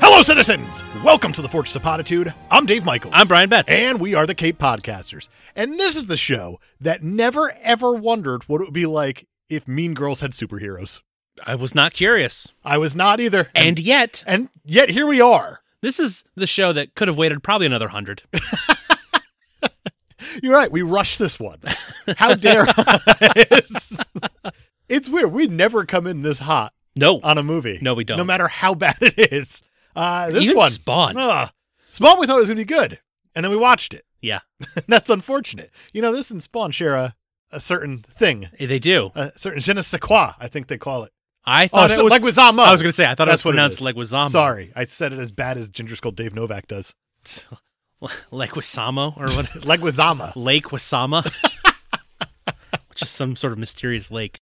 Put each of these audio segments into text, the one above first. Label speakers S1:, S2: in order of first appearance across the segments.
S1: Hello, citizens! Welcome to the Fortress of Potitude. I'm Dave Michaels.
S2: I'm Brian Betts.
S1: And we are the Cape Podcasters. And this is the show that never ever wondered what it would be like if Mean Girls had superheroes.
S2: I was not curious.
S1: I was not either.
S2: And yet,
S1: and yet here we are.
S2: this is the show that could have waited probably another hundred.
S1: You're right. We rushed this one. How dare us? It's weird. We never come in this hot
S2: No.
S1: on a movie.
S2: No, we don't.
S1: No matter how bad it is. Uh, this
S2: Even
S1: one.
S2: Spawn.
S1: Ugh. Spawn we thought was going to be good. And then we watched it.
S2: Yeah,
S1: That's unfortunate. You know, this and Spawn share a, a certain thing,
S2: they do.
S1: a certain je ne sais quoi, I think they call it.
S2: I
S1: Oh,
S2: thought it was.
S1: Leguizamo.
S2: I was going to say I thought it was
S1: That's what it
S2: pronounced
S1: is.
S2: Leguizamo.
S1: Sorry, I said it as bad as Ginger Skull Dave Novak does.
S2: Leguizamo or what?
S1: Leguizama.
S2: lake Wasama, which is some sort of mysterious lake.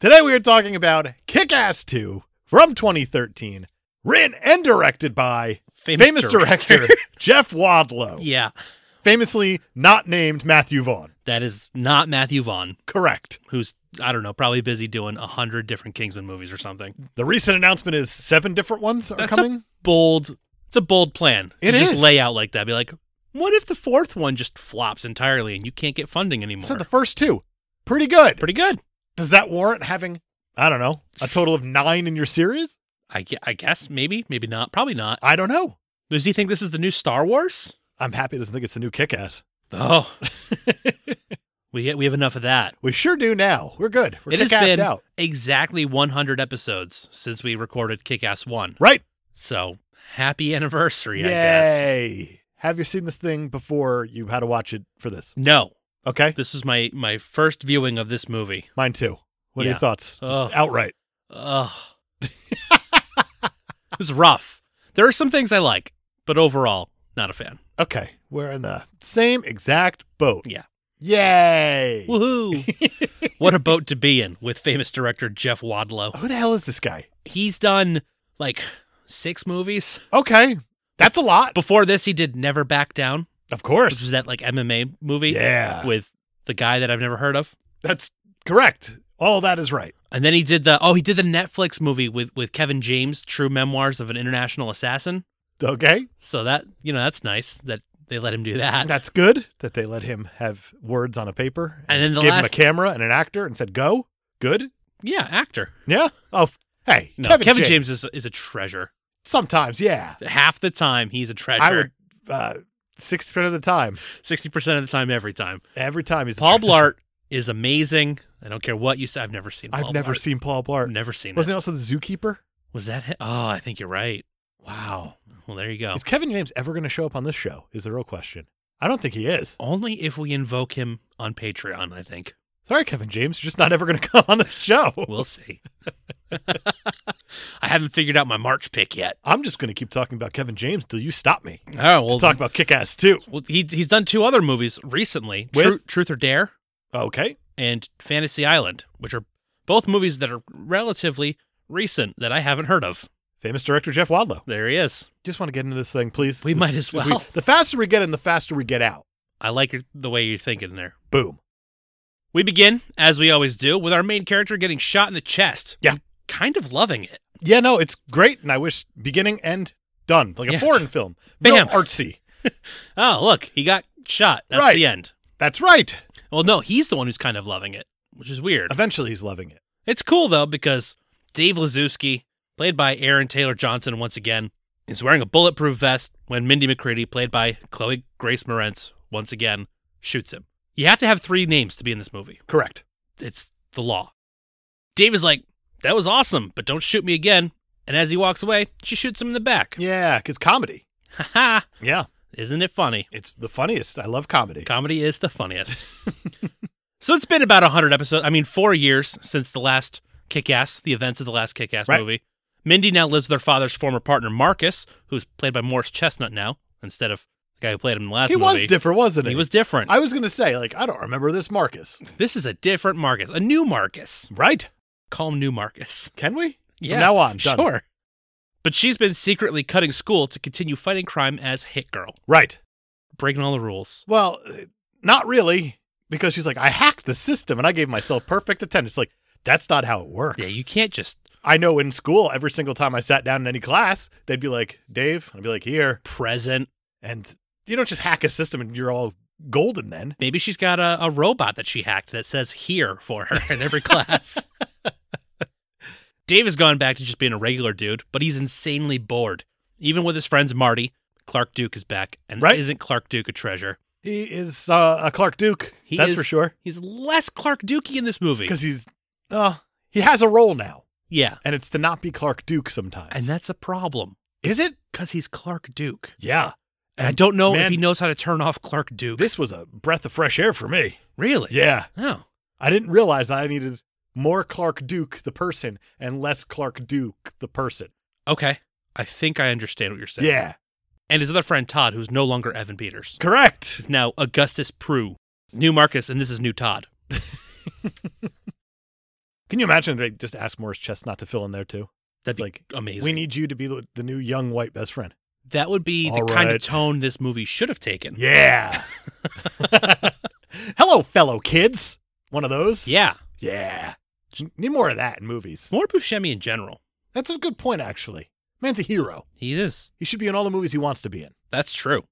S1: Today we are talking about Kick Ass 2 from 2013, written and directed by
S2: Famous
S1: famous director, Jeff Wadlow,
S2: yeah,
S1: famously not named Matthew Vaughn.
S2: that is not Matthew Vaughn,
S1: Correct.
S2: who's I don't know, probably busy doing a hundred different Kingsman movies or something.
S1: The recent announcement is seven different ones are
S2: That's a-
S1: coming.
S2: Bold. It's a bold plan.
S1: It
S2: to
S1: is.
S2: Just lay out like that. Be like, what if the fourth one just flops entirely and you can't get funding anymore?
S1: so the first two, pretty good.
S2: Pretty good.
S1: Does that warrant having, I don't know, a total of nine in your series?
S2: I, gue- I guess maybe, maybe not. Probably not.
S1: I don't know.
S2: Does he think this is the new Star Wars?
S1: I'm happy it doesn't think it's the new kick ass.
S2: Oh, we we have enough of that.
S1: we sure do now. We're good. We're
S2: it has
S1: kick assed
S2: been
S1: out.
S2: exactly 100 episodes since we recorded Kick Ass 1.
S1: Right?
S2: So happy anniversary, I guess.
S1: Yay. Have you seen this thing before you had to watch it for this?
S2: No,
S1: Okay.
S2: this was my, my first viewing of this movie.
S1: Mine too. What are
S2: Yeah.
S1: your thoughts? Just
S2: Ugh.
S1: outright.
S2: Ugh. it was rough. There are some things I like, but overall, not a fan.
S1: Okay. We're in the same exact boat.
S2: Yeah.
S1: Yay.
S2: Woohoo! what a boat to be in with famous director Jeff Wadlow.
S1: Who the hell is this guy?
S2: He's done like six movies.
S1: Okay. That's a lot.
S2: Before this, he did Never Back Down,
S1: Of
S2: which
S1: course.
S2: was that like MMA movie
S1: Yeah.
S2: with the guy that I've never heard of.
S1: That's correct. All that is right.
S2: And then he did the oh he did the Netflix movie with with Kevin James, True Memoirs of an International Assassin.
S1: Okay.
S2: So that you know that's nice that they let him do that.
S1: That's good that they let him have words on a paper
S2: And then the
S1: gave him a
S2: last-
S1: camera and an actor and said, "Go." Good.
S2: yeah, actor.
S1: Yeah. Oh, f- hey,
S2: No,
S1: Kevin,
S2: Kevin,
S1: James.
S2: James is is a treasure.
S1: Sometimes, yeah,
S2: Half the time he's a
S1: I would
S2: treasure.
S1: uh, sixty percent of the time,
S2: Sixty percent of the time, every time.
S1: every time he's a
S2: Paul
S1: treasure.
S2: Blart is amazing. I don't care what you say. I've never seen.
S1: I've
S2: Paul
S1: never
S2: Blart.
S1: seen Paul Blart.
S2: Never seen.
S1: Wasn't
S2: Wasn't
S1: he also the zookeeper?
S2: it. Was that? It? Oh, I think you're right.
S1: Wow.
S2: Well, there you go.
S1: Is Kevin James ever going to show up on this show? Is the real question. I don't think he is.
S2: Only if we invoke him on Patreon. I think
S1: Sorry, Kevin James, you're just not ever going to come on the show.
S2: we'll see. I haven't figured out my March pick yet.
S1: I'm just going to keep talking about Kevin James till you stop me.
S2: Oh
S1: Let's
S2: well,
S1: talk about Kick Ass too.
S2: well, he he's done two other movies recently:
S1: With-
S2: Tru- Truth or Dare
S1: Okay.
S2: and Fantasy Island, which are both movies that are relatively recent that I haven't heard of.
S1: Famous director Jeff Wadlow.
S2: There he is.
S1: Just want to get into this thing, please.
S2: We
S1: This-
S2: might as
S1: if we-
S2: well.
S1: the faster we get in, the faster we get out.
S2: I like your- the way you're thinking there.
S1: Boom.
S2: We begin, as we always do, with our main character getting shot in the chest.
S1: Yeah.
S2: I'm kind of loving it.
S1: Yeah, no, it's great, and I wish beginning end done like a
S2: Yeah.
S1: foreign film,
S2: Bam.
S1: real artsy.
S2: Oh, look, he got shot. That's
S1: Right.
S2: the end.
S1: That's right.
S2: Well, no, he's the one who's kind of loving it, which is weird.
S1: Eventually, he's loving it.
S2: It's cool though because Dave Lazuski, played by Aaron Taylor Johnson once again, is wearing a bulletproof vest when Mindy McCready, played by Chloe Grace Moretz, once again shoots him. You have to have three names to be in this movie.
S1: Correct.
S2: It's the law. Dave is like, "That was awesome, but don't shoot me again." And as he walks away, she shoots him in the back.
S1: Yeah, because comedy.
S2: Ha ha!
S1: Yeah,
S2: Isn't it funny?
S1: It's the funniest. I love comedy.
S2: Comedy is the funniest. so it's been about 100 episodes, I mean, four years since the last Kick Ass, the events of the last Kick Ass
S1: Right.
S2: movie. Mindy now lives with her father's former partner, Marcus, who's played by Morris Chestnut now, instead of the guy who played him in the last
S1: he
S2: movie.
S1: was different, wasn't he?
S2: He was different.
S1: I was gonna say, like, I don't remember this Marcus.
S2: this is a different Marcus, a new Marcus.
S1: Right?
S2: Call him New Marcus.
S1: Can we?
S2: Yeah.
S1: From now on, done.
S2: Sure. But she's been secretly cutting school to continue fighting crime as Hit Girl,
S1: Right.
S2: breaking all the rules.
S1: Well, uh, not really, because she's like, I hacked the system and I gave myself perfect attendance. Like, that's not how it works.
S2: Yeah, you can't just
S1: I know in school, every single time I sat down in any class, they'd be like, Dave, I'd be like, here.
S2: present.
S1: And you don't just hack a system and you're all golden then.
S2: Maybe she's got a, a robot that she hacked that says here for her in every class. Dave has gone back to just being a regular dude, but he's insanely bored. Even with his friends Marty, Clark Duke is back, and
S1: Right.
S2: isn't Clark Duke a treasure?
S1: He is uh, a Clark Duke.
S2: He
S1: that's
S2: is-
S1: for sure.
S2: He's less Clark Dukey in this movie.
S1: Because he's, uh, he has a role now,
S2: Yeah,
S1: and it's to not be Clark Duke sometimes.
S2: and that's a problem
S1: is it?
S2: because he's Clark Duke.
S1: Yeah.
S2: And I don't know if
S1: man-
S2: he knows how to turn off Clark Duke.
S1: This was a breath of fresh air for me.
S2: really?
S1: Yeah.
S2: Oh,
S1: I didn't realize that I needed more Clark Duke, the person, and less Clark Duke, the person.
S2: okay. I think I understand what you're saying.
S1: Yeah.
S2: And his other friend Todd, who's no longer Evan Peters,
S1: Correct.
S2: is now Augustus Prue. New Marcus, and this is new Todd.
S1: Can you imagine if they just asked Morris Chestnut to fill in there too?
S2: That'd be
S1: like,
S2: amazing.
S1: we need you to be the, the new young white best friend.
S2: that would be the
S1: All
S2: kind of
S1: right.
S2: tone this movie should have taken.
S1: Yeah. Hello, fellow kids. One of those?
S2: Yeah.
S1: Yeah. Need more of that in movies.
S2: More Buscemi in general.
S1: That's a good point, actually. Man's a hero.
S2: He is.
S1: He should be in all the movies he wants to be in.
S2: That's true.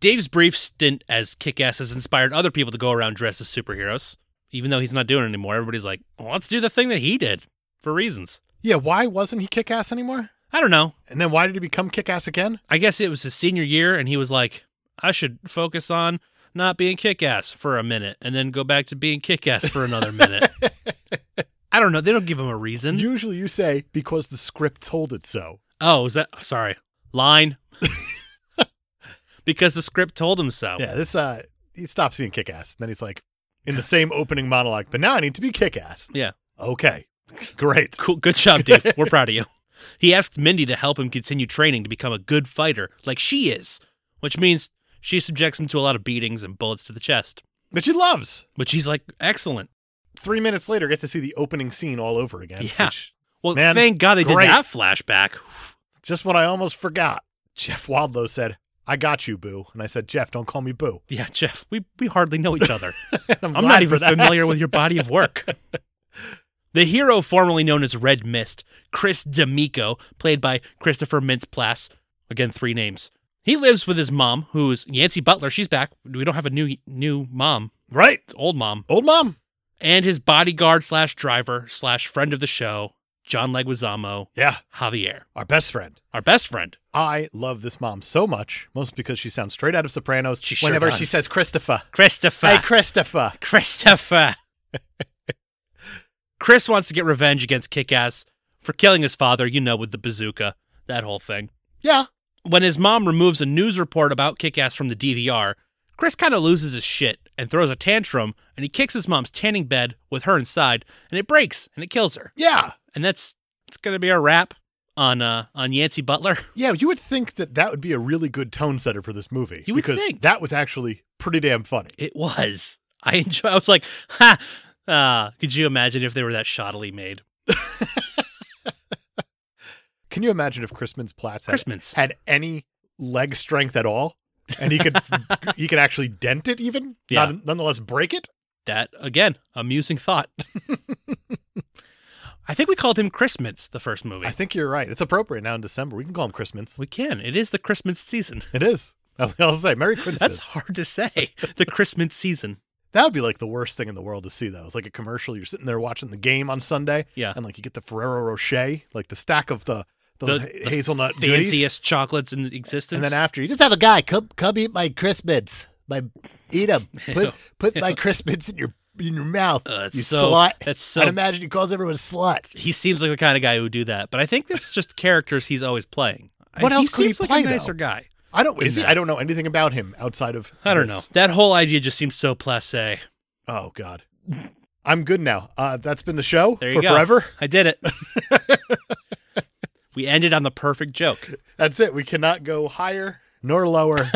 S2: Dave's brief stint as kick ass has inspired other people to go around dressed as superheroes. Even though he's not doing it anymore, everybody's like, well, let's do the thing that he did for reasons.
S1: Yeah, why wasn't he kick ass anymore?
S2: I don't know.
S1: And then why did he become kick ass again?
S2: I guess it was his senior year, and he was like, I should focus on not being kick ass for a minute and then go back to being kick ass for another minute. I don't know. They don't give him a reason.
S1: Usually you say because the script told it so.
S2: oh, is that? Sorry. Line. because the script told him so.
S1: Yeah, this uh he stops being kick ass. Then he's like in the same opening monologue, but now I need to be kick ass.
S2: Yeah.
S1: Okay. Great.
S2: Cool. Good job, Dave. We're proud of you. He asked Mindy to help him continue training to become a good fighter like she is, which means she subjects him to a lot of beatings and bullets to the chest,
S1: But she loves.
S2: which he's like, excellent.
S1: Three minutes later, get to see the opening scene all over again.
S2: Yeah.
S1: which-
S2: Well,
S1: Man,
S2: thank God they
S1: great.
S2: did that flashback.
S1: just what I almost forgot. Jeff Wadlow said, I got you, Boo. And I said, Jeff, don't call me Boo.
S2: Yeah, Jeff, we, we hardly know each other.
S1: And
S2: I'm
S1: glad
S2: not
S1: for
S2: even
S1: that.
S2: familiar with your body of work. the hero formerly known as Red Mist, Chris D'Amico, played by Christopher Mintz-Plasse, again three names. He lives with his mom, who's Yancy Butler. She's back. We don't have a new new mom.
S1: Right.
S2: It's old mom.
S1: Old mom.
S2: And his bodyguard slash driver slash friend of the show, John Leguizamo,
S1: Yeah.
S2: Javier,
S1: Our best friend.
S2: our best friend.
S1: I love this mom so much, mostly because she sounds straight out of Sopranos
S2: She sure
S1: whenever
S2: does.
S1: she says Christopher.
S2: Christopher.
S1: Hey, Christopher.
S2: Christopher. Chris wants to get revenge against Kickass for killing his father, you know, with the bazooka, that whole thing.
S1: Yeah.
S2: When his mom removes a news report about Kickass from the DVR, Chris kind of loses his shit and throws a tantrum, and he kicks his mom's tanning bed with her inside, and it breaks and it kills her.
S1: Yeah.
S2: And that's it's gonna be a wrap on uh on Yancey Butler.
S1: Yeah. You would think that that would be a really good tone setter for this movie.
S2: You would
S1: because
S2: think.
S1: that was actually pretty damn funny.
S2: It was. I enjoy. I was like, ha. Uh, could you imagine if they were that shoddily made?
S1: Can you imagine if Chrisman's Platts had,
S2: Christmas.
S1: had any leg strength at all? And he could he could actually dent it even?
S2: Yeah.
S1: Not, nonetheless break it?
S2: That again, amusing thought. I think we called him Christmas the first movie.
S1: I think you're right. It's appropriate now in December. We can call them Christmas.
S2: we can. It is the Christmas season.
S1: It is. I'll, I'll say Merry Christmas.
S2: That's hard to say. The Christmas season.
S1: That would be like the worst thing in the world to see, though. It's like a commercial. You're sitting there watching the game on Sunday,
S2: Yeah.
S1: and like you get the Ferrero Rocher, like the stack of the those
S2: The-
S1: ha-
S2: the
S1: hazelnut
S2: Fanciest
S1: goodies,
S2: chocolates in existence.
S1: and then after you just have a guy come come eat my Christmas, my eat them,
S2: Ew.
S1: put put my Christmas in your in your mouth.
S2: Uh, it's
S1: you
S2: so-
S1: slut.
S2: that's
S1: I'd
S2: so.
S1: imagine he calls everyone a slut.
S2: He seems like the kind of guy who would do that, but I think that's just characters he's always playing.
S1: What
S2: he
S1: else could he
S2: seems like
S1: play,
S2: a nicer
S1: though?
S2: guy.
S1: I don't.
S2: in
S1: Is he?
S2: that.
S1: I don't know anything about him outside of.
S2: I don't know.
S1: this.
S2: That whole idea just seems so placé.
S1: Oh God. I'm good now. Uh, that's been the show
S2: There you
S1: for
S2: go.
S1: forever.
S2: I did it. we ended on the perfect joke.
S1: That's it. We cannot go higher nor lower.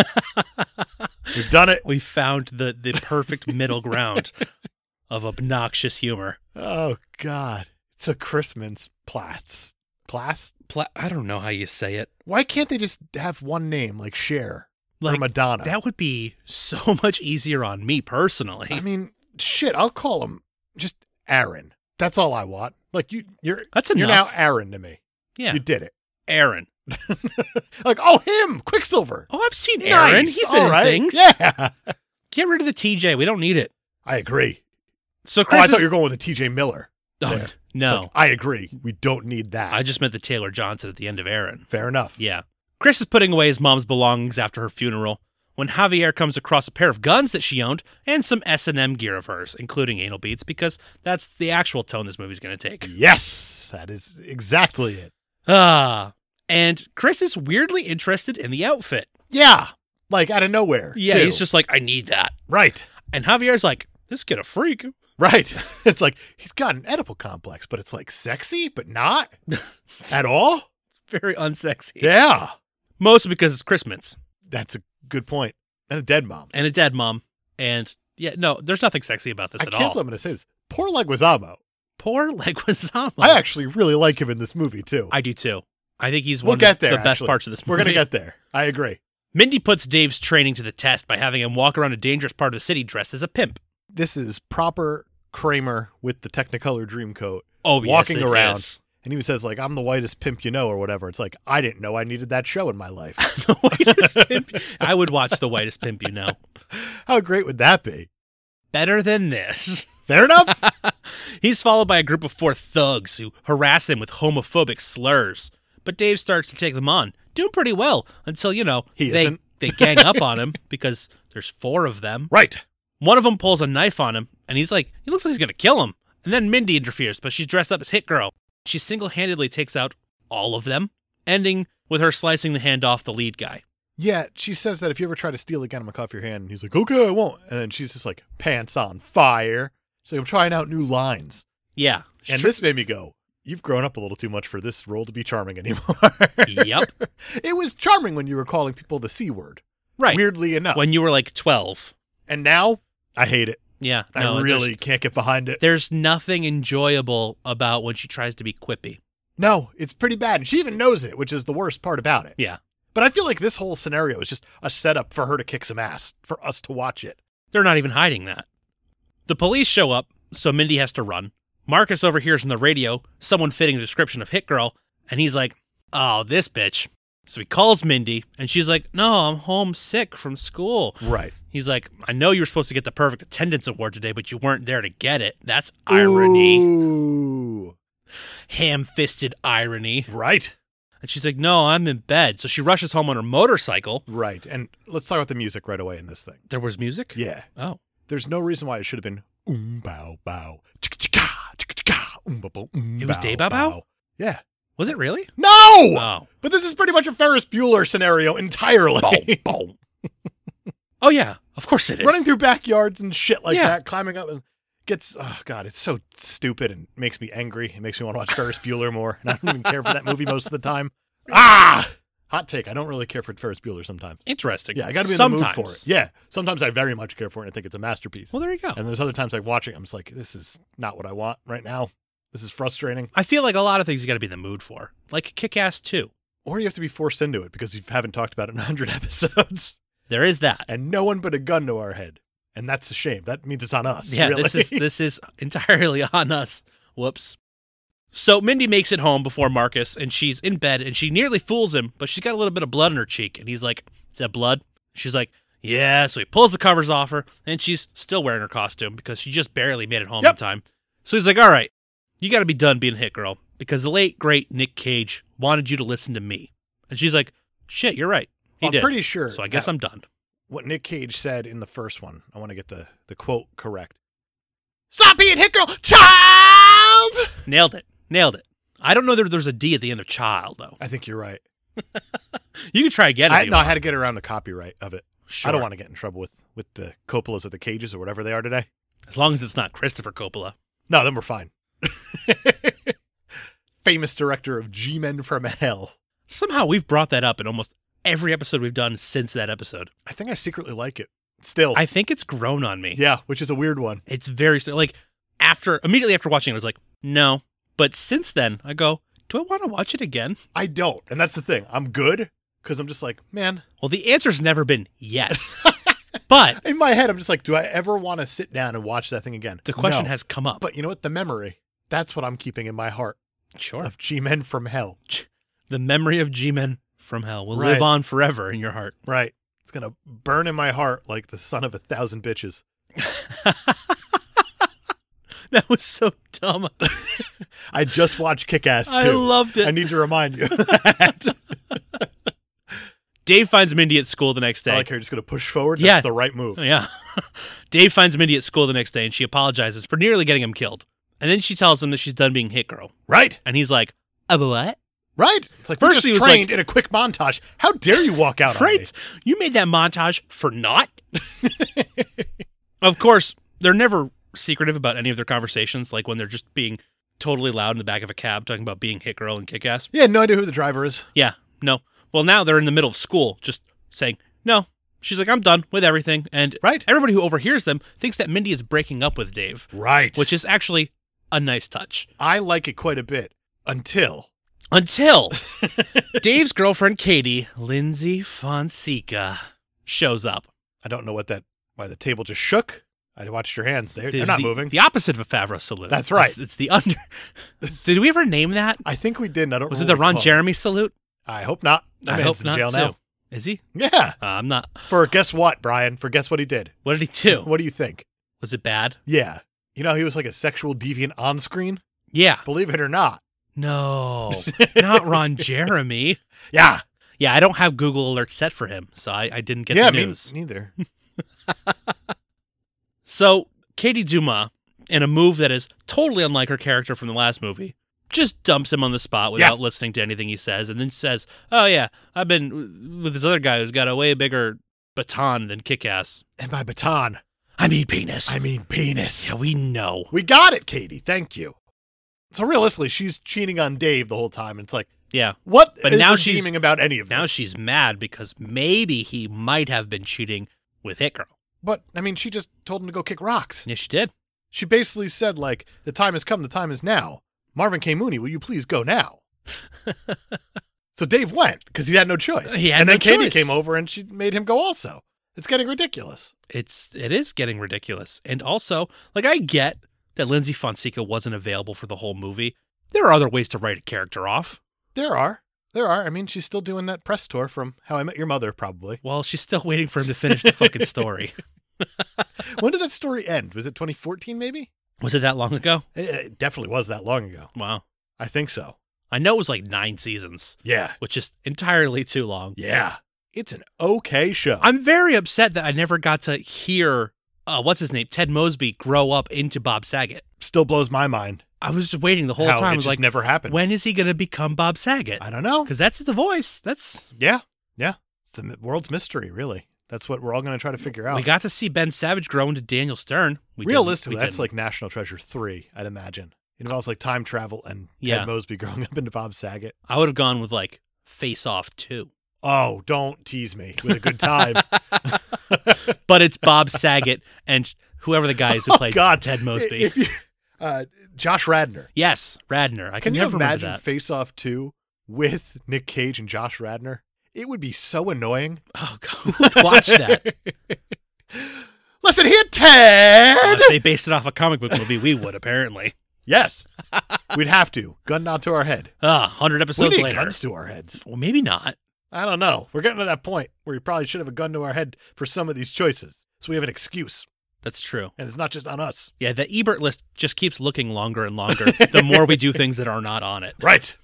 S1: We've done it.
S2: We found the the perfect middle ground of obnoxious humor.
S1: Oh God. It's a Christmas Platz. Platz.
S2: Pla- I don't know how you say it.
S1: Why can't they just have one name like Cher or
S2: Like
S1: Madonna?
S2: that would be so much easier on me
S1: I
S2: personally.
S1: mean, shit. I'll call him just Aaron. That's all I want. Like you, you're
S2: That's
S1: you're
S2: enough.
S1: now Aaron to me.
S2: yeah,
S1: You did it.
S2: Aaron.
S1: Like oh him, Quicksilver.
S2: Oh, I've seen Aaron.
S1: Nice.
S2: He's been
S1: All
S2: in
S1: right.
S2: things.
S1: Yeah,
S2: Get rid of the TJ. We don't need it.
S1: I agree.
S2: So
S1: Oh,
S2: Chris,
S1: I thought
S2: is-
S1: you were going with the T.J. Miller.
S2: Oh,
S1: there. It's
S2: no,
S1: like, I agree. We don't need that.
S2: I just meant the Taylor Johnson at the end of Aaron.
S1: Fair enough.
S2: Yeah. Chris is putting away his mom's belongings after her funeral when Javier comes across a pair of guns that she owned and some S&M gear of hers, including anal beads, because that's the actual tone this movie's going to
S1: Mm.
S2: take.
S1: Yes, that is exactly it.
S2: Ah. And Chris is weirdly interested in the outfit.
S1: Yeah, like out of nowhere.
S2: Yeah,
S1: too.
S2: he's just like, I need that.
S1: right,
S2: And Javier's like, this kid a freak.
S1: right. It's like he's got an edible complex, but it's like sexy, but not at all.
S2: Very unsexy.
S1: Yeah,
S2: Mostly because it's Christmas
S1: that's a good point. And a dead mom.
S2: and a dead mom. And yeah, no, there's nothing sexy about this
S1: I
S2: at
S1: can't
S2: all.
S1: believe I'm going to say this. Poor Leguizamo.
S2: Poor Leguizamo.
S1: I actually really like him in this movie too.
S2: I do too. I think he's
S1: We'll
S2: one
S1: get
S2: of
S1: there,
S2: the best
S1: actually.
S2: parts of this movie.
S1: We're gonna get there. I agree.
S2: Mindy puts Dave's training to the test by having him walk around a dangerous part of the city dressed as a pimp.
S1: This is proper Kramer with the Technicolor Dreamcoat,
S2: Oh, yes,
S1: Walking
S2: it
S1: around.
S2: is.
S1: and he says like, "I'm the whitest pimp you know" or whatever. It's like I didn't know I needed that show in my life.
S2: the whitest pimp. I would watch the whitest pimp you know.
S1: How great would that be?
S2: Better than this.
S1: Fair enough.
S2: He's followed by a group of four thugs who harass him with homophobic slurs. But Dave starts to take them on, doing pretty well until, you know,
S1: He
S2: they,
S1: isn't.
S2: they gang up on him because there's four of them.
S1: right.
S2: One of them pulls a knife on him, and he's like, he looks like he's going to kill him. And then Mindy interferes, but she's dressed up as Hit Girl. She single handedly takes out all of them, ending with her slicing the hand off the lead guy.
S1: Yeah, she says that if you ever try to steal a gun, I'm gonna off your hand. And he's like, "Okay, I won't." And then she's just like, pants on fire. She's like, "I'm trying out new lines."
S2: Yeah.
S1: And
S2: Sure.
S1: this made me go, "You've grown up a little too much for this role to be charming anymore."
S2: yep.
S1: it was charming when you were calling people the c word.
S2: Right.
S1: Weirdly enough,
S2: When you were like 12.
S1: and now I hate it.
S2: Yeah.
S1: I
S2: no,
S1: really
S2: There's,
S1: can't get behind it.
S2: there's nothing enjoyable about when she tries to be quippy.
S1: No, it's pretty bad. And she even knows it, which is the worst part about it.
S2: Yeah.
S1: But I feel like this whole scenario is just a setup for her to kick some ass, for us to watch it.
S2: They're not even hiding that. The police show up, so Mindy has to run. Marcus overhears on the radio someone fitting the description of Hit Girl, and he's like, Oh, this bitch. So he calls Mindy, and she's like, No, I'm home sick from school.
S1: Right.
S2: He's like, I know you were supposed to get the perfect attendance award today, but you weren't there to get it. That's irony.
S1: Ooh.
S2: Ham fisted irony.
S1: Right.
S2: And she's like, No, I'm in bed. So she rushes home on her motorcycle.
S1: Right. And let's talk about the music right away in this thing.
S2: There was music?
S1: Yeah.
S2: Oh.
S1: There's no reason why it should have been um bow bow. chicka-chicka, chicka-chicka, um, bow, bow, um,
S2: It was Day Bow Bow?
S1: Yeah.
S2: Was it really?
S1: No!
S2: Oh.
S1: But this is pretty much a Ferris Bueller scenario entirely.
S2: boom, boom. Oh, yeah. Of course it is.
S1: running through backyards and shit like
S2: Yeah.
S1: that, climbing up and gets oh god, it's so stupid and makes me angry. It makes me want to watch Ferris Bueller more. And I don't even care for that movie most of the time. Ah, hot take. I don't really care for Ferris Bueller sometimes.
S2: Interesting.
S1: Yeah, I got to be in
S2: Sometimes.
S1: the mood for it. Yeah, sometimes I very much care for it. and I think it's a masterpiece.
S2: Well, there you go.
S1: And there's other times I watch it. I'm just like, this is not what I want right now. This is frustrating.
S2: I feel like a lot of things you got to be in the mood for, like Kick Ass 2.
S1: Or you have to be forced into it because you haven't talked about it in 100 episodes,
S2: There is that.
S1: and no one but a gun to our head. And that's a shame. That means it's on us.
S2: yeah,
S1: really.
S2: this is this is entirely on us. Whoops. So Mindy makes it home before Marcus, and she's in bed, and she nearly fools him, but she's got a little bit of blood on her cheek, and he's like, "Is that blood?" She's like, "Yeah." So he pulls the covers off her, and she's still wearing her costume because she just barely made it home in
S1: Yep.
S2: time. So he's like, "All right, you got to be done being a hit girl because the late great Nick Cage wanted you to listen to me," and she's like, "Shit, you're right. He
S1: I'm
S2: did."
S1: pretty sure.
S2: so I guess
S1: that
S2: I'm done.
S1: what Nick Cage said in the first one. I want to get the, the quote correct. Stop being hit girl, child!
S2: Nailed it. Nailed it. I don't know that there's a D at the end of child though.
S1: I think you're right.
S2: You can try again. If
S1: I,
S2: you
S1: no, I
S2: want.
S1: had to get around the copyright of it.
S2: Sure.
S1: I don't want to get in trouble with with the Coppolas at the cages or whatever they are today.
S2: As long as it's not Christopher Coppola.
S1: No, then we're fine. Famous director of G Men from Hell.
S2: Somehow we've brought that up in almost every episode we've done since that episode.
S1: I think I secretly like it still.
S2: I think it's grown on me.
S1: yeah, which is a weird one.
S2: It's very st- like after immediately after watching it, I was like, no. But since then, I go, do I want to watch it again?
S1: I don't, and that's the thing. I'm good because I'm just like, man.
S2: Well, the answer's never been yes. but
S1: In my head, I'm just like, do I ever want to sit down and watch that thing again?
S2: the question
S1: No.
S2: has come up.
S1: But you know what? The memory. That's what I'm keeping in my heart
S2: sure,
S1: of G Men from Hell.
S2: the memory of G-Men from Hell will
S1: Right.
S2: live on forever in your heart.
S1: Right. It's going to burn in my heart like the son of a thousand bitches.
S2: That was so dumb.
S1: I just watched Kick Ass 2.
S2: I loved it.
S1: I need to remind you. of that.
S2: Dave finds Mindy at school the next
S1: I
S2: day.
S1: like how you're just going to push forward. That's
S2: Yeah.
S1: the right move.
S2: Oh, yeah. Dave finds Mindy at school the next day and she apologizes for nearly getting him killed. And then she tells him that she's done being hit girl.
S1: Right.
S2: And he's like, "A what?
S1: Right. It's like
S2: First
S1: first
S2: he
S1: just
S2: was
S1: trained in a quick montage. How dare you walk out on me?
S2: Right? You made that montage for naught? of course, they're never secretive about any of their conversations, like when they're just being totally loud in the back of a cab talking about being hit girl and kick ass.
S1: Yeah, no idea who the driver is.
S2: Yeah, no. Well, now they're in the middle of school just saying, no. She's like, I'm done with everything. And
S1: Right.
S2: everybody who overhears them thinks that Mindy is breaking up with Dave,
S1: Right.
S2: which is actually a nice touch.
S1: I like it quite a bit until
S2: Until Dave's girlfriend, Katie, Lindsay Fonseca, shows up.
S1: I don't know what that why the table just shook. I watched your hands. They're,
S2: The-
S1: they're not
S2: the-
S1: moving.
S2: The opposite of a Favreau salute.
S1: That's right.
S2: It's, it's the under. Did we ever name that?
S1: I think we didn't. I don't.
S2: Was it the
S1: really
S2: Ron
S1: recall.
S2: Jeremy salute?
S1: I hope not. Oh. That
S2: I
S1: man's
S2: hope
S1: in
S2: not.
S1: jail
S2: too.
S1: now.
S2: Is he?
S1: Yeah.
S2: Uh, I'm not.
S1: For guess what, Brian? For guess what he did.
S2: What did he do?
S1: What do you think?
S2: Was it bad?
S1: Yeah. You know he was like a sexual deviant on screen.
S2: Yeah.
S1: Believe it or not.
S2: No, not Ron Jeremy.
S1: Yeah.
S2: Yeah, I don't have Google Alert set for him, so I, I didn't get
S1: yeah.
S2: the
S1: me-
S2: news.
S1: neither.
S2: So Katie Duma, in a move that is totally unlike her character from the last movie, just dumps him on the spot without listening to anything he says, and then says, "Oh yeah, I've been w- with this other guy who's got a way bigger baton than Kick-Ass.
S1: And by baton,
S2: I mean penis.
S1: I mean penis.
S2: yeah, we know.
S1: We got it, Katie. Thank you. So realistically, she's cheating on Dave the whole time. It's like,
S2: Yeah.
S1: what
S2: But
S1: is
S2: now she's-
S1: redeeming about any of this?
S2: Now she's mad because maybe he might have been cheating with Hit Girl.
S1: But I mean, she just told him to go kick rocks.
S2: Yes, she did.
S1: She basically said, like, the time has come, the time is now. Marvin K. Mooney, will you please go now? so Dave went because he had no choice.
S2: He had
S1: and
S2: no
S1: then Katie
S2: choice.
S1: came over and she made him go also. It's getting ridiculous.
S2: It's it is getting ridiculous. And also, like I get that Lindsay Fonseca wasn't available for the whole movie. There are other ways to write a character off.
S1: There are. There are. I mean, she's still doing that press tour from How I Met Your Mother, probably.
S2: Well, she's still waiting for him to finish the fucking story.
S1: when did that story end? Was it 2014, maybe?
S2: Was it that long ago?
S1: It- it definitely was that long ago.
S2: Wow.
S1: I think so.
S2: I know it was like nine seasons,
S1: Yeah.
S2: which is entirely too long.
S1: Yeah. It's an okay show.
S2: I'm very upset that I never got to hear, uh, what's his name? Ted Mosby grow up into Bob Saget.
S1: Still blows my mind.
S2: I was just waiting the whole
S1: how
S2: time. I
S1: it
S2: was
S1: just
S2: like,
S1: never happened.
S2: when is he going to become Bob Saget?
S1: I don't know.
S2: Because that's the voice. That's.
S1: Yeah. Yeah. It's the mi- world's mystery, really. That's what we're all going to try to figure out.
S2: We got to see Ben Savage grow into Daniel Stern. We didn't.
S1: Realistically,
S2: We
S1: that's
S2: didn't. Uh,
S1: like National Treasure 3, I'd imagine. It involves like time travel and
S2: Yeah.
S1: Ted Mosby growing up into Bob Saget.
S2: I would have gone with like Face Off 2.
S1: Oh, don't tease me with a good time.
S2: But it's Bob Saget and whoever the guy is who
S1: Oh,
S2: played
S1: God.
S2: Ted Mosby.
S1: If you, uh, Josh Radner.
S2: Yes, Radner. I can,
S1: Can you
S2: never
S1: imagine
S2: remember
S1: Face Off 2 with Nick Cage and Josh Radner? It would be so annoying.
S2: that. Oh god, who would watch that.
S1: Listen here, Ted.
S2: Uh, If they based it off a comic book movie, we would apparently.
S1: Yes, we'd have to gun not to our head.
S2: Ah, hundred
S1: we
S2: episodes
S1: need
S2: later.
S1: guns to our heads.
S2: Well, maybe not.
S1: I don't know. We're getting to that point where we probably should have a gun to our head for some of these choices, so we have an excuse,
S2: That's true.
S1: and it's not just on us.
S2: Yeah, the Ebert list just keeps looking longer and longer the more we do things that are not on it.
S1: Right.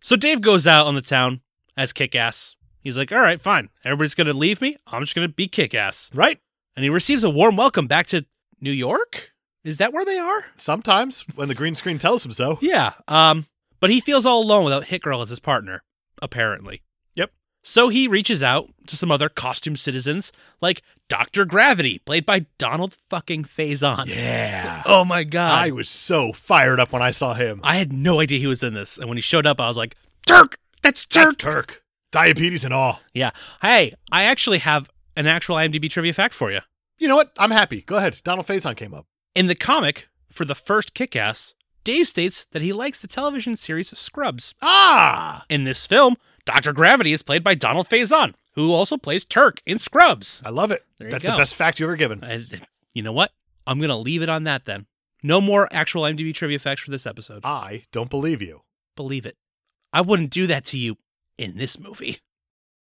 S2: So Dave goes out on the town as kick ass. He's like, all right, fine. Everybody's going to leave me. I'm just going to be kick ass.
S1: Right.
S2: And he receives a warm welcome back to New York. Is that where they are?
S1: Sometimes when the green screen tells him so.
S2: Yeah. Um, but he feels all alone without Hit Girl as his partner, apparently.
S1: Yep.
S2: So he reaches out to some other costume citizens, like Dr. Gravity, played by Donald fucking Faison.
S1: Yeah.
S2: Oh my God.
S1: I was so fired up when I saw him.
S2: I had no idea he was in this. And when he showed up, I was like, Turk! That's
S1: That's
S2: Turk!
S1: Turk. Diabetes and all.
S2: yeah. Hey, I actually have an actual IMDb trivia fact for you.
S1: You know what? I'm happy. Go ahead. Donald Faison came up.
S2: In the comic for the first kick ass, Dave states that he likes the television series Scrubs.
S1: Ah!
S2: In this film, Dr. Gravity is played by Donald Faison, who also plays Turk in Scrubs.
S1: I love it.
S2: There you
S1: That's
S2: go.
S1: the best fact you've ever given.
S2: I, you know what? I'm going to leave it on that then. No more actual IMDb trivia facts for this episode.
S1: I don't believe you.
S2: Believe it. I wouldn't do that to you in this movie.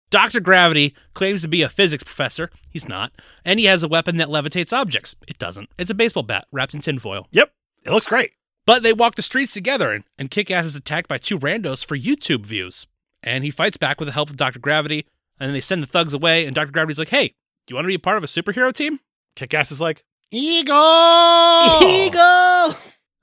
S2: Dr. Gravity claims to be a physics professor. He's not. And he has a weapon that levitates objects. It doesn't. It's a baseball bat wrapped in tinfoil.
S1: Yep. It looks great.
S2: But they walk the streets together, and, and Kick Ass is attacked by two randos for YouTube views. And he fights back with the help of Dr. Gravity, and they send the thugs away, and Dr. Gravity's like, hey, you want to be a part of a superhero team?
S1: Kick ass is like, Eagle!
S2: Eagle!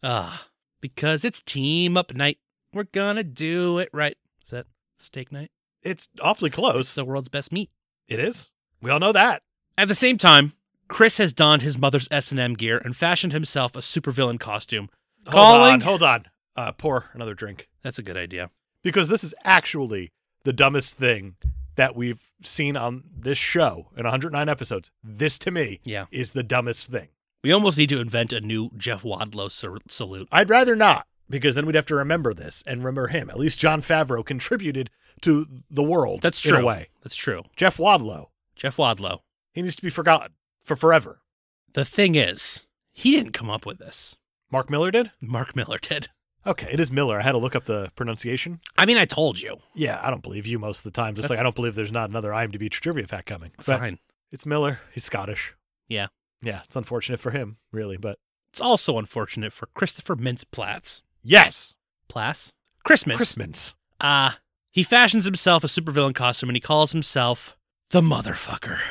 S2: Ah, because it's team up night. We're gonna do it right. Is that steak night?
S1: It's awfully
S2: It's
S1: close.
S2: the world's best meat.
S1: It is. We all know that.
S2: At the same time, Chris has donned his mother's S&M gear and fashioned himself a supervillain costume.
S1: Hold
S2: Calling-
S1: on. Hold on. Uh, pour another drink.
S2: That's a good idea.
S1: Because this is actually the dumbest thing that we've seen on this show in 109 episodes. This, to me,
S2: Yeah.
S1: is the dumbest thing.
S2: We almost need to invent a new Jeff Wadlow sal- salute.
S1: I'd rather not, because then we'd have to remember this and remember him. At least John Favreau contributed to the world
S2: That's
S1: in
S2: true.
S1: a way.
S2: That's true.
S1: Jeff Wadlow,
S2: Jeff Wadlow.
S1: he needs to be forgotten for forever.
S2: The thing is, he didn't come up with this.
S1: Mark Miller did?
S2: Mark Miller did.
S1: Okay, it is Miller. I had to look up the pronunciation.
S2: I mean, I told you.
S1: Yeah, I don't believe you most of the time. Just like I don't believe there's not another IMDb trivia fact coming. But
S2: Fine.
S1: it's Miller. He's Scottish.
S2: Yeah.
S1: Yeah, it's unfortunate for him, really. But
S2: It's also unfortunate for Christopher Mintz Platts.
S1: yes,
S2: Platts? Chris Mintz.
S1: Christmas.
S2: Uh, he fashions himself a supervillain costume and he calls himself the motherfucker.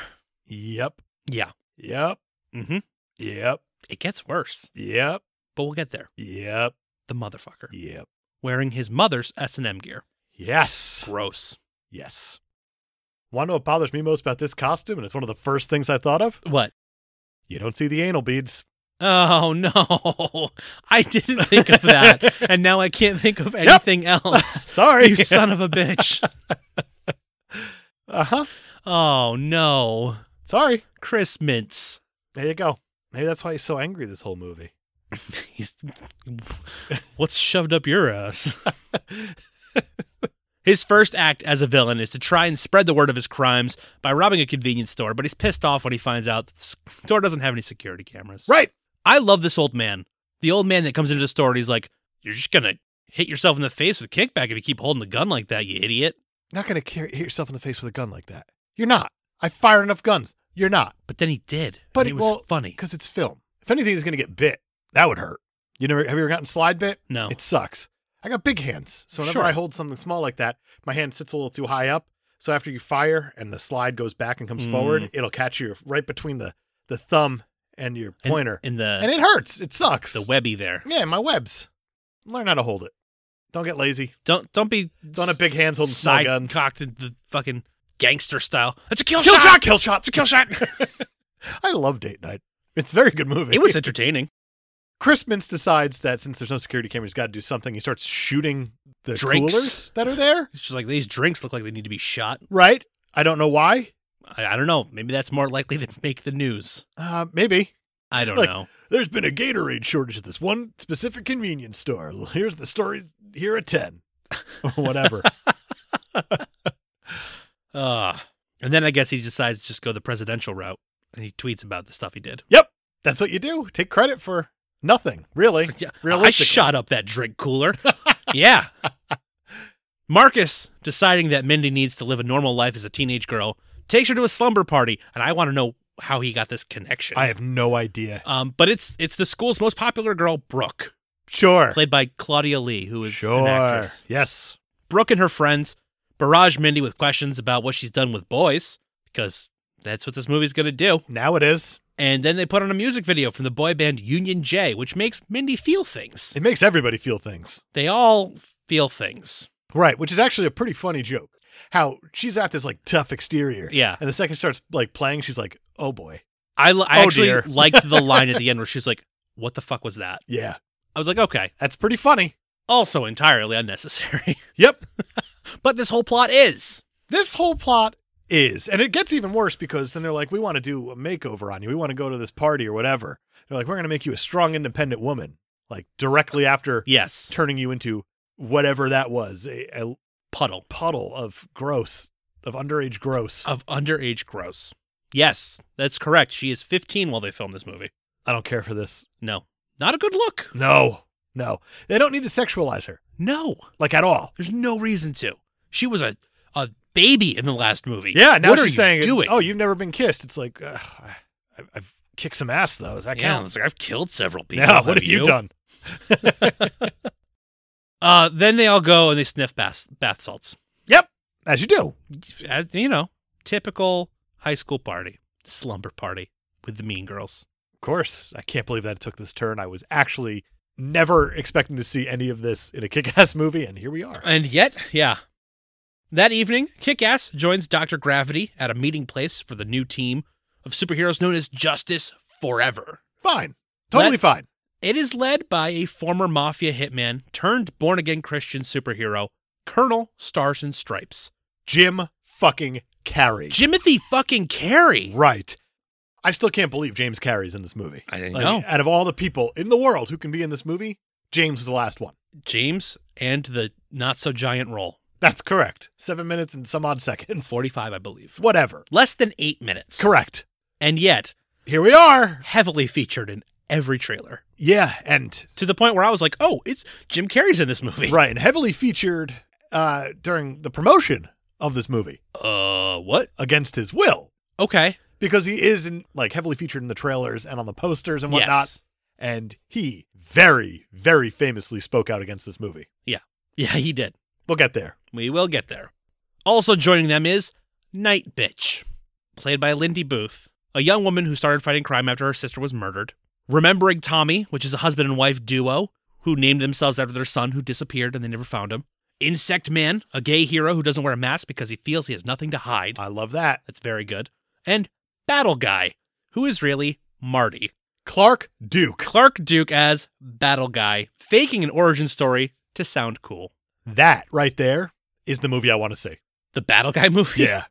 S1: Yep.
S2: Yeah.
S1: Yep.
S2: Mm-hmm.
S1: Yep.
S2: It gets worse,
S1: Yep.
S2: but we'll get there.
S1: Yep.
S2: The motherfucker.
S1: Yep.
S2: Wearing his mother's S&M gear.
S1: Yes.
S2: Gross.
S1: Yes. Want to know what bothers me most about this costume? And it's one of the first things I thought of.
S2: What?
S1: You don't see the anal beads.
S2: Oh, no. I didn't think of that. and now I can't think of
S1: Yep.
S2: anything else.
S1: Sorry.
S2: You son of a bitch.
S1: Uh huh.
S2: Oh no.
S1: Sorry.
S2: Chris Mintz.
S1: There you go. Maybe that's why he's so angry this whole movie.
S2: He's what's shoved up your ass? His first act as a villain is to try and spread the word of his crimes by robbing a convenience store, but he's pissed off when he finds out the s- store doesn't have any security cameras.
S1: Right.
S2: I love this old man. The old man that comes into the store and he's like, You're just gonna hit yourself in the face with kickback if you keep holding the gun like that, you idiot.
S1: Not gonna ca- hit yourself in the face with a gun like that. You're not. I fire enough guns. You're not.
S2: But then he did.
S1: But
S2: and
S1: it-
S2: it was
S1: well,
S2: funny.
S1: Because it's film. If anything is gonna get bit, that would hurt. You never have you ever gotten slide bit?
S2: No.
S1: It sucks. I got big hands, so whenever
S2: Sure.
S1: I hold something small like that, my hand sits a little too high up. So after you fire and the slide goes back and comes
S2: Mm.
S1: forward, it'll catch you right between the the thumb and your
S2: And-
S1: pointer,
S2: In the
S1: and, it hurts. It sucks.
S2: the webby there.
S1: yeah, my webs. Learn how to hold it. Don't get lazy.
S2: Don't don't be
S1: Don't have big hands holding small
S2: side
S1: guns.
S2: cocked in the fucking gangster style. It's a kill,
S1: kill
S2: shot!
S1: shot. kill shot. It's a kill shot. I love Date Night. It's a very good movie.
S2: It was entertaining.
S1: Chris Mintz decides that since there's no security camera, he's got to do something. He starts shooting the
S2: Drinks.
S1: coolers that are there.
S2: It's just like these drinks look like they need to be shot.
S1: Right? I don't know why.
S2: I, I don't know. Maybe that's more likely to make the news.
S1: Uh, maybe
S2: I don't
S1: Like-
S2: know.
S1: there's been a Gatorade shortage at this one specific convenience store. Here's the story. Here at ten, or whatever.
S2: Uh, and then I guess he decides to just go the presidential route and he tweets about the stuff he did.
S1: That's what you do. Take credit for nothing, really.
S2: Yeah, I
S1: Realistically.
S2: shot up that drink cooler. yeah. Marcus, deciding that Mindy needs to live a normal life as a teenage girl, takes her to a slumber party, and I want to know how he got this connection.
S1: I have no idea.
S2: um, but it's it's the school's most popular girl, Brooke.
S1: Sure,
S2: played by Claudia Lee, who is
S1: sure.
S2: an actress.
S1: Yes,
S2: Brooke and her friends barrage Mindy with questions about what she's done with boys, because that's what this movie's going to do.
S1: now it is.
S2: And then they put on a music video from the boy band Union J, which makes Mindy feel things.
S1: It makes everybody feel things,
S2: They all feel things.
S1: right? Which is actually a pretty funny joke. how she's at this like tough exterior.
S2: Yeah.
S1: And the second she starts like playing, she's like, oh boy.
S2: I, li- I
S1: Oh,
S2: actually
S1: dear.
S2: liked the line at the end where she's like, "What the fuck was that?"
S1: Yeah.
S2: I was like, "Okay."
S1: That's pretty funny.
S2: Also entirely unnecessary,
S1: Yep.
S2: but this whole plot is.
S1: This whole plot is. And it gets even worse because then they're like, we want to do a makeover on you. We want to go to this party or whatever. They're like, we're going to make you a strong, independent woman. Like directly after
S2: Yes,
S1: turning you into whatever that was a, a
S2: puddle
S1: puddle of gross, of underage gross.
S2: of underage gross. Yes, that's correct. She is 15 while they film this movie.
S1: I don't care for this.
S2: No, not a good look.
S1: No, no. They don't need to sexualize her,
S2: No,
S1: like at all.
S2: there's no reason to. She was a a baby in the last movie.
S1: Yeah, now
S2: what
S1: she's
S2: are you
S1: saying,
S2: doing?
S1: "Oh, you've never been kissed." It's like ugh, I, I've kicked some ass though. Does that
S2: yeah.
S1: count?
S2: It's like I've killed several people.
S1: Yeah, what have you,
S2: you
S1: done?
S2: Uh, then they all go and they sniff bath bath salts.
S1: As you do.
S2: as you know, typical high school party, slumber party with the mean girls.
S1: Of course. I can't believe that it took this turn. I was actually never expecting to see any of this in a kick-ass movie, and here we are.
S2: And yet, yeah. That evening, Kick Ass joins Dr. Gravity at a meeting place for the new team of superheroes known as Justice Forever.
S1: Fine, totally
S2: Let-
S1: fine.
S2: It is led by a former mafia hitman turned born again Christian superhero, Colonel Stars and Stripes.
S1: Jim fucking Carrey.
S2: Jimothy fucking Carey.
S1: Right. I still can't believe James Carrey's in this movie.
S2: I
S1: Like, Out of all the people in the world who can be in this movie, James is the last one.
S2: James and the not so giant role.
S1: That's correct. Seven minutes and some odd seconds.
S2: 45, I believe.
S1: Whatever.
S2: Less than eight minutes.
S1: Correct.
S2: And yet,
S1: Here we are.
S2: heavily featured in every trailer
S1: Yeah, and
S2: to the point where I was like, oh, it's Jim Carrey's in this movie.
S1: right, and heavily featured uh, during the promotion of this movie
S2: Uh, what?
S1: against his will
S2: Okay.
S1: because he is in, like heavily featured in the trailers and on the posters and whatnot.
S2: Yes.
S1: And he very, very famously spoke out against this movie.
S2: Yeah, he did.
S1: We'll get there.
S2: We will get there. Also joining them is Night Bitch, played by Lindy Booth, a young woman who started fighting crime after her sister was murdered. Remembering Tommy, which is a husband and wife duo who named themselves after their son who disappeared and they never found him. Insect Man, a gay hero who doesn't wear a mask because he feels he has nothing to hide.
S1: I love that.
S2: That's very good. And Battle Guy, who is really Marty.
S1: Clark Duke.
S2: Clark Duke as Battle Guy, faking an origin story to sound cool.
S1: That right there is the movie I want to see.
S2: The Battle Guy movie?
S1: Yeah.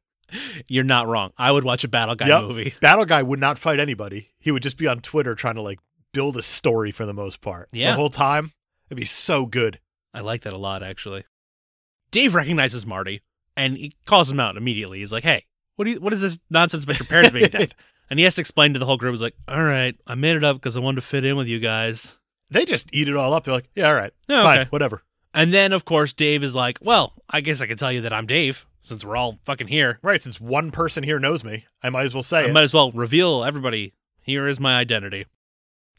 S2: You're not wrong. I would watch a Battle Guy
S1: Yep.
S2: movie.
S1: Battle Guy would not fight anybody. He would just be on Twitter trying to like build a story for the most part.
S2: Yeah.
S1: The whole time. It'd be so good.
S2: I like that a lot, actually. Dave recognizes Marty and he calls him out immediately. He's like, hey, what, do you, what is this nonsense about your parents being dead? And he has to explain to the whole group, he's like, all right, I made it up because I wanted to fit in with you guys.
S1: They just eat it all up. They're like, yeah, all right.
S2: No,
S1: Fine,
S2: okay.
S1: whatever.
S2: And then, of course, Dave is like, well, I guess I can tell you that I'm Dave since we're all fucking here.
S1: Right, since one person here knows me, I might as well say
S2: I
S1: it.
S2: might as well reveal everybody. Here is my identity.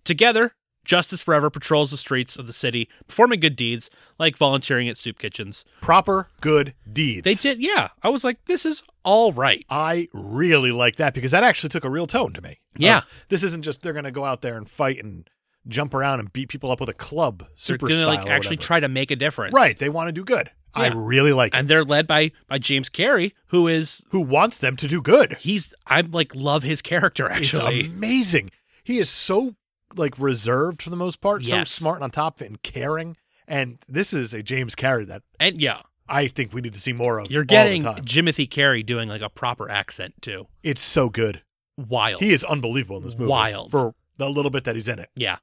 S2: Together, Justice Forever patrols the streets of the city, performing good deeds like volunteering at soup kitchens.
S1: Proper good deeds.
S2: They did, yeah. I was like, this is all right.
S1: I really like that because that actually took a real tone to me.
S2: Yeah.
S1: Of, this isn't just they're gonna go out there and fight and jump around and beat people up with a club
S2: They're
S1: super
S2: gonna
S1: style
S2: like
S1: or
S2: actually
S1: whatever.
S2: try to make a difference,
S1: Right. They want to do good. I
S2: Yeah.
S1: really like it.
S2: And they're led by by James Carey, who is
S1: Who wants them to do good?
S2: he's I'm like love his character actually.
S1: It's um, amazing. He is so like reserved for the most part,
S2: Yes.
S1: so smart and on top of it and caring. And this is a James Carrey that
S2: and yeah,
S1: I think we need to see more of. all
S2: you're
S1: the
S2: getting
S1: time.
S2: Jimothy Carey doing like a proper accent too.
S1: it's so good.
S2: Wild.
S1: He is unbelievable in this movie.
S2: Wild.
S1: for the little bit that he's in it.
S2: yeah.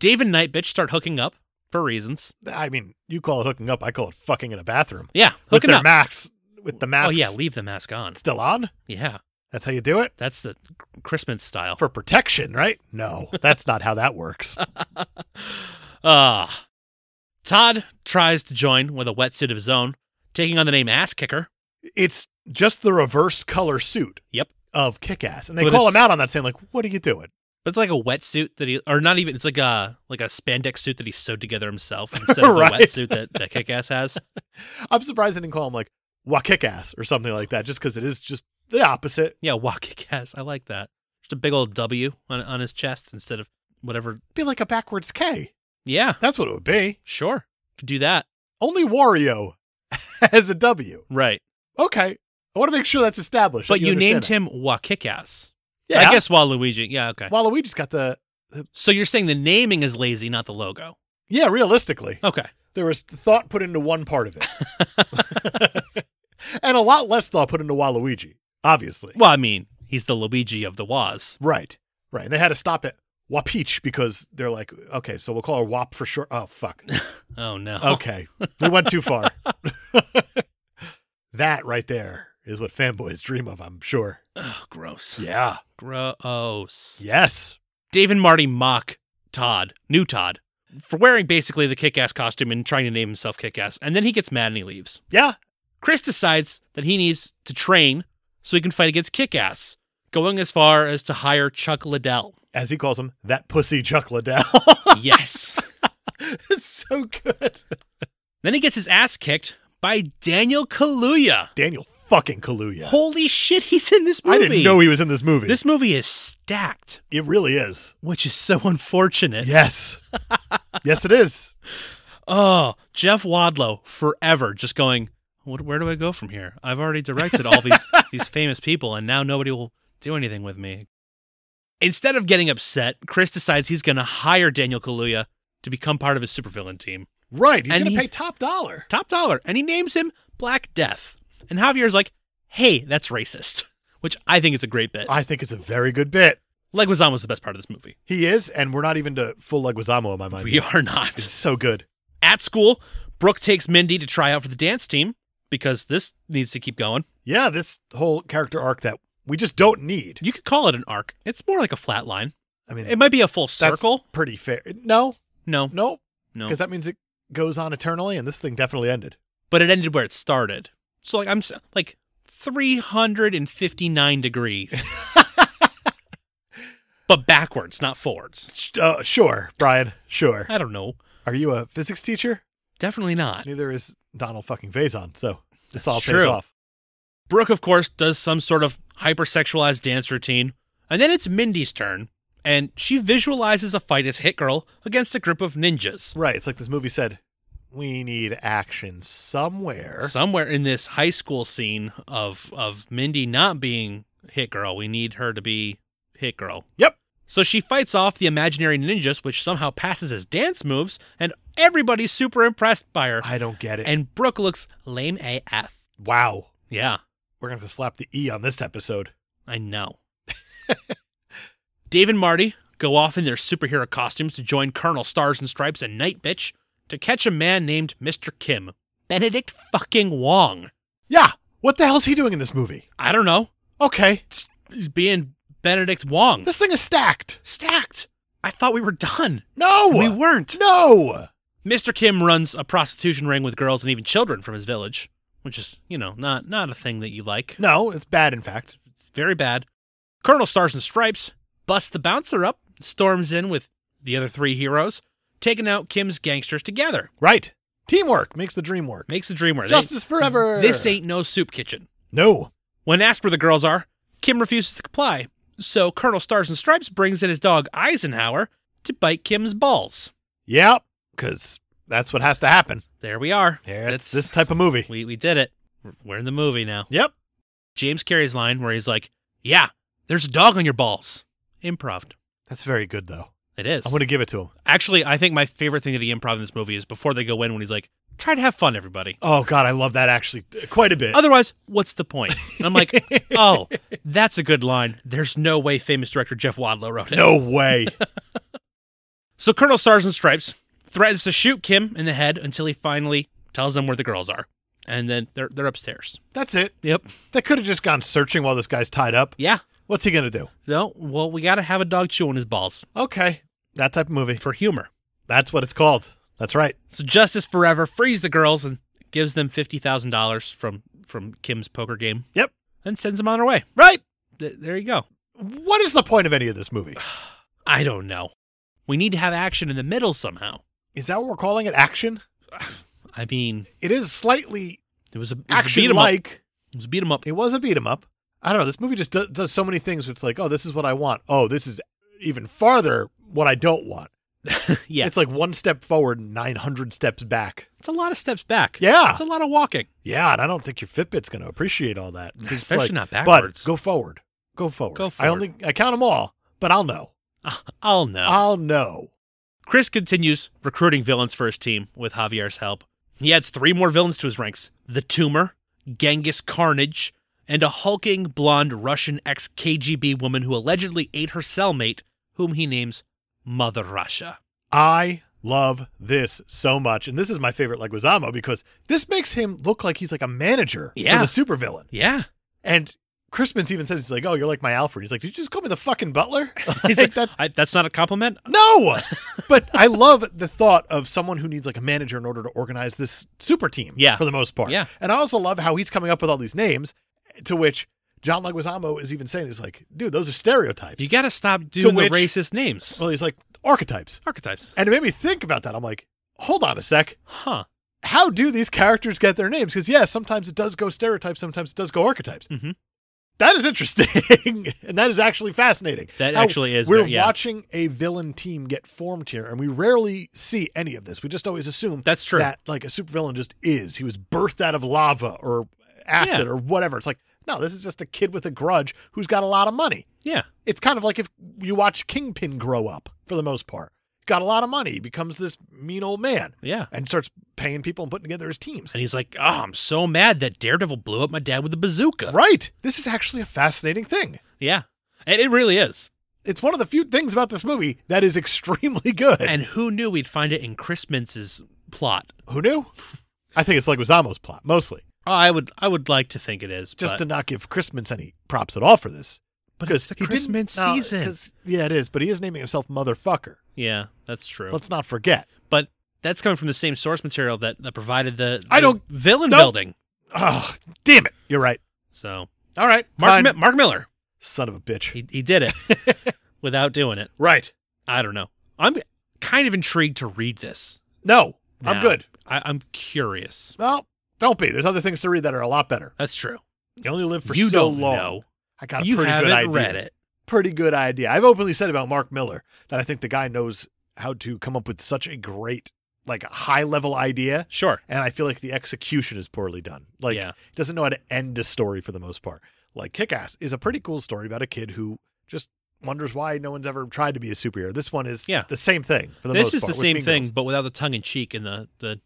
S2: Dave and Night Bitch start hooking up for reasons.
S1: I mean, you call it hooking up. I call it fucking in a bathroom
S2: Yeah,
S1: with
S2: hooking
S1: their
S2: up.
S1: masks. With the
S2: Oh
S1: masks,
S2: yeah, leave the mask on.
S1: still on.
S2: Yeah,
S1: That's how you do it
S2: that's the Christmas style.
S1: for protection, right? No, that's not how that works.
S2: Ah. Todd tries to join with a wetsuit of his own, taking on the name Ass Kicker.
S1: It's just the reverse color suit.
S2: Yep.
S1: Of Kick-Ass, and they
S2: But
S1: call
S2: it's-
S1: him out on that, saying like, "What are you doing?"
S2: But it's like a wetsuit that he, or not even, it's like a like a spandex suit that he sewed together himself instead of
S1: Right.
S2: the wetsuit that that Kick Ass has.
S1: I'm surprised they didn't call him like "Wa kick ass" or something like that, just because it is just the opposite.
S2: Yeah, walk Kick Ass. I like that. Just a big old W on on his chest instead of whatever.
S1: Be like a backwards K.
S2: Yeah,
S1: That's what it would be.
S2: sure, could do that.
S1: Only Wario has a W.
S2: Right.
S1: Okay. I want to make sure that's established.
S2: But
S1: that
S2: you, named
S1: understand
S2: him Wakikas.
S1: that. Yeah.
S2: I guess Waluigi. Yeah, okay.
S1: Waluigi's got the.
S2: so you're saying the naming is lazy, not the logo.
S1: Yeah, realistically,
S2: Okay.
S1: there was thought put into one part of it, and a lot less thought put into Waluigi. Obviously.
S2: Well, I mean, he's the Luigi of the Waz.
S1: Right. Right. And they had to stop at Wapeach because they're like, okay, so we'll call her Wap for short. Oh, fuck.
S2: Oh no.
S1: Okay. we went too far. that right there is what fanboys dream of, I'm sure.
S2: Oh, gross. oh,
S1: Yeah.
S2: Gross.
S1: Yes.
S2: Dave and Marty mock Todd, new Todd, for wearing basically the kick ass costume and trying to name himself kick ass. And then he gets mad and he leaves.
S1: Yeah.
S2: Chris decides that he needs to train so he can fight against kick ass, going as far as to hire Chuck Liddell.
S1: As he calls him, that pussy Chuck Liddell.
S2: yes.
S1: it's so good.
S2: Then he gets his ass kicked by Daniel Kaluuya.
S1: Daniel fucking Kaluuya.
S2: Holy shit, he's in this movie.
S1: I didn't know he was in this movie.
S2: This movie is stacked,
S1: it really is.
S2: which is so unfortunate.
S1: Yes. yes, it is.
S2: Oh, Jeff Wadlow forever just going, what, where do I go from here? I've already directed all these these famous people and now nobody will do anything with me. Instead of getting upset, Chris decides he's going to hire Daniel Kaluuya to become part of his supervillain team.
S1: Right. He's
S2: And
S1: going to
S2: he-
S1: pay top dollar.
S2: Top dollar, and he names him Black Death. And Javier's like, "Hey, that's racist." Which I think is a great bit.
S1: I think it's a very good bit.
S2: Leguizamo was the best part of this movie.
S1: He is, and we're not even to full Leguizamo in my mind.
S2: We are not.
S1: It's so good.
S2: At school, Brooke takes Mindy to try out for the dance team because this needs to keep going.
S1: Yeah, this whole character arc that we just don't need.
S2: You could call it an arc. It's more like a flat line.
S1: I mean,
S2: It might be a full
S1: that's
S2: circle.
S1: pretty fair. No,
S2: No,
S1: no,
S2: no.
S1: because that means it goes on eternally, and this thing definitely ended.
S2: But it ended where it started. So like I'm s- like 359 degrees. but backwards, not forwards.
S1: Sh- Uh, sure, Brian. Sure.
S2: I don't know.
S1: Are you a physics teacher?
S2: Definitely not.
S1: Neither is Donald fucking Faison. So this
S2: That's
S1: all pays
S2: true.
S1: off.
S2: Brooke, of course, does some sort of hypersexualized dance routine. And then it's Mindy's turn, and she visualizes a fight as Hit Girl against a group of ninjas.
S1: Right. It's like this movie said, we need action somewhere.
S2: Somewhere in this high school scene of of Mindy not being Hit Girl, we need her to be Hit Girl.
S1: Yep.
S2: So she fights off the imaginary ninjas, which somehow passes as dance moves, and everybody's super impressed by her.
S1: I don't get it.
S2: And Brooke looks lame AF.
S1: wow.
S2: Yeah.
S1: We're going to have to slap the E on this episode.
S2: I know. Dave and Marty go off in their superhero costumes to join Colonel Stars and Stripes and Night Bitch to catch a man named Mr. Kim. Benedict fucking Wong.
S1: Yeah. What the hell's he doing in this movie?
S2: I don't know.
S1: Okay.
S2: He's being Benedict Wong.
S1: This thing is stacked.
S2: Stacked. I thought we were done.
S1: No.
S2: We weren't.
S1: No.
S2: Mr. Kim runs a prostitution ring with girls and even children from his village, which is, you know, not not a thing that you like.
S1: No, it's bad, in fact.
S2: very bad. Colonel Stars and Stripes busts the bouncer up, storms in with the other three heroes, taking out Kim's gangsters together.
S1: Right. Teamwork makes the dream work.
S2: Makes the dream work. They-
S1: Justice forever.
S2: This ain't no soup kitchen.
S1: No.
S2: When asked where the girls are, Kim refuses to comply, so Colonel Stars and Stripes brings in his dog Eisenhower to bite Kim's balls.
S1: Yep. Because that's what has to happen.
S2: There we are.
S1: Yeah, it's this type of movie.
S2: we we did it. We're- We're in the movie now.
S1: Yep.
S2: James Carey's line where he's like, "Yeah, there's a dog on your balls." Improv.
S1: That's very good, though.
S2: It is.
S1: I'm going to give it to him.
S2: Actually, I think my favorite thing that he improv in this movie is before they go in when he's like, try to have fun, everybody.
S1: Oh, God, I love that actually quite a bit.
S2: Otherwise, what's the point? And I'm like, oh, that's a good line. There's no way famous director Jeff Wadlow wrote it.
S1: no way.
S2: So Colonel Stars and Stripes threatens to shoot Kim in the head until he finally tells them where the girls are. And then they're they're upstairs.
S1: That's it.
S2: Yep.
S1: They could have just gone searching while this guy's tied up.
S2: Yeah.
S1: What's he going to do?
S2: No, well, we gotta have a dog chew on his balls
S1: Okay. That type of movie.
S2: for humor.
S1: That's what it's called. That's right.
S2: So Justice Forever frees the girls and gives them fifty thousand dollars from from Kim's poker game.
S1: Yep.
S2: And sends them on their way.
S1: Right.
S2: Th- there you go.
S1: What is the point of any of this movie?
S2: I don't know. We need to have action in the middle somehow.
S1: Is that what we're calling it? Action?
S2: I mean,
S1: It is slightly
S2: it was a, it was a beat
S1: action
S2: 'em up.
S1: like.
S2: It was a beat 'em up.
S1: It was a beat 'em up. I don't know. This movie just do- does so many things. Where it's like, oh, this is what I want. Oh, this is even farther what I don't want.
S2: yeah, it's,
S1: It's like one step forward, 900 steps back.
S2: a lot of steps back.
S1: Yeah.
S2: it's a lot of walking,
S1: Yeah, and I don't think your Fitbit's going to appreciate all that. It's
S2: especially
S1: like,
S2: not
S1: But
S2: backwards.
S1: go forward. Go forward.
S2: Go
S1: I only I count them all, but I'll know.
S2: I'll know.
S1: I'll know.
S2: Chris continues recruiting villains for his team with Javier's help. He adds three more villains to his ranks the Tumor, Genghis Carnage, and a hulking blonde Russian ex KGB woman who allegedly ate her cellmate, whom he names Mother Russia.
S1: I love this so much, and this is my favorite Leguizamo because this makes him look like he's like a manager
S2: Yeah.
S1: for the supervillain.
S2: Yeah.
S1: And Crispin's even says he's like, "Oh, you're like my Alfred." He's like, "Did you just call me the fucking butler?"
S2: He's
S1: Like,
S2: like, I, that's not a compliment.
S1: No, but I love the thought of someone who needs like a manager in order to organize this super team.
S2: Yeah.
S1: for the most part.
S2: Yeah.
S1: and I also love how he's coming up with all these names, to which John Leguizamo is even saying, "He's like, dude, those are stereotypes."
S2: You got to stop doing
S1: which-
S2: the racist names.
S1: well, he's like archetypes,
S2: Archetypes.
S1: and it made me think about that. I'm like, hold on a sec,
S2: Huh.
S1: how do these characters get their names? Because yeah, sometimes it does go stereotypes, sometimes it does go archetypes.
S2: Mhm.
S1: That is interesting, and that is actually fascinating.
S2: That
S1: How-
S2: actually is.
S1: Oh, We're
S2: there, yeah.
S1: watching a villain team get formed here, and we rarely see any of this. We just always assume
S2: That's true.
S1: that like a supervillain just is. He was birthed out of lava or acid or whatever. It's like, no, this is just a kid with a grudge who's got a lot of money.
S2: yeah.
S1: It's kind of like if you watch Kingpin grow up for the most part. Got a lot of money, becomes this mean old man,
S2: Yeah.
S1: and starts paying people and putting together his teams.
S2: And he's like, oh, I'm so mad that Daredevil blew up my dad with a bazooka.
S1: Right. This is actually a fascinating thing.
S2: Yeah. And it really is.
S1: It's one of the few things about this movie that is extremely good.
S2: And who knew we'd find it in Chris Mintz's plot?
S1: Who knew? I think it's Leguizamo's plot mostly,
S2: Oh, I would, I would like to think it is.
S1: just
S2: but,
S1: to not give Christmas any props at all for this.
S2: but it's the
S1: he
S2: Chris
S1: didn't-
S2: Mintz
S1: no,
S2: season.
S1: 'cause- yeah, it is, but he is naming himself motherfucker.
S2: Yeah, that's true.
S1: Let's not forget.
S2: but that's coming from the same source material that, that provided the,
S1: I
S2: the
S1: don't-
S2: villain
S1: Nope.
S2: building.
S1: Oh, damn it! You're right.
S2: So
S1: All right,
S2: Mark,
S1: fine.
S2: Mi- Mark Miller,
S1: son of a bitch.
S2: he he did it without doing it.
S1: right?
S2: I don't know. I'm kind of intrigued to read this.
S1: No, I'm
S2: now.
S1: good.
S2: I, I'm curious.
S1: Well, don't be. There's other things to read that are a lot better.
S2: That's true.
S1: You only live for
S2: you
S1: so
S2: don't
S1: long.
S2: know.
S1: I got a
S2: you
S1: pretty
S2: haven't
S1: good idea.
S2: read it.
S1: Pretty good idea. I've openly said about Mark Miller that I think the guy knows how to come up with such a great, like, high level idea.
S2: Sure.
S1: and I feel like the execution is poorly done. Like
S2: yeah.
S1: he doesn't know how to end a story for the most part. Like Kick-Ass is a pretty cool story about a kid who just wonders why no one's ever tried to be a superhero. This one is
S2: Yeah.
S1: the same thing for the
S2: This
S1: most
S2: is
S1: part
S2: the
S1: with
S2: same
S1: Mean
S2: thing,
S1: Girls.
S2: but without the tongue in cheek and the, the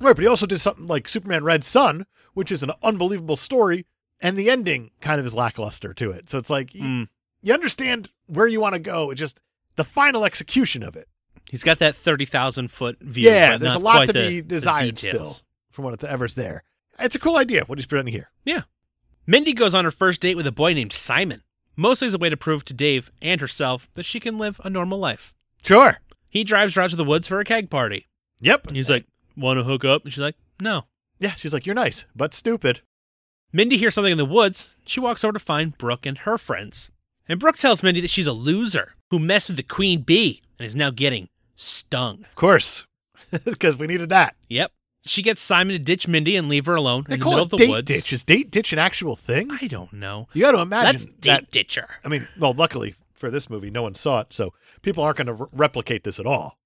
S1: Right, but he also did something like Superman Red Sun, which is an unbelievable story, and the ending kind of is lackluster to it. So it's like y-
S2: Mm.
S1: you understand where you want to go, it's just the final execution of it.
S2: He's got that thirty thousand foot view.
S1: yeah,
S2: but
S1: there's a
S2: not
S1: lot
S2: quite
S1: to
S2: the-
S1: be
S2: the
S1: desired still
S2: details.
S1: from whatever's there. It's a cool idea what he's presenting here.
S2: Mindy goes on her first date with a boy named Simon, mostly as a way to prove to Dave and herself that she can live a normal life.
S1: Sure.
S2: He drives her out to the woods for a keg party.
S1: Yep.
S2: And he's like, "Want to hook up?" And she's like, "No."
S1: Yeah, she's like, you're nice, but stupid.
S2: Mindy hears something in the woods. She walks over to find Brooke and her friends. And Brooke tells Mindy that she's a loser who messed with the queen bee and is now getting stung.
S1: Of course. Because we needed that.
S2: Yep. She gets Simon to ditch Mindy and leave her alone
S1: They
S2: in the
S1: call
S2: middle
S1: it
S2: of the
S1: date
S2: woods.
S1: ditch. Is date ditch an actual thing?
S2: I don't know.
S1: You got to imagine
S2: That's date
S1: that.
S2: ditcher.
S1: I mean, well, luckily for this movie, no one saw it, so people aren't going to re- replicate this at all.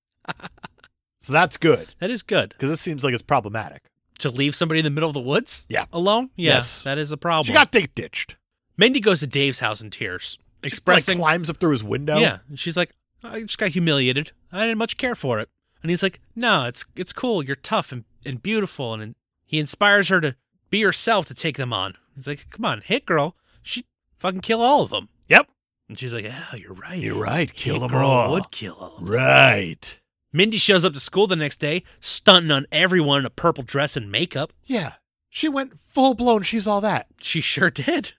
S1: so that's good
S2: That is good.
S1: because this seems like it's problematic.
S2: to leave somebody in the middle of the woods?
S1: Yeah.
S2: Alone? Yeah,
S1: Yes.
S2: That is a
S1: She
S2: problem.
S1: got date ditched.
S2: Mindy goes to Dave's house in tears,
S1: She,
S2: expressing.
S1: like, climbs up through his window.
S2: Yeah. And She's like, I just got humiliated. I didn't much care for it. And he's like, No, it's it's cool. You're tough and, and beautiful. And, and he inspires her to be herself to take them on. He's like, Come on, hit girl. She'd fucking kill all of them.
S1: Yep.
S2: And she's like, Yeah, you're right.
S1: You're right. Kill
S2: hit
S1: them
S2: girl
S1: all.
S2: would kill all of 'em."
S1: Right.
S2: Mindy shows up to school the next day, stunting on everyone in a purple dress and makeup.
S1: Yeah. She went full blown. She's all that.
S2: She sure did.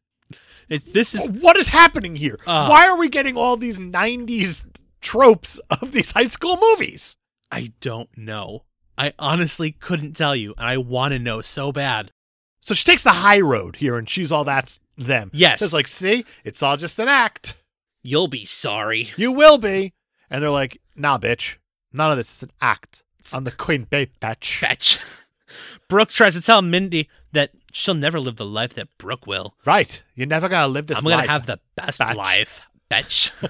S2: It, this is
S1: what is happening here?
S2: Uh.
S1: Why are we getting all these 90s tropes of these high school movies?
S2: I don't know. I honestly couldn't tell you, and I want to know so bad.
S1: So she takes the high road here and she's all that's them.
S2: Yes.
S1: It's like, see, it's all just an act.
S2: You'll be sorry.
S1: You will be. And they're like, nah, bitch. None of this is an act. I'm the queen bait, bitch.
S2: Fetch. Brooke tries to tell Mindy that she'll never live the life that Brooke will.
S1: Right. You're never going to live this
S2: I'm going
S1: life.
S2: to have the best
S1: Fetch.
S2: life. Fetch.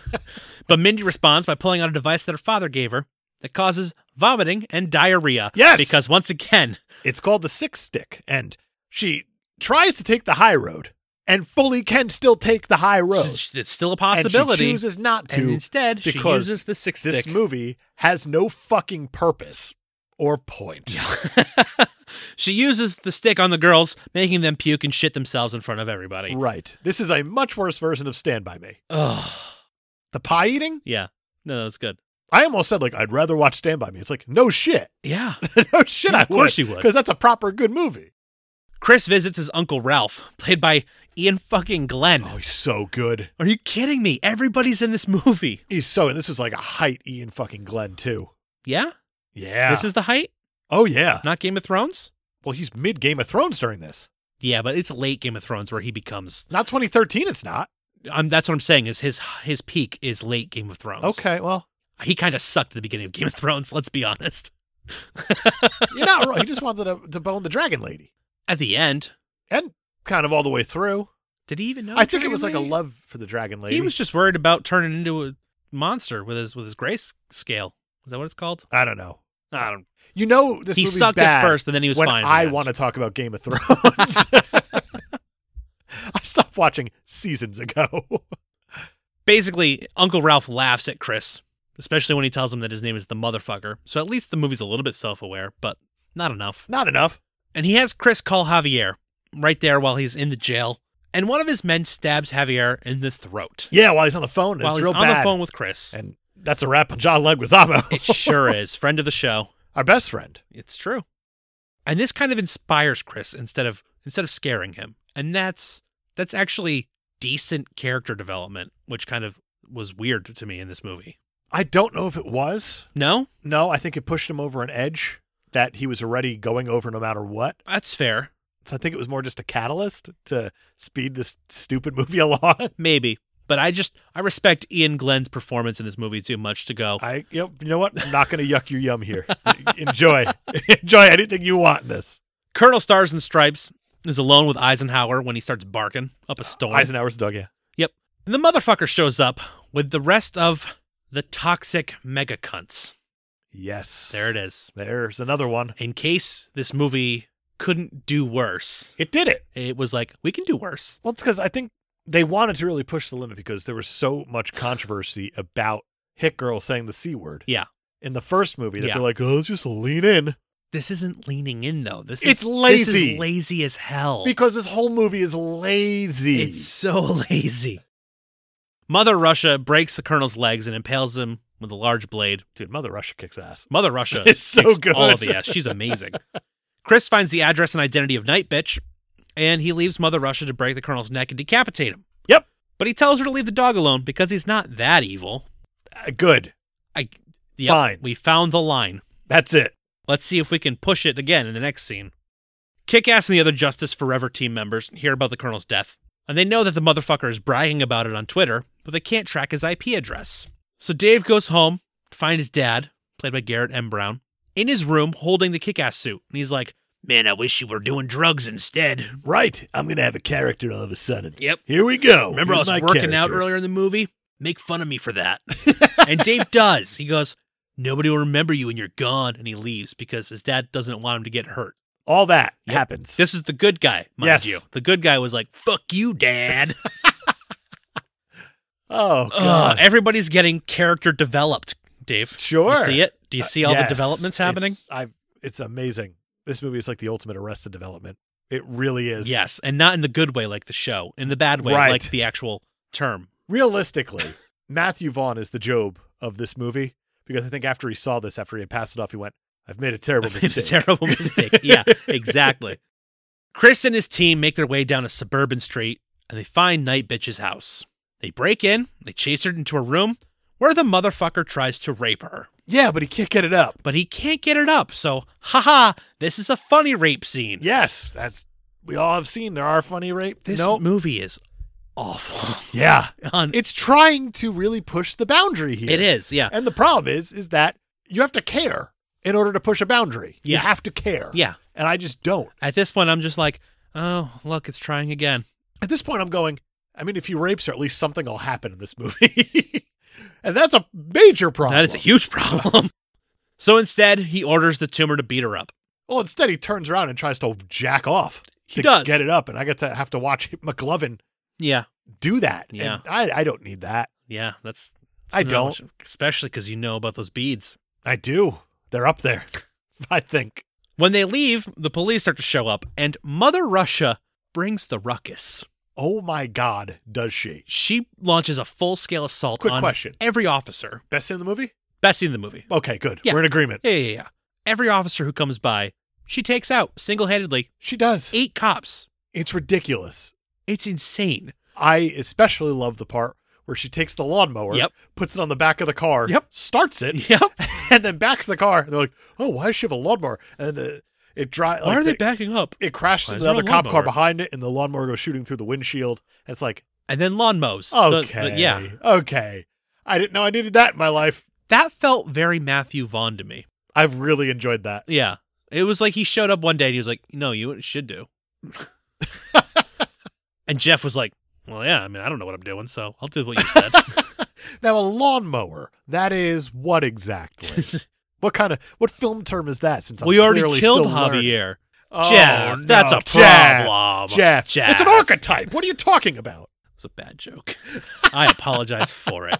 S2: but Mindy responds by pulling out a device that her father gave her that causes vomiting and diarrhea.
S1: Yes!
S2: Because once again,
S1: It's called the six stick, and she tries to take the high road and fully can still take the high road.
S2: it's it's still a
S1: And she
S2: possibility.
S1: chooses not
S2: And
S1: to.
S2: instead, she
S1: because
S2: uses the six
S1: This
S2: stick.
S1: movie has no fucking purpose or point.
S2: she uses the stick on the girls, making them puke and shit themselves in front of everybody.
S1: Right. This is a much worse version of Stand By Me.
S2: Ugh.
S1: The pie eating?
S2: Yeah. No, that's good.
S1: I almost said, like, I'd rather watch Stand By Me. It's like, no shit.
S2: Yeah.
S1: no shit,
S2: Yeah,
S1: I
S2: of course you would.
S1: Because that's a proper good movie.
S2: Chris visits his uncle Ralph, played by Ian fucking Glenn.
S1: Oh, he's so good.
S2: Are you kidding me? Everybody's in this movie.
S1: He's so, and this was like a height Ian fucking Glenn, too.
S2: Yeah?
S1: Yeah.
S2: This is the height?
S1: oh, yeah.
S2: Not Game of Thrones?
S1: Well, he's mid Game of Thrones during this.
S2: Yeah, but it's late Game of Thrones where he becomes.
S1: Not 2013, it's not.
S2: Um, that's what I'm saying. Is his his peak is late Game of Thrones?
S1: Okay, well,
S2: he kind of sucked at the beginning of Game of Thrones. Let's be honest.
S1: you're not wrong. He just wanted to, to bone the Dragon Lady.
S2: At the end,
S1: And kind of all the way through.
S2: did he even know?
S1: I
S2: the
S1: think it
S2: Dragon
S1: was like
S2: Lady?
S1: a love for the Dragon Lady.
S2: He was just worried about turning into a monster with his with his grace scale. Is that what it's called?
S1: I don't know.
S2: I don't.
S1: You know, this
S2: he
S1: movie's
S2: sucked
S1: bad.
S2: at first, and then he was
S1: when
S2: fine. in the
S1: I
S2: end.
S1: want to talk about Game of Thrones. I stopped watching seasons ago.
S2: Basically, Uncle Ralph laughs at Chris, especially when he tells him that his name is the motherfucker. So at least the movie's a little bit self aware, but not enough.
S1: Not enough.
S2: And he has Chris call Javier right there while he's in the jail. And one of his men stabs Javier in the throat
S1: Yeah, while he's on the phone,
S2: while
S1: it's
S2: he's
S1: real
S2: on
S1: bad.
S2: the phone with Chris.
S1: And that's a wrap on John Leguizamo,
S2: It sure is. Friend of the show.
S1: our best friend.
S2: It's true. And this kind of inspires Chris instead of instead of scaring him. And that's that's actually decent character development, which kind of was weird to me in this movie.
S1: I don't know if it was.
S2: No?
S1: No, I think it pushed him over an edge that he was already going over no matter what.
S2: That's fair.
S1: So I think it was more just a catalyst to speed this stupid movie along.
S2: Maybe. But I just I respect Ian Glenn's performance in this movie too much to go.
S1: I you know, you know what? I'm not going to yuck your yum here. Enjoy. Enjoy anything you want in this.
S2: Colonel Stars and Stripes is alone with Eisenhower when he starts barking up
S1: Uh,
S2: a storm.
S1: Eisenhower's dog, yeah.
S2: and the motherfucker shows up with the rest of the toxic mega cunts.
S1: Yes.
S2: There it is.
S1: There's another one.
S2: In case this movie couldn't do worse,
S1: It did it.
S2: it was like we can do worse.
S1: Well, it's because I think they wanted to really push the limit because there was so much controversy about Hit Girl saying the C word.
S2: Yeah.
S1: In the first movie, that
S2: Yeah.
S1: they're like, oh, let's just lean in
S2: This isn't leaning in though. This
S1: It's
S2: is This
S1: lazy.
S2: is lazy as hell.
S1: because this whole movie is lazy.
S2: Oh. It's so lazy. Mother Russia breaks the colonel's legs and impales him with a large blade.
S1: Dude, Mother Russia kicks ass.
S2: Mother Russia
S1: It's so
S2: kicks
S1: good.
S2: all of the ass. She's amazing. Chris finds the address and identity of Night Bitch, and he leaves Mother Russia to break the colonel's neck and decapitate him.
S1: Yep.
S2: But he tells her to leave the dog alone because he's not that evil.
S1: Uh, good.
S2: I yep,
S1: Fine.
S2: We found the line.
S1: That's it.
S2: Let's see if we can push it again in the next scene. Kick Ass and the other Justice Forever team members hear about the Colonel's death, and they know that the motherfucker is bragging about it on Twitter, but they can't track his IP address. So Dave goes home to find his dad, played by Garrett M. Brown, in his room holding the kick ass suit, and he's like, Man, I wish you were doing drugs instead.
S1: Right. I'm going to have a character all of a sudden.
S2: Yep.
S1: Here we go.
S2: Remember,
S1: Oh, Here's
S2: I was
S1: my
S2: working out
S1: character.
S2: earlier in the movie? Make fun of me for that. and Dave does. He goes, Nobody will remember you when you're gone. And he leaves because his dad doesn't want him to get hurt.
S1: All that
S2: Yep.
S1: happens.
S2: This is the good guy, mind
S1: Yes.
S2: you. The good guy was like, "Fuck you, Dad."
S1: oh,
S2: Ugh,
S1: God.
S2: everybody's getting character developed, Dave.
S1: sure.
S2: You see it? Do you
S1: Uh,
S2: see all
S1: yes.
S2: the developments happening?
S1: It's, I've, it's amazing. This movie is like the ultimate Arrested Development. It really is.
S2: Yes, and not in the good way, like the show. In the bad way,
S1: Right.
S2: like the actual term.
S1: Realistically, Matthew Vaughn is the Job of this movie because I think after he saw this, after he had passed it off, he went, "I've made a terrible
S2: It's a
S1: mistake."
S2: terrible mistake. Yeah, exactly. Chris and his team make their way down a suburban street, and they find Night Bitch's house. They break in. They chase her into a room where the motherfucker tries to rape her.
S1: yeah, but he can't get it up.
S2: But he can't get it up, so haha, this is a funny rape scene.
S1: Yes, that's we all have seen. There are funny rape.
S2: This
S1: no,
S2: movie is awful.
S1: yeah,
S2: On-
S1: it's trying to really push the boundary here.
S2: it is, yeah.
S1: and the problem is, is that you have to care in order to push a boundary. You
S2: Yeah.
S1: have to care.
S2: Yeah.
S1: and I just don't.
S2: At this point, I'm just like, oh, look, it's trying again.
S1: At this point, I'm going. I mean, if he rapes her, at least something will happen in this movie. and that's a major problem.
S2: That is a huge problem. so instead, he orders the tumor to beat her up.
S1: Well, instead, he turns around and tries to jack off.
S2: He
S1: to
S2: does.
S1: Get it up. And I get to have to watch McLovin
S2: Yeah.
S1: do that.
S2: Yeah.
S1: And I, I don't need that.
S2: Yeah. That's.
S1: I
S2: not
S1: don't.
S2: much- especially because you know about those beads.
S1: I do. They're up there, I think.
S2: When they leave, the police start to show up, and Mother Russia brings the ruckus.
S1: Oh my God, does she?
S2: She launches a full scale assault
S1: Quick
S2: on
S1: question.
S2: every officer.
S1: Best scene in the movie?
S2: Best scene in the movie.
S1: Okay, good.
S2: Yeah.
S1: We're in agreement.
S2: Yeah, yeah, yeah. Every officer who comes by, she takes out single handedly
S1: She does.
S2: eight cops.
S1: It's ridiculous.
S2: It's insane.
S1: I especially love the part where she takes the lawnmower,
S2: Yep.
S1: puts it on the back of the car,
S2: Yep.
S1: starts it,
S2: Yep.
S1: and then backs the car. And they're like, "Oh, why does she have a lawnmower?" And the, it dry.
S2: Why
S1: like,
S2: are they
S1: the-
S2: backing up?
S1: It crashes
S2: Why is
S1: into
S2: there a
S1: another cop car
S2: lawnmower?
S1: behind it, and the lawnmower goes shooting through the windshield. It's like,
S2: And then lawn mows. The-
S1: okay,
S2: the- yeah.
S1: okay. I didn't know I needed that in my life.
S2: That felt very Matthew Vaughn to me.
S1: I've really enjoyed that.
S2: Yeah. It was like he showed up one day and he was like, no, you know what it should do. and Jeff was like, well, yeah, I mean, I don't know what I'm doing, so I'll do what you said.
S1: now, a lawnmower. That is what exactly? what kind of what film term is that? Since I'm
S2: we already
S1: clearly
S2: killed
S1: still learning.
S2: Javier.
S1: Oh,
S2: Jeff,
S1: no,
S2: that's a
S1: Jeff,
S2: problem.
S1: Jeff,
S2: Jeff.
S1: it's an archetype. What are you talking about?
S2: It's a bad joke. I apologize for it.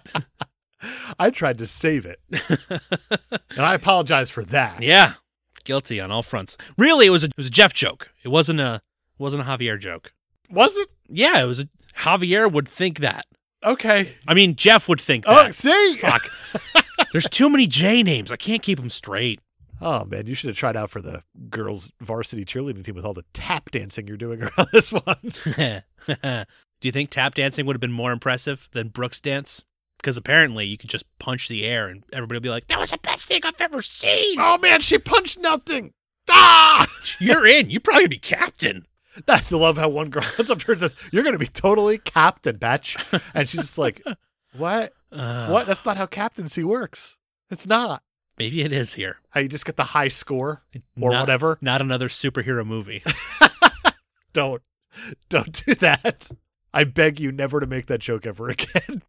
S1: I tried to save it, and I apologize for that.
S2: yeah. Guilty on all fronts. Really, it was a it was a Jeff joke. It wasn't a it wasn't a Javier joke.
S1: Was it
S2: Yeah, it was a Javier would think that.
S1: okay?
S2: I mean, Jeff would think
S1: Oh,
S2: that.
S1: see,
S2: Fuck. There's too many J names. I can't keep them straight.
S1: Oh man, you should have tried out for the girls varsity cheerleading team with all the tap dancing you're doing around this one.
S2: Do you think tap dancing would have been more impressive than Brooks dance? Because apparently you could just punch the air and everybody would be like, that was the best thing I've ever seen.
S1: Oh man, she punched nothing. Ah!
S2: You're in. You probably be captain.
S1: I love how one girl comes up to her and says, "You're going to be totally captain, batch," and she's just like, "What?
S2: Uh,
S1: What? That's not how captaincy works. It's not
S2: Maybe it is here.
S1: how you just get the high score or
S2: not,
S1: whatever.
S2: Not another superhero movie.
S1: Don't, don't do that. I beg you never to make that joke ever again.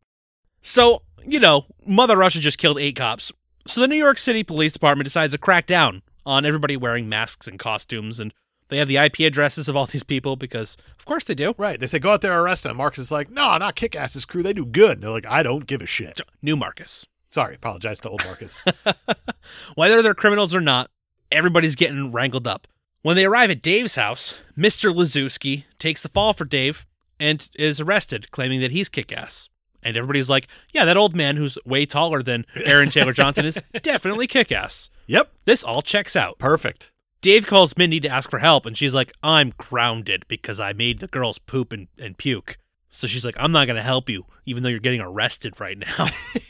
S2: so, you know, Mother Russia just killed eight cops. So the New York City Police Department decides to crack down on everybody wearing masks and costumes. And they have the IP addresses of all these people because, of course, they do.
S1: right? They say go out there arrest them. Marcus is like, "No, not Kick-Ass's crew. They do good." And they're like, "I don't give a shit."
S2: New Marcus.
S1: Sorry, apologize to old Marcus.
S2: Whether they're criminals or not, everybody's getting wrangled up. When they arrive at Dave's house, Mr. Lazowski takes the fall for Dave and is arrested, claiming that he's kick ass. And everybody's like, yeah, that old man who's way taller than Aaron Taylor Johnson is definitely kick ass.
S1: yep,
S2: This all checks out.
S1: perfect.
S2: Dave calls Mindy to ask for help, and she's like, I'm grounded because I made the girls poop and, and puke. So she's like, I'm not going to help you, even though you're getting arrested right now,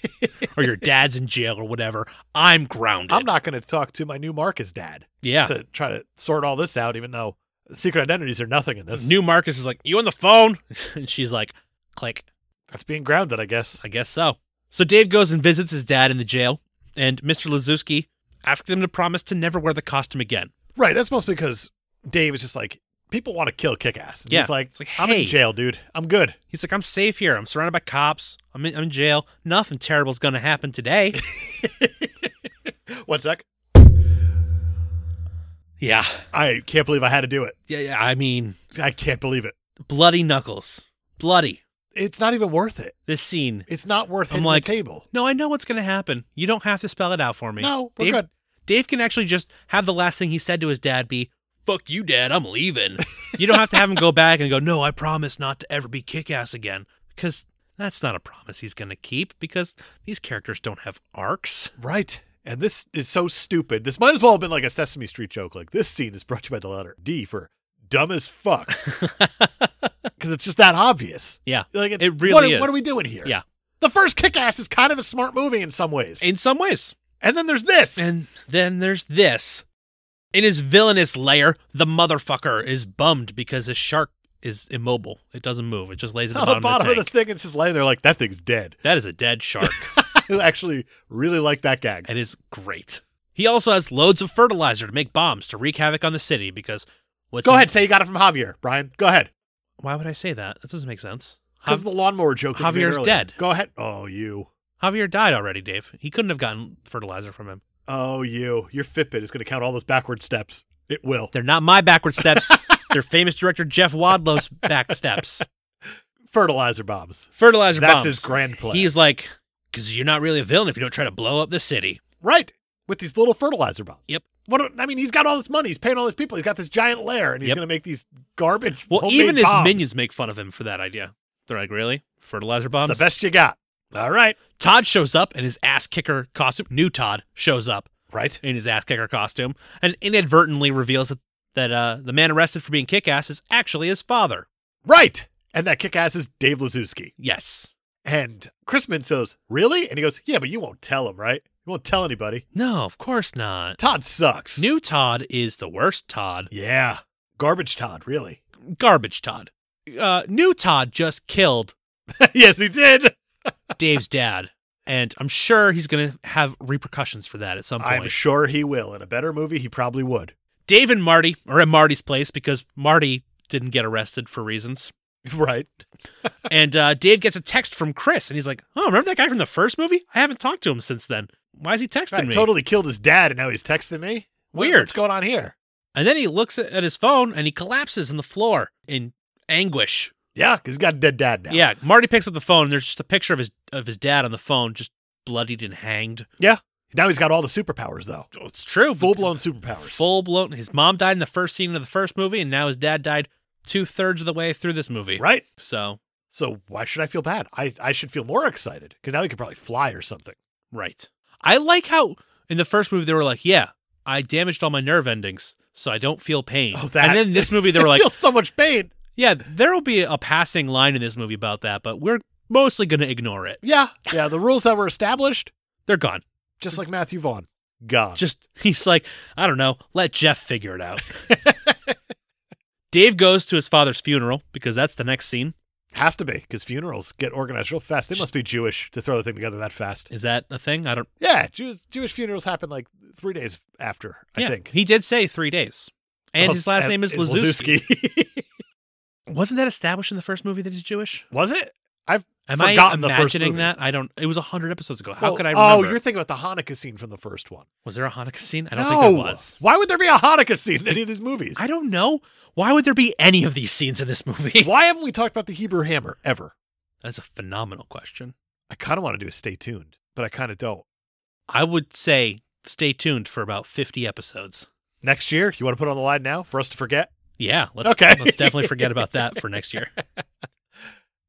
S2: or your dad's in jail, or whatever. I'm grounded.
S1: I'm not going to talk to my new Marcus dad
S2: Yeah.
S1: to try to sort all this out, even though secret identities are nothing in this.
S2: New Marcus is like, You on the phone? And she's like, Click.
S1: That's being grounded, I guess.
S2: I guess so. So Dave goes and visits his dad in the jail, and Mr. Lazowski asks him to promise to never wear the costume again.
S1: Right. That's mostly because Dave is just like people want to kill Kick-Ass. And
S2: Yeah.
S1: He's like,
S2: It's like,
S1: I'm
S2: hey.
S1: in jail, dude. I'm good.
S2: He's like, I'm safe here. I'm surrounded by cops. I'm in, I'm in jail. Nothing terrible's going to happen today.
S1: One sec.
S2: yeah.
S1: I can't believe I had to do it.
S2: Yeah, yeah. I mean,
S1: I can't believe it.
S2: bloody knuckles. Bloody.
S1: It's not even worth it.
S2: This scene.
S1: It's not worth
S2: I'm
S1: hitting
S2: like,
S1: the table.
S2: No, I know what's going to happen. You don't have to spell it out for me.
S1: No, we're
S2: Dave,
S1: good.
S2: Dave can actually just have the last thing he said to his dad be, Fuck you, dad, I'm leaving. you don't have to have him go back and go, No, I promise not to ever be kick ass again. Because that's not a promise he's going to keep because these characters don't have arcs.
S1: Right. And this is so stupid. This might as well have been like a Sesame Street joke. Like this scene is brought to you by the letter D for dumb as fuck. because it's just that obvious.
S2: Yeah.
S1: Like it,
S2: It really
S1: what,
S2: is.
S1: What are we doing here?
S2: Yeah.
S1: The first Kick Ass is kind of a smart movie in some ways,
S2: In some ways.
S1: and then there's this.
S2: And then there's this. In his villainous lair, the motherfucker is bummed because his shark is immobile. It doesn't move. It just lays at Oh, the
S1: on
S2: bottom, of the tank.
S1: thing, it's just laying there like that thing's dead.
S2: that is a dead shark.
S1: I actually really like that gag.
S2: it is great. He also has loads of fertilizer to make bombs to wreak havoc on the city because what's
S1: Go
S2: in-
S1: ahead, say you got it from Javier, Brian. Go ahead.
S2: Why would I say that? That doesn't make sense.
S1: Because the lawnmower joke. that you made
S2: Javier's
S1: earlier.
S2: dead.
S1: Go ahead. Oh, you.
S2: Javier died already, Dave. He couldn't have gotten fertilizer from him.
S1: Oh, you. Your Fitbit is going to count all those backward steps. It will.
S2: They're not my backward steps. They're famous director Jeff Wadlow's back steps.
S1: Fertilizer bombs.
S2: Fertilizer
S1: That's
S2: bombs.
S1: his grand plan.
S2: He's like, because you're not really a villain if you don't try to blow up the city.
S1: right with these little fertilizer bombs.
S2: Yep.
S1: What a- I mean, he's got all this money. He's paying all these people. He's got this giant lair, and he's
S2: Yep.
S1: going to make these garbage.
S2: Well,
S1: homemade
S2: even his
S1: bombs.
S2: minions make fun of him for that idea. They're like, really? Fertilizer
S1: It's
S2: bombs?
S1: the best you got. All right.
S2: Todd shows up in his ass kicker costume. New Todd shows up
S1: Right.
S2: in his ass kicker costume and inadvertently reveals that, that uh, the man arrested for being kick ass is actually his father.
S1: Right. And that kick ass is Dave Lazowski.
S2: Yes.
S1: And Chrisman says, Really? And he goes, Yeah, but you won't tell him, right? You won't tell anybody.
S2: No, of course not.
S1: Todd sucks.
S2: New Todd is the worst Todd.
S1: yeah. Garbage Todd, really.
S2: Garbage Todd. Uh, new Todd just killed
S1: yes, he did.
S2: Dave's dad, and I'm sure he's going to have repercussions for that at some point.
S1: I'm sure he will. In a better movie, he probably would.
S2: Dave and Marty are at Marty's place because Marty didn't get arrested for reasons.
S1: Right.
S2: and uh, Dave gets a text from Chris, and he's like, "Oh, remember that guy from the first movie? I haven't talked to him since then. Why is he texting
S1: Right,
S2: me?"
S1: Totally killed his dad, and now he's texting me. What-
S2: Weird.
S1: What's going on here?
S2: And then he looks at, at his phone, and he collapses on the floor in anguish.
S1: Yeah, 'cause he's got a dead dad now.
S2: Yeah, Marty picks up the phone, and there's just a picture of his of his dad on the phone, just bloodied and hanged.
S1: Now he's got all the superpowers, though.
S2: Oh, It's true,
S1: Full blown superpowers.
S2: full blown. His mom died in the first scene of the first movie, and now his dad died two thirds of the way through this movie.
S1: Right.
S2: So,
S1: So why should I feel bad? I, I should feel more excited because now he could probably fly or something.
S2: right. I like how in the first movie they were like, "Yeah, I damaged all my nerve endings." So I don't feel pain.
S1: Oh, that-
S2: And then in this movie, they
S1: I
S2: were like,
S1: feel so much pain.
S2: Yeah, there will be a passing line in this movie about that, but we're mostly going to ignore it.
S1: Yeah. Yeah. The rules that were established,
S2: They're gone.
S1: just like Matthew Vaughn. Gone.
S2: Just, he's like, I don't know, let Jeff figure it out. Dave goes to his father's funeral because that's the next scene.
S1: Has to be because funerals get organized real fast. They must be Jewish to throw the thing together that fast.
S2: Is that a thing? I don't
S1: Yeah, Jewish Jewish funerals happen like three days after.
S2: yeah,
S1: I think.
S2: He did say three days. And
S1: Oh,
S2: his last
S1: and-
S2: name is
S1: and
S2: Lazowski.
S1: Lazowski.
S2: Wasn't that established in the first movie that he's Jewish?
S1: was it?
S2: Am
S1: Forgotten
S2: I
S1: the first
S2: imagining
S1: movie.
S2: that? I don't. It was 100 episodes ago. How
S1: Well,
S2: could I
S1: Oh,
S2: remember?
S1: you're thinking about the Hanukkah scene from the first one.
S2: was there a Hanukkah scene? I don't
S1: no.
S2: think there was.
S1: Why would there be a Hanukkah scene in any of these movies?
S2: I don't know. Why would there be any of these scenes in this movie?
S1: Why haven't we talked about the Hebrew hammer ever?
S2: That's a phenomenal question.
S1: I kind of want to do a stay tuned, but I kind of don't.
S2: I would say stay tuned for about 50 episodes.
S1: Next year, you want to put it on the line now for us to forget?
S2: Yeah, let's
S1: Okay.
S2: let's definitely forget about that for next year.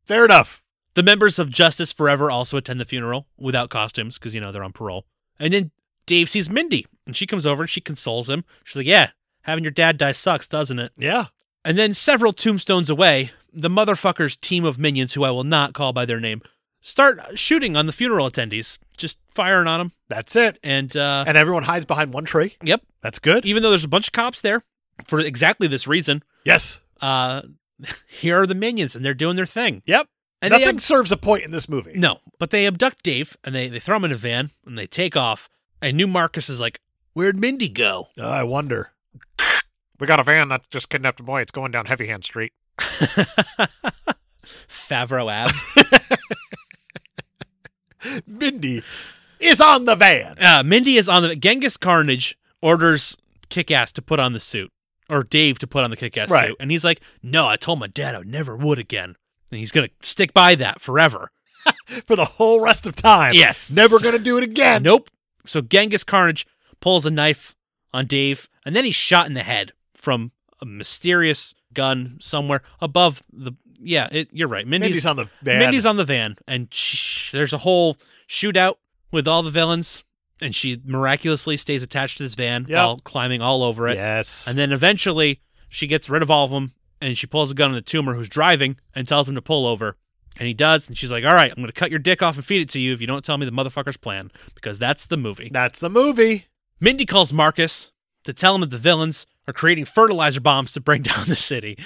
S1: Fair enough.
S2: The members of Justice Forever also attend the funeral without costumes because you know they're on parole. And then Dave sees Mindy and she comes over and she consoles him. She's like, "Yeah, having your dad die sucks, doesn't it?"
S1: Yeah.
S2: And then several tombstones away, the motherfuckers team of minions who I will not call by their name start shooting on the funeral attendees, just firing on them
S1: That's it.
S2: and uh
S1: And everyone hides behind one tree.
S2: yep,
S1: That's good.
S2: even though there's a bunch of cops there for exactly this reason,
S1: Yes.
S2: uh here are the minions and they're doing their thing
S1: Yep.
S2: and
S1: Nothing
S2: they
S1: serves a point in this movie.
S2: ab- no but they abduct dave and they they throw him in a van and they take off and new marcus is like where'd mindy go
S1: Uh, I wonder.
S3: We got a van that just kidnapped a boy. It's going down Heavy Hand Street.
S2: favreau ab
S1: Mindy is on the van.
S2: uh, mindy is on the genghis carnage orders kick-ass to put on the suit or dave to put on the kick-ass
S1: Right.
S2: suit and he's like no i told my dad i never would again and he's gonna stick by that forever
S1: for the whole rest of time.
S2: yes
S1: Never gonna do it again.
S2: Nope. So Genghis Carnage pulls a knife on Dave, and then he's shot in the head from a mysterious gun somewhere above the. Yeah, it, you're right. Mindy's,
S1: Mindy's on the van.
S2: Mindy's on the van, and sh- there's a whole shootout with all the villains, and she miraculously stays attached to this van
S1: Yep.
S2: while climbing all over it.
S1: Yes.
S2: And then eventually she gets rid of all of them, and she pulls a gun on the tumor who's driving and tells him to pull over. And he does, and she's like, "All right, I'm gonna cut your dick off and feed it to you if you don't tell me the motherfucker's plan, because that's the movie."
S1: That's the movie.
S2: Mindy calls Marcus to tell him that the villains are creating fertilizer bombs to bring down the city,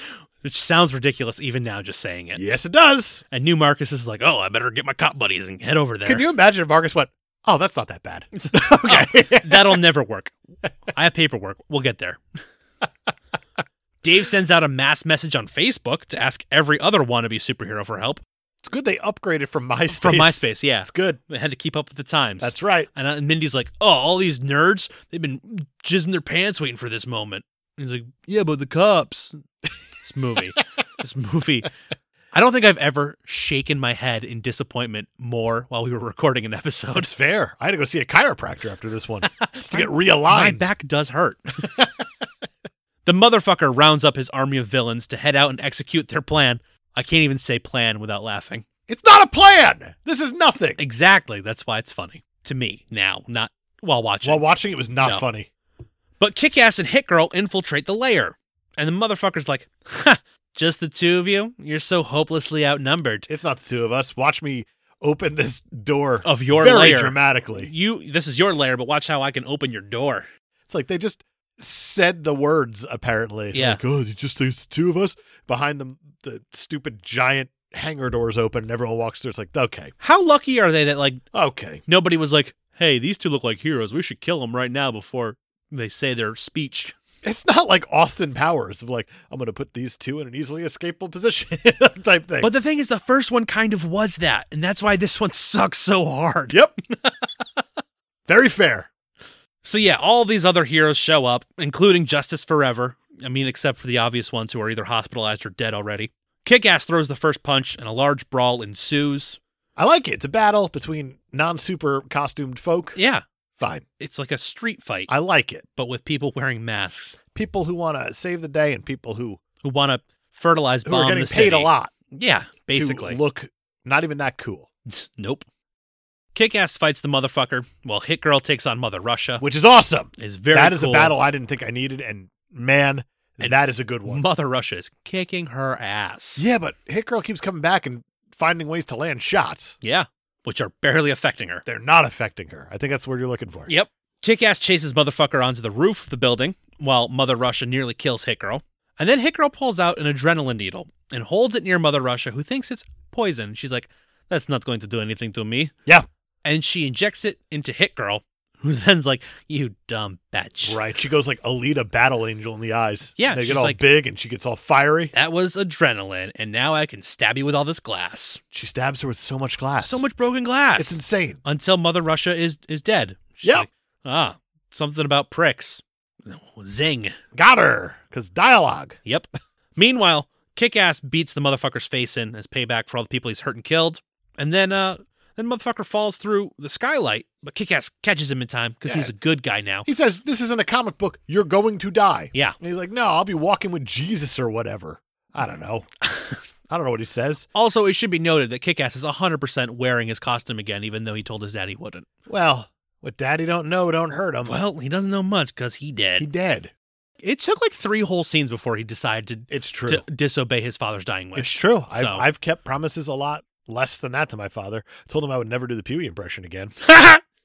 S2: which sounds ridiculous even now just saying it.
S1: Yes, it does.
S2: And new Marcus is like, "Oh, I better get my cop buddies and head over there."
S1: Can you imagine if Marcus went, Oh, that's not that bad. okay.
S2: That'll never work. I have paperwork. We'll get there. Dave sends out a mass message on Facebook to ask every other wannabe superhero for help.
S1: It's good they upgraded from MySpace.
S2: From MySpace, yeah.
S1: It's good.
S2: They had to keep up with the times.
S1: That's right.
S2: And, I, and Mindy's like, oh, all these nerds, they've been jizzing their pants waiting for this moment. And he's like, yeah, but the cops. this movie, this movie. I don't think I've ever shaken my head in disappointment more while we were recording an episode.
S1: It's fair. I had to go see a chiropractor after this one just to get
S2: My
S1: realigned.
S2: back does hurt. the motherfucker rounds up his army of villains to head out and execute their plan. I can't even say plan without laughing.
S1: It's not a plan. This is nothing.
S2: Exactly. That's why it's funny to me now, not while watching.
S1: While watching, it was not
S2: No.
S1: funny.
S2: But Kick Ass and Hit Girl infiltrate the lair. And the motherfucker's like, ha, just the two of you? You're so hopelessly outnumbered.
S1: It's not the two of us. Watch me open this door
S2: Of your
S1: very
S2: lair.
S1: dramatically.
S2: You this is your lair, but watch how I can open your door.
S1: It's like they just said the words apparently.
S2: Yeah.
S1: Like, oh, you just there's the two of us behind them. The stupid giant hangar doors open and everyone walks through. It's like okay,
S2: How lucky are they that like
S1: okay.
S2: nobody was like, "Hey, these two look like heroes. We should kill them right now before they say their speech."
S1: It's not like Austin Powers of like I'm gonna put these two in an easily escapable position type thing.
S2: But the thing is the first one kind of was that, and that's why this one sucks so hard.
S1: yep, very fair.
S2: So yeah, all these other heroes show up, including Justice Forever. I mean, except for the obvious ones who are either hospitalized or dead already. Kick-Ass throws the first punch, and a large brawl ensues.
S1: I like it. It's a battle between non-super costumed folk.
S2: Yeah,
S1: Fine,
S2: it's like a street fight,
S1: I like it.
S2: but with people wearing masks
S1: People who want to save the day and people who
S2: who want to fertilize
S1: who
S2: bomb
S1: are getting
S2: the
S1: paid
S2: city.
S1: a lot
S2: Yeah, basically.
S1: to look not even that cool,
S2: Nope. Kick Ass fights the motherfucker while Hit Girl takes on Mother Russia.
S1: which is awesome.
S2: Is very
S1: that is
S2: cool.
S1: a battle I didn't think I needed, and man,
S2: And-
S1: that is a good one.
S2: Mother Russia is kicking her ass.
S1: yeah, but Hit Girl keeps coming back and finding ways to land shots.
S2: Yeah, which are barely affecting her.
S1: They're not affecting her. I think that's what you're looking for.
S2: Yep. Kick Ass chases Motherfucker onto the roof of the building while Mother Russia nearly kills Hit Girl. And then Hit Girl pulls out an adrenaline needle and holds it near Mother Russia, who thinks it's poison. She's like, that's not going to do anything to me.
S1: Yeah.
S2: And she injects it into Hit Girl, who then's like, you dumb bitch.
S1: Right. She goes like Alita Battle Angel in the eyes.
S2: Yeah,
S1: They
S2: she's
S1: get all
S2: like-
S1: big and she gets all fiery.
S2: That was adrenaline, and now I can stab you with all this glass.
S1: She stabs her with so much glass.
S2: So much broken glass.
S1: It's insane.
S2: Until Mother Russia is is dead. She's
S1: Yep.
S2: like, ah, something about pricks. Zing.
S1: Got her. Because dialogue.
S2: Yep. Meanwhile, Kick Ass beats the motherfucker's face in as payback for all the people he's hurt and killed. And then uh then motherfucker falls through the skylight, but Kick Ass catches him in time because he's
S1: Yeah.
S2: a good guy now.
S1: He says, This isn't a comic book. You're going to die.
S2: Yeah.
S1: And he's like, No, I'll be walking with Jesus or whatever. I don't know. I don't know what he says.
S2: Also, it should be noted that Kick Ass is 100% wearing his costume again, even though he told his daddy wouldn't.
S1: Well, what daddy don't know don't hurt him.
S2: Well, he doesn't know much because he dead.
S1: he dead.
S2: It took like three whole scenes before he decided
S1: It's true.
S2: to, to disobey his father's dying wish.
S1: It's true. I've,
S2: So-
S1: I've kept promises a lot less than that to my father. Told him I would never do the Pee Wee impression again.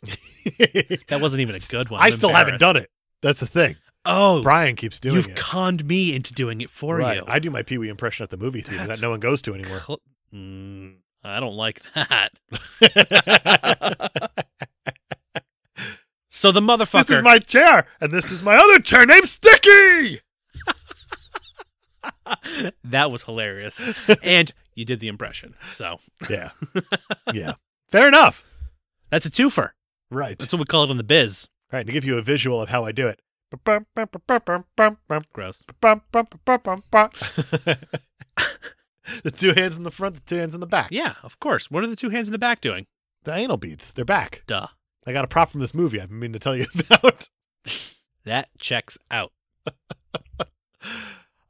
S2: That wasn't even a good one.
S1: I
S2: I'm
S1: still haven't
S2: embarrassed.
S1: done it. That's the thing.
S2: Oh,
S1: Brian keeps doing
S2: you've
S1: it.
S2: conned me into doing it for
S1: Right.
S2: you.
S1: I do my Pee Wee impression at the movie theater
S2: That's-
S1: that no one goes to anymore.
S2: Cl- mm, I don't like that. So the motherfucker.
S1: This is my chair, and this is my other chair named Sticky.
S2: that was hilarious, and you did the impression. So
S1: Yeah. Yeah. Fair enough.
S2: that's a twofer.
S1: Right.
S2: That's what we call it in the biz.
S1: All right. To give you a visual of how I do it.
S2: Gross.
S1: The two hands in the front, the two hands in the back.
S2: Yeah, of course. What are the two hands in the back doing?
S1: The anal beads, they're back.
S2: Duh.
S1: I got a prop from this movie I've been meaning to tell you about.
S2: That checks out.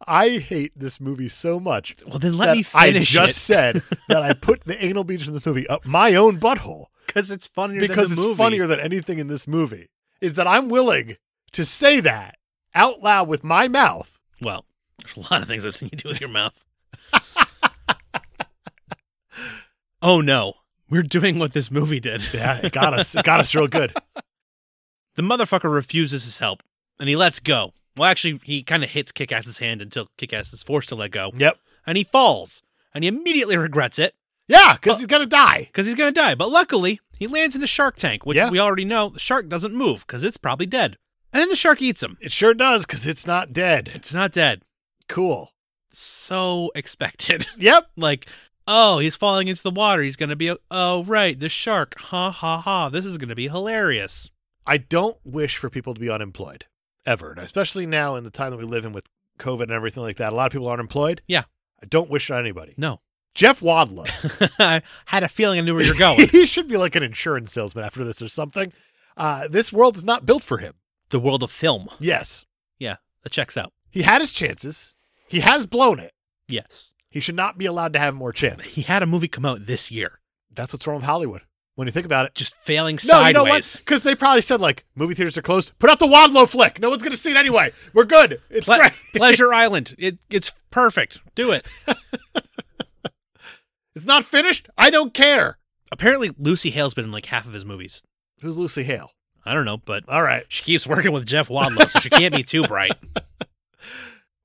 S1: I hate this movie so much.
S2: Well, then let
S1: that
S2: me finish
S1: I just said that I put the anal beads in this movie up my own butthole
S2: because it's funnier
S1: because it's funnier than anything in this movie. Is that I'm willing to say that out loud with my mouth.
S2: Well, there's a lot of things I've seen you do with your mouth. oh no, we're doing what this movie did.
S1: Yeah, it got us. It got us real good.
S2: The motherfucker refuses his help, and he lets go. Well, actually, he kind of hits Kickass's hand until Kickass is forced to let go,
S1: Yep.
S2: and he falls, and he immediately regrets it
S1: Yeah,
S2: Uh,
S1: because he's gonna die.
S2: because he's gonna die. But luckily, he lands in the shark tank, which
S1: Yeah.
S2: we already know the shark doesn't move because it's probably dead. And then the shark eats him.
S1: It sure does, because it's not dead.
S2: It's not dead.
S1: Cool.
S2: So expected.
S1: Yep.
S2: like Oh, he's falling into the water. He's going to be, oh, right, the shark. Ha ha ha. This is going to be hilarious.
S1: I don't wish for people to be unemployed ever, and especially now in the time that we live in with COVID and everything like that. A lot of people are unemployed.
S2: Yeah.
S1: I don't wish it on anybody.
S2: No.
S1: Jeff Wadlow.
S2: I had a feeling I knew where you're going.
S1: he should be like an insurance salesman after this or something. Uh, this world is not built for him.
S2: the world of film.
S1: Yes.
S2: Yeah, that checks out.
S1: He had his chances. He has blown it.
S2: Yes.
S1: He should not be allowed to have more chances.
S2: He had a movie come out this year,
S1: That's what's wrong with Hollywood. When you think about it.
S2: just failing
S1: No, you know what?
S2: sideways.
S1: Because they probably said like movie theaters are closed. Put out the Wadlow flick. No one's gonna see it anyway. We're good. It's
S2: Ple-
S1: great.
S2: Pleasure Island. It, it's perfect. Do it.
S1: It's not finished. I don't care.
S2: Apparently, Lucy Hale's been in like half of his movies.
S1: Who's Lucy Hale?
S2: I don't know, but
S1: All right.
S2: she keeps working with Jeff Wadlow, so she can't be too bright.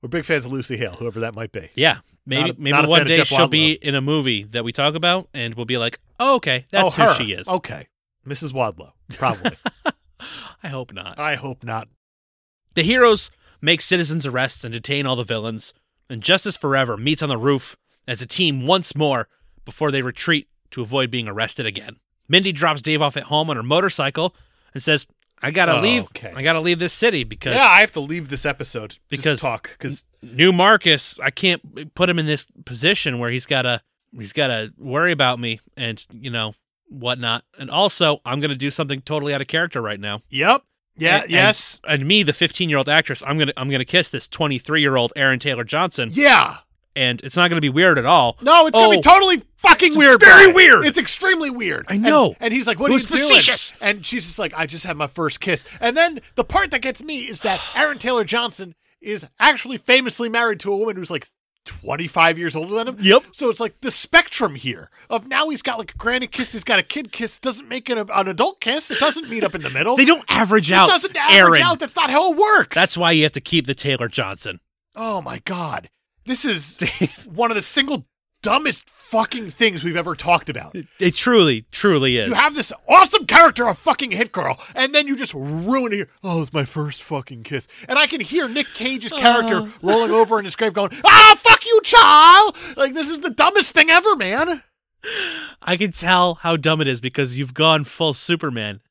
S1: We're big fans of Lucy Hale, whoever that might be.
S2: Yeah. Maybe
S1: Not a-
S2: maybe
S1: not a fan
S2: one
S1: of
S2: day
S1: Jeff
S2: she'll be in a movie that we talk about and we'll be like, oh, okay, that's
S1: oh,
S2: who
S1: her.
S2: she is.
S1: Okay. Mrs. Wadlow, probably.
S2: I hope not.
S1: I hope not.
S2: The heroes make citizens arrests and detain all the villains, and Justice Forever meets on the roof as a team once more before they retreat to avoid being arrested again. Mindy drops Dave off at home on her motorcycle and says, I gotta
S1: Oh,
S2: leave.
S1: okay.
S2: I gotta leave this city because
S1: Yeah, I have to leave this episode just
S2: Because-
S1: to talk because
S2: new Marcus, I can't put him in this position where he's gotta he's gotta worry about me and you know whatnot. And also, I'm gonna do something totally out of character right now.
S1: yep, yeah,
S2: And- and-
S1: yes,
S2: And me, the 15 year old actress, I'm gonna I'm gonna kiss this 23 year old Aaron Taylor Johnson.
S1: yeah.
S2: and it's not going to be weird at all.
S1: No, it's gonna
S2: Oh.
S1: be totally fucking weird.
S2: very
S1: Brian.
S2: weird.
S1: It's extremely weird.
S2: I
S1: And-
S2: know.
S1: And, he's like, "What
S2: It
S1: are
S2: was
S1: you
S2: facetious.
S1: doing?" And she's just like, "I just had my first kiss." And then the part that gets me is that Aaron Taylor Johnson is actually famously married to a woman who's like 25 years older than him.
S2: Yep.
S1: So it's like the spectrum here of now he's got like a granny kiss, he's got a kid kiss, doesn't make it a, an adult kiss, it doesn't meet up in the middle.
S2: They don't average
S1: it
S2: out.
S1: doesn't average
S2: Aaron.
S1: out. That's not how it works.
S2: That's why you have to keep the Taylor Johnson.
S1: Oh my god. This is one of the single dumbest fucking things we've ever talked about.
S2: It truly, truly is.
S1: You have this awesome character of fucking hit girl, and then you just ruin it. Oh, it's my first fucking kiss. And I can hear Nick Cage's character
S2: Oh.
S1: rolling over in his grave going, Ah, fuck you, child! Like, this is the dumbest thing ever, man.
S2: I can tell how dumb it is because you've gone full Superman,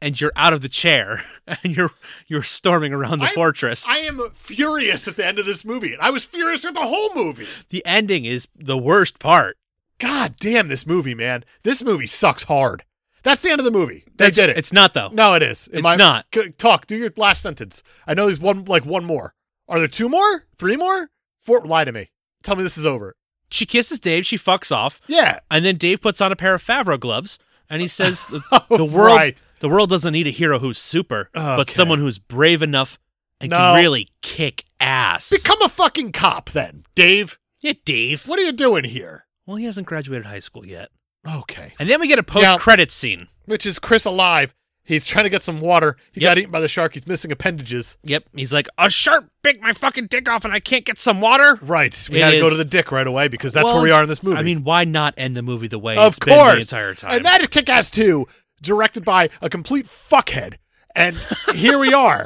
S2: and you're out of the chair, and you're you're storming around the
S1: I-
S2: fortress.
S1: I am furious at the end of this movie, and I was furious throughout the whole movie.
S2: the ending is the worst part.
S1: God damn this movie, man. This movie sucks hard. That's the end of the movie. They
S2: That's-
S1: did it.
S2: It's not though.
S1: No, it is. Am
S2: It's
S1: I-
S2: not.
S1: C- talk. Do your last sentence. I know there's one, like one more. Are there two more? Three more? Four? Lie to me. Tell me this is over.
S2: She kisses Dave. She fucks off,
S1: Yeah.
S2: and then Dave puts on a pair of Favreau gloves, and he says, "the, the world
S1: Oh, Right.
S2: The world doesn't need a hero who's super, but
S1: Okay.
S2: someone who's brave enough and
S1: No.
S2: can really kick ass.
S1: Become a fucking cop, then, Dave.
S2: yeah, Dave.
S1: What are you doing here?
S2: Well, he hasn't graduated high school yet.
S1: Okay.
S2: And then we get a post-credit scene.
S1: Which is Chris alive? He's trying to get some water. He
S2: Yep.
S1: got eaten by the shark. He's missing appendages.
S2: Yep, he's like, a shark bit my fucking dick off and I can't get some water?
S1: Right. We
S2: It
S1: had to go
S2: is-
S1: to the dick right away because that's
S2: Well,
S1: where we are in this movie.
S2: I mean, why not end the movie the way
S1: Of
S2: it's been the
S1: course.
S2: entire time?
S1: and that is Kick Ass 2, directed by a complete fuckhead. And here we are.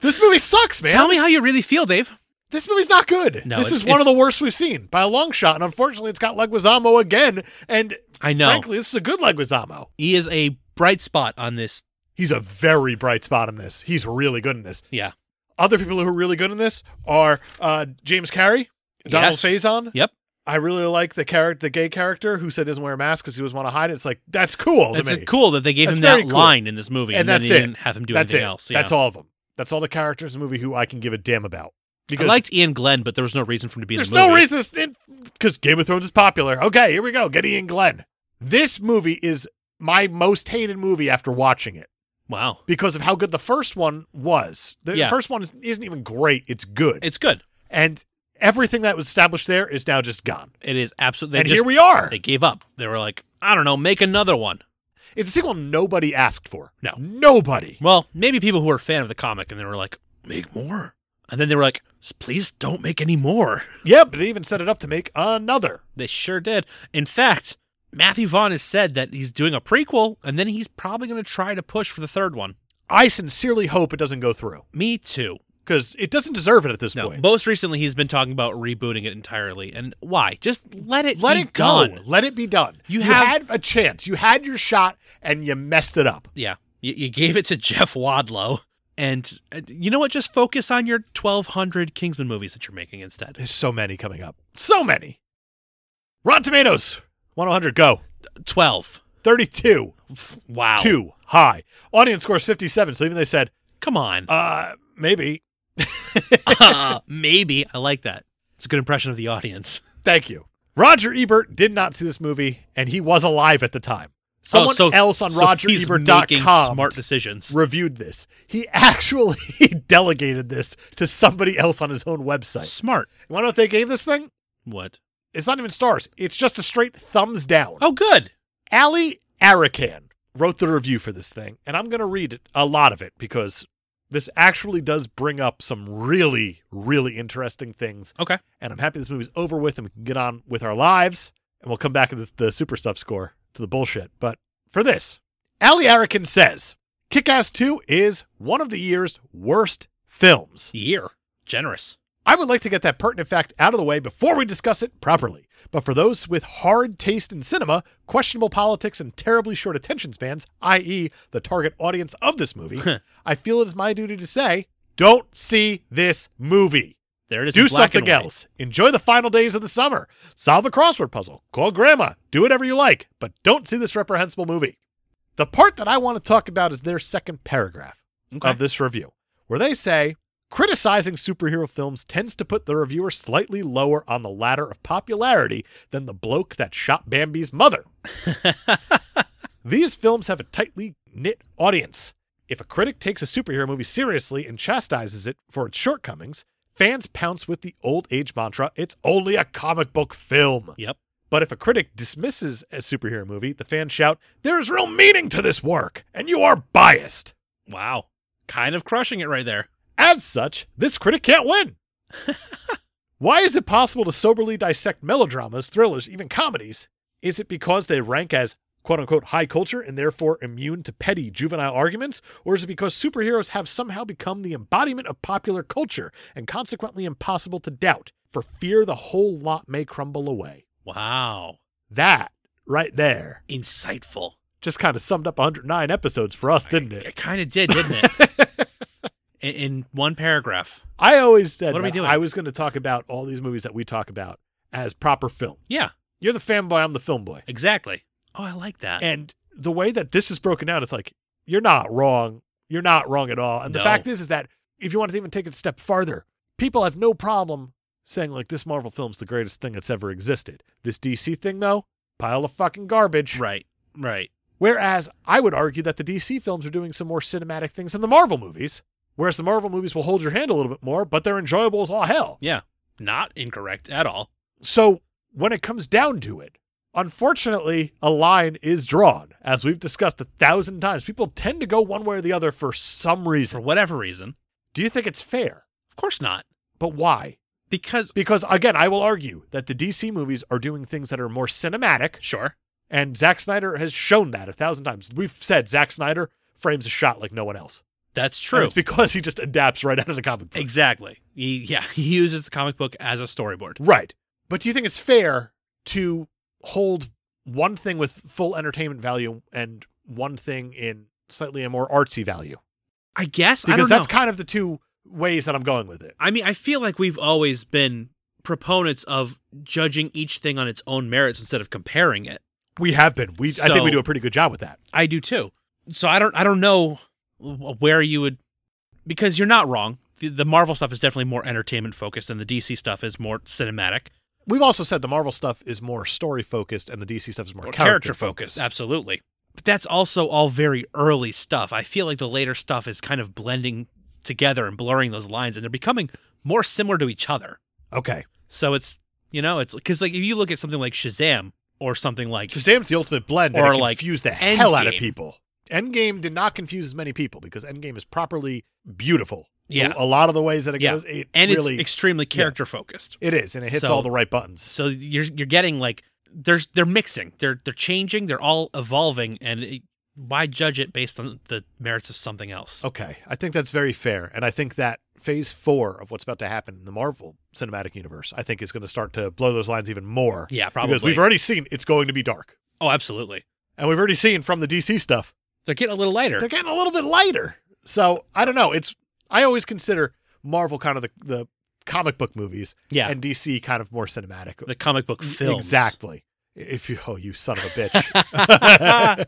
S1: this movie sucks, man.
S2: Tell me how you really feel, Dave.
S1: This movie's not good.
S2: No,
S1: this
S2: it's-
S1: is one of the
S2: it's-
S1: worst we've seen by a long shot, and unfortunately, it's got Leguizamo again. And
S2: I know.
S1: frankly, this is a good Leguizamo.
S2: He is a bright spot on this.
S1: He's a very bright spot in this. He's really good in this.
S2: Yeah.
S1: Other people who are really good in this are uh, James Carey, Donald
S2: Yes.
S1: Faison.
S2: Yep.
S1: I really like the character, the gay character who said he doesn't wear a mask because he doesn't want to hide it. It's like that's cool
S2: It's
S1: to me.
S2: cool that they gave
S1: That's
S2: him
S1: very
S2: that
S1: cool.
S2: line in this movie and,
S1: And
S2: then
S1: that's
S2: they
S1: it.
S2: didn't have him do
S1: that's
S2: anything
S1: it.
S2: else. Yeah.
S1: That's all of them. That's all the characters in the movie who I can give a damn about.
S2: I liked Ian Glenn, but there was no reason for him to be
S1: There's
S2: in the movie.
S1: no reason this because Game of Thrones is popular. Okay, here we go. Get Ian Glenn. This movie is my most hated movie after watching it
S2: Wow.
S1: because of how good the first one was. The
S2: Yeah.
S1: first one is, isn't even great; it's good,
S2: It's good.
S1: and everything that was established there is now just gone.
S2: It is absolutely. They
S1: and
S2: just,
S1: here we are.
S2: They gave up. They were like, I don't know, make another one.
S1: It's a sequel nobody asked for.
S2: No.
S1: nobody.
S2: Well, maybe people who were a fan of the comic and they were like, make more. And then they were like, please don't make any more.
S1: Yep, but they even set it up to make another.
S2: They sure did. In fact, Matthew Vaughn has said that he's doing a prequel and then he's probably going to try to push for the third one.
S1: I sincerely hope it doesn't go through.
S2: Me too.
S1: because it doesn't deserve it at this
S2: No,
S1: point.
S2: most recently he's been talking about rebooting it entirely, and why? Just let it
S1: Let
S2: be
S1: it go.
S2: done.
S1: Let it be done.
S2: You have-
S1: had a chance. You had your shot, and you messed it up.
S2: Yeah, you, you gave it to Jeff Wadlow, and uh, you know what? Just focus on your 1,200 Kingsman movies that you're making instead.
S1: There's so many coming up. So many. Rotten Tomatoes, 1 to 100, go.
S2: 12.
S1: 32,
S2: Wow.
S1: 2, high. Audience scores 57. So even they said,
S2: Come on.
S1: uh, maybe.
S2: Uh, maybe. I like that. It's a good impression of the audience.
S1: Thank you. Roger Ebert did not see this movie, and he was alive at the time. Someone
S2: Oh, so-
S1: else on
S2: so he's making
S1: RogerEbert.com
S2: smart decisions.
S1: reviewed this. He actually delegated this to somebody else on his own website.
S2: Smart.
S1: You want to know what they gave this thing?
S2: What?
S1: It's not even stars. It's just a straight thumbs down.
S2: Oh, good.
S1: Ali Arakan wrote the review for this thing, and I'm going to read it- a lot of it because this actually does bring up some really, really interesting things.
S2: Okay.
S1: And I'm happy this movie's over with and we can get on with our lives. And we'll come back to the, the super stuff score to the bullshit. But for this, Ali Arakan says Kick Ass 2 is one of the year's worst films.
S2: Year. Generous.
S1: I would like to get that pertinent fact out of the way before we discuss it properly. But for those with hard taste in cinema, questionable politics, and terribly short attention spans, i.e., the target audience of this movie, I feel it is my duty to say, don't see this movie.
S2: There it is.
S1: Do
S2: in black and
S1: something
S2: white.
S1: else. Enjoy the final days of the summer. Solve a crossword puzzle. Call grandma. Do whatever you like, but don't see this reprehensible movie. The part that I want to talk about is their second paragraph
S2: Okay.
S1: of this review, where they say criticizing superhero films tends to put the reviewer slightly lower on the ladder of popularity than the bloke that shot Bambi's mother. These films have a tightly knit audience. If a critic takes a superhero movie seriously and chastises it for its shortcomings, fans pounce with the old age mantra it's only a comic book film.
S2: Yep.
S1: But if a critic dismisses a superhero movie, the fans shout, There is real meaning to this work, and you are biased.
S2: Wow. Kind of crushing it right there.
S1: As such, this critic can't win. Why is it possible to soberly dissect melodramas, thrillers, even comedies? Is it because they rank as quote unquote high culture and therefore immune to petty juvenile arguments? Or is it because superheroes have somehow become the embodiment of popular culture and consequently impossible to doubt for fear the whole lot may crumble away?
S2: Wow.
S1: That right there
S2: Insightful.
S1: just kind of summed up 109 episodes for us, didn't
S2: It
S1: it?
S2: kind of did, didn't it? in, in one paragraph.
S1: I always said
S2: What are we
S1: that
S2: doing?
S1: I was going to talk about all these movies that we talk about as proper film.
S2: Yeah,
S1: You're the fanboy, I'm the film boy.
S2: exactly. Oh, I like that.
S1: And the way that this is broken down, it's like you're not wrong. You're not wrong at all. And the
S2: No.
S1: fact is, is that if you want to even take it a step farther, people have no problem saying like this Marvel film's the greatest thing that's ever existed. This DC thing though, pile of fucking garbage.
S2: right, right.
S1: Whereas I would argue that the DC films are doing some more cinematic things than the Marvel movies. Whereas the Marvel movies will hold your hand a little bit more, but they're enjoyable as all hell.
S2: Not incorrect at all.
S1: So when it comes down to it, unfortunately, a line is drawn, as we've discussed a thousand times. People tend to go one way or the other for some
S2: For
S1: reason.
S2: whatever reason.
S1: Do you think it's fair?
S2: Of course not.
S1: But why?
S2: Because,
S1: Because again, I will argue that the DC movies are doing things that are more cinematic,
S2: sure.
S1: and Zack Snyder has shown that a thousand times. We've said Zack Snyder frames a shot like no one else.
S2: That's
S1: And
S2: true.
S1: it's because he just adapts right out of the comic book.
S2: Exactly. He, yeah, he uses the comic book as a storyboard.
S1: Right. But do you think it's fair to hold one thing with full entertainment value and one thing in slightly a more artsy value?
S2: I guess. I
S1: Because
S2: don't
S1: that's
S2: know.
S1: kind of the two ways that I'm going with it.
S2: I mean, I feel like we've always been proponents of judging each thing on its own merits instead of comparing it.
S1: We have been. We I think we
S2: So-
S1: do a pretty good job with that.
S2: I do too. So I don't I don't know wh- where you would because you're not wrong. The, the Marvel stuff is definitely more entertainment focused and the DC stuff is more cinematic
S1: We've also said the Marvel stuff is more story focused and the DC stuff is more
S2: or
S1: character,
S2: focused. Absolutely. But that's also all very early stuff. I feel like the later stuff is kind of blending together and blurring those lines and they're becoming more similar to each other.
S1: Okay.
S2: So it's, you know, it's cuz like if you look at something like Shazam or something like
S1: Shazam's the ultimate blend
S2: Or,
S1: and it
S2: like,
S1: confused the hell out of
S2: Endgame.
S1: people. Endgame did not confuse as many people because Endgame is properly beautiful.
S2: Yeah.
S1: A, a lot of the ways that it
S2: Yeah.
S1: goes, it
S2: and
S1: really
S2: it's extremely character focused.
S1: it is, and it hits
S2: So-
S1: all the right buttons.
S2: So you're you're getting like there's they're mixing, they're they're changing, they're all evolving, and it, why judge it based on the merits of something else?
S1: Okay. I think that's very fair. And I think that phase four of what's about to happen in the Marvel Cinematic Universe, I think, is going to start to blow those lines even more.
S2: Yeah, probably.
S1: Because we've already seen it's going to be dark.
S2: oh, absolutely.
S1: And we've already seen from the DC stuff,
S2: They're getting a little lighter.
S1: they're getting a little bit lighter. So I don't know. It's I always consider Marvel kind of the, the comic book movies
S2: yeah,
S1: and Mm, DC kind of more cinematic. E,
S2: the comic book films.
S1: Exactly. If you oh you son of a bitch.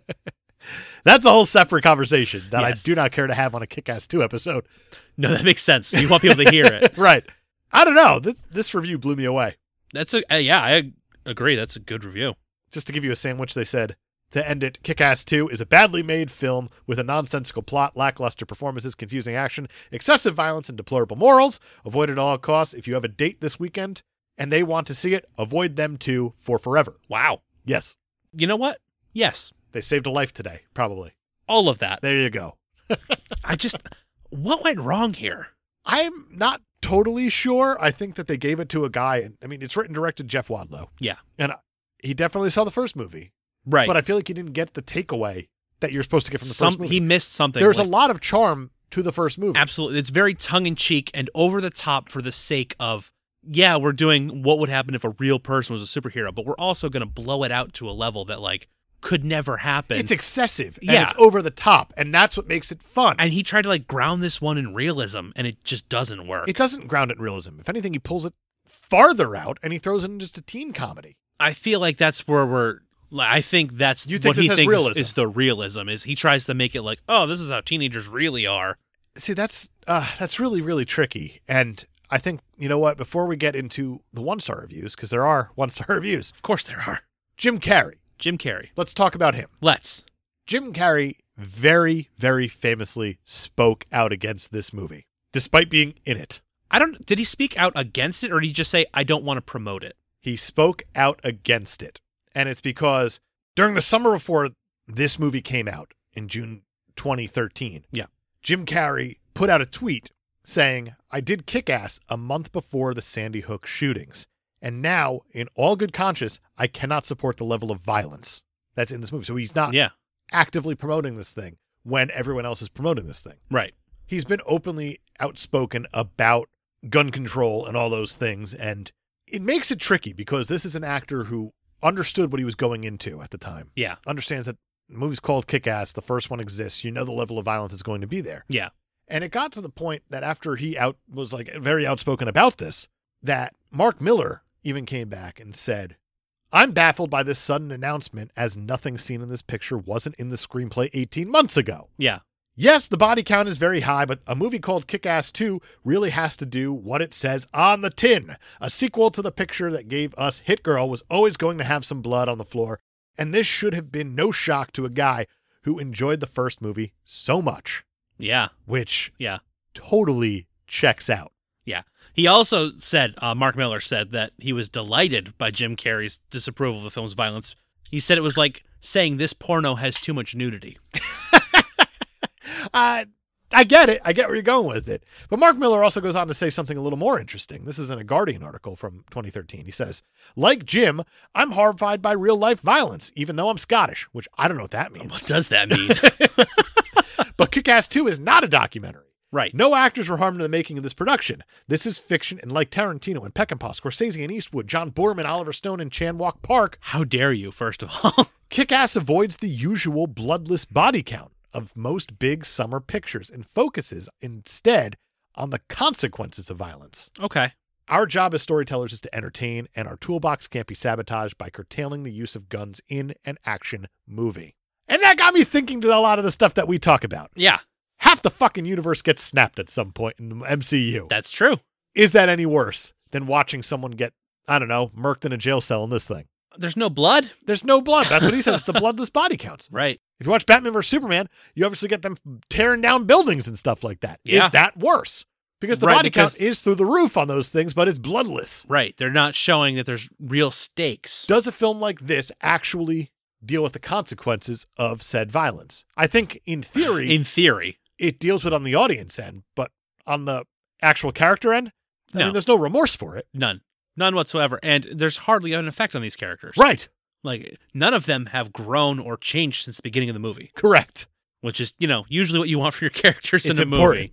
S1: That's a whole separate conversation that
S2: Yes.
S1: I do not care to have on a Kick Ass 2 episode.
S2: No, that makes sense. You want people to hear it.
S1: right. I don't know. This this review blew me away.
S2: That's a uh, yeah. I agree. That's a good review.
S1: Just to give you a sandwich, they said to end it, Kick Ass 2 is a badly made film with a nonsensical plot, lackluster performances, confusing action, excessive violence, and deplorable morals. Avoid it at all costs. If you have a date this weekend and they want to see it, avoid them too for forever.
S2: Wow.
S1: Yes.
S2: You know what? Yes,
S1: They saved a life today, probably.
S2: all of that.
S1: There you go.
S2: I just what went wrong here?
S1: I'm not totally sure. I think that they gave it to a guy, and I mean, it's written and directed Jeff Wadlow.
S2: Yeah.
S1: and I, he definitely saw the first movie,
S2: Right.
S1: but I feel like he didn't get the takeaway that you're supposed to get from the
S2: Some-
S1: first
S2: he
S1: movie.
S2: missed something.
S1: There's
S2: like-
S1: a lot of charm to the first movie.
S2: Absolutely. It's very tongue in cheek and over the top for the sake of, yeah, we're doing what would happen if a real person was a superhero, but we're also going to blow it out to a level that, like, could never happen.
S1: It's excessive. and
S2: Yeah.
S1: it's over the top, and that's what makes it fun.
S2: and he tried to, like, ground this one in realism, and it just doesn't work.
S1: it doesn't ground it in realism. If anything, he pulls it farther out, and he throws it in just a teen comedy.
S2: I feel like that's where we're. Like, I think that's
S1: You think
S2: what
S1: this
S2: he
S1: has
S2: thinks
S1: realism?
S2: is the realism. Is he tries to make it like, oh, this is how teenagers really are.
S1: see that's uh that's really really tricky and i think you know what before we get into the one star reviews because there are one star reviews
S2: Of course, there are.
S1: jim carrey
S2: Jim Carrey.
S1: let's talk about him
S2: Let's.
S1: jim carrey very very famously spoke out against this movie despite being in it
S2: I don't. Did he speak out against it, or did he just say, "I don't want to promote it"?
S1: he spoke out against it and it's because during the summer before this movie came out in june 2013
S2: Yeah.
S1: jim carrey put out a tweet saying, I did kick ass a month before the Sandy Hook shootings. And now, in all good conscience, I cannot support the level of violence that's in this movie. So he's not
S2: Yeah.
S1: actively promoting this thing when everyone else is promoting this thing.
S2: Right.
S1: He's been openly outspoken about gun control and all those things. And it makes it tricky because this is an actor who understood what he was going into at the time,
S2: Yeah.
S1: understands that the movie's called Kick Ass, the first one exists. You know the level of violence is going to be there.
S2: Yeah.
S1: And it got to the point that after he out was like very outspoken about this, that Mark Miller even came back and said, I'm baffled by this sudden announcement as nothing seen in this picture wasn't in the screenplay 18 months ago.
S2: Yeah.
S1: Yes, the body count is very high, but a movie called Kick Ass 2 really has to do what it says on the tin. A sequel to the picture that gave us Hit Girl was always going to have some blood on the floor, and this should have been no shock to a guy who enjoyed the first movie so much
S2: Yeah.
S1: which
S2: Yeah.
S1: totally checks out.
S2: He also said, uh, Mark Miller said that he was delighted by Jim Carrey's disapproval of the film's violence. He said it was like saying this porno has too much nudity.
S1: I I get it. I get where you're going with it. But Mark Miller also goes on to say something a little more interesting. This is in a Guardian article from 2013. He says, "Like Jim, I'm horrified by real life violence, even though I'm Scottish, which I don't know what that means.
S2: What does that mean?
S1: but Kick-Ass 2 is not a documentary."
S2: right.
S1: No actors were harmed in the making of this production. This is fiction, and like Tarantino and Peckinpah, Scorsese and Eastwood, John Borman, Oliver Stone, and Chan Walk Park,
S2: How dare you, first of all?
S1: Kick-Ass avoids the usual bloodless body count of most big summer pictures and focuses instead on the consequences of violence.
S2: okay.
S1: Our job as storytellers is to entertain, and our toolbox can't be sabotaged by curtailing the use of guns in an action movie. And that got me thinking to a lot of the stuff that we talk about.
S2: Yeah,
S1: Half the fucking universe gets snapped at some point in the MCU.
S2: that's true.
S1: Is that any worse than watching someone get, I don't know, murked in a jail cell in this thing?
S2: There's no blood.
S1: There's no blood. That's what he says. It's the bloodless body counts.
S2: Right.
S1: If you watch Batman vs Superman, you obviously get them tearing down buildings and stuff like that. Is
S2: Yeah.
S1: that worse? Because the
S2: Right,
S1: body count
S2: because-
S1: is through the roof on those things, but it's bloodless.
S2: Right. They're not showing that there's real stakes.
S1: Does a film like this actually deal with the consequences of said violence? I think in theory
S2: In theory.
S1: it deals with it on the audience end, but on the actual character end, I
S2: No.
S1: mean there's no remorse for it.
S2: None. None whatsoever. And there's hardly an effect on these characters.
S1: Right.
S2: Like, none of them have grown or changed since the beginning of the movie,
S1: Correct.
S2: which is, you know, usually what you want for your characters in
S1: it's
S2: a
S1: important.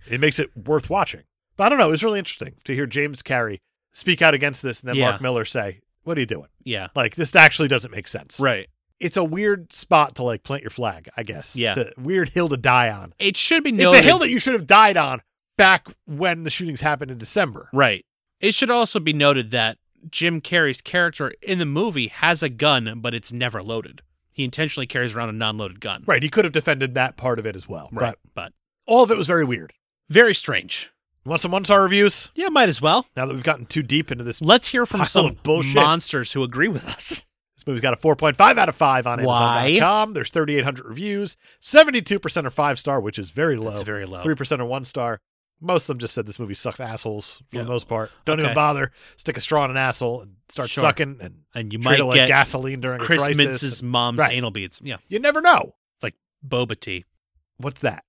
S2: movie.
S1: It makes it worth watching. But I don't know. It was really interesting to hear James Carey speak out against this and then
S2: Yeah.
S1: Mark Miller say, What are you doing?
S2: Yeah.
S1: Like, this actually doesn't make sense.
S2: Right.
S1: It's a weird spot to like plant your flag, I guess.
S2: Yeah.
S1: It's a weird hill to die on.
S2: It should be noted.
S1: It's a hill that you should have died on back when the shootings happened in December.
S2: right. It should also be noted that Jim Carrey's character in the movie has a gun, but it's never loaded. He intentionally carries around a non-loaded gun.
S1: Right. He could have defended that part of it as well.
S2: Right. But
S1: But all of it was very weird.
S2: very strange.
S1: You want some one star reviews?
S2: Yeah, might as well.
S1: Now that we've gotten too deep into this,
S2: Let's hear from
S1: Pile
S2: some
S1: of bullshit.
S2: monsters who agree with us.
S1: this movie's got a 4.5 out of 5 on
S2: Why?
S1: Amazon.com. There's 3,800 reviews. 72% are five star, which is very low.
S2: That's very low.
S1: 3% are one star. Most of them just said this movie sucks assholes for
S2: Yeah.
S1: the most part. Don't
S2: Okay.
S1: even bother. Stick a straw in an asshole and start
S2: Sure.
S1: sucking and
S2: And you
S1: treat
S2: might
S1: it like
S2: get
S1: gasoline during
S2: Chris
S1: a crisis.
S2: Mintz's mom's
S1: Right.
S2: anal beads. Yeah.
S1: You never know.
S2: Boba tea.
S1: What's that?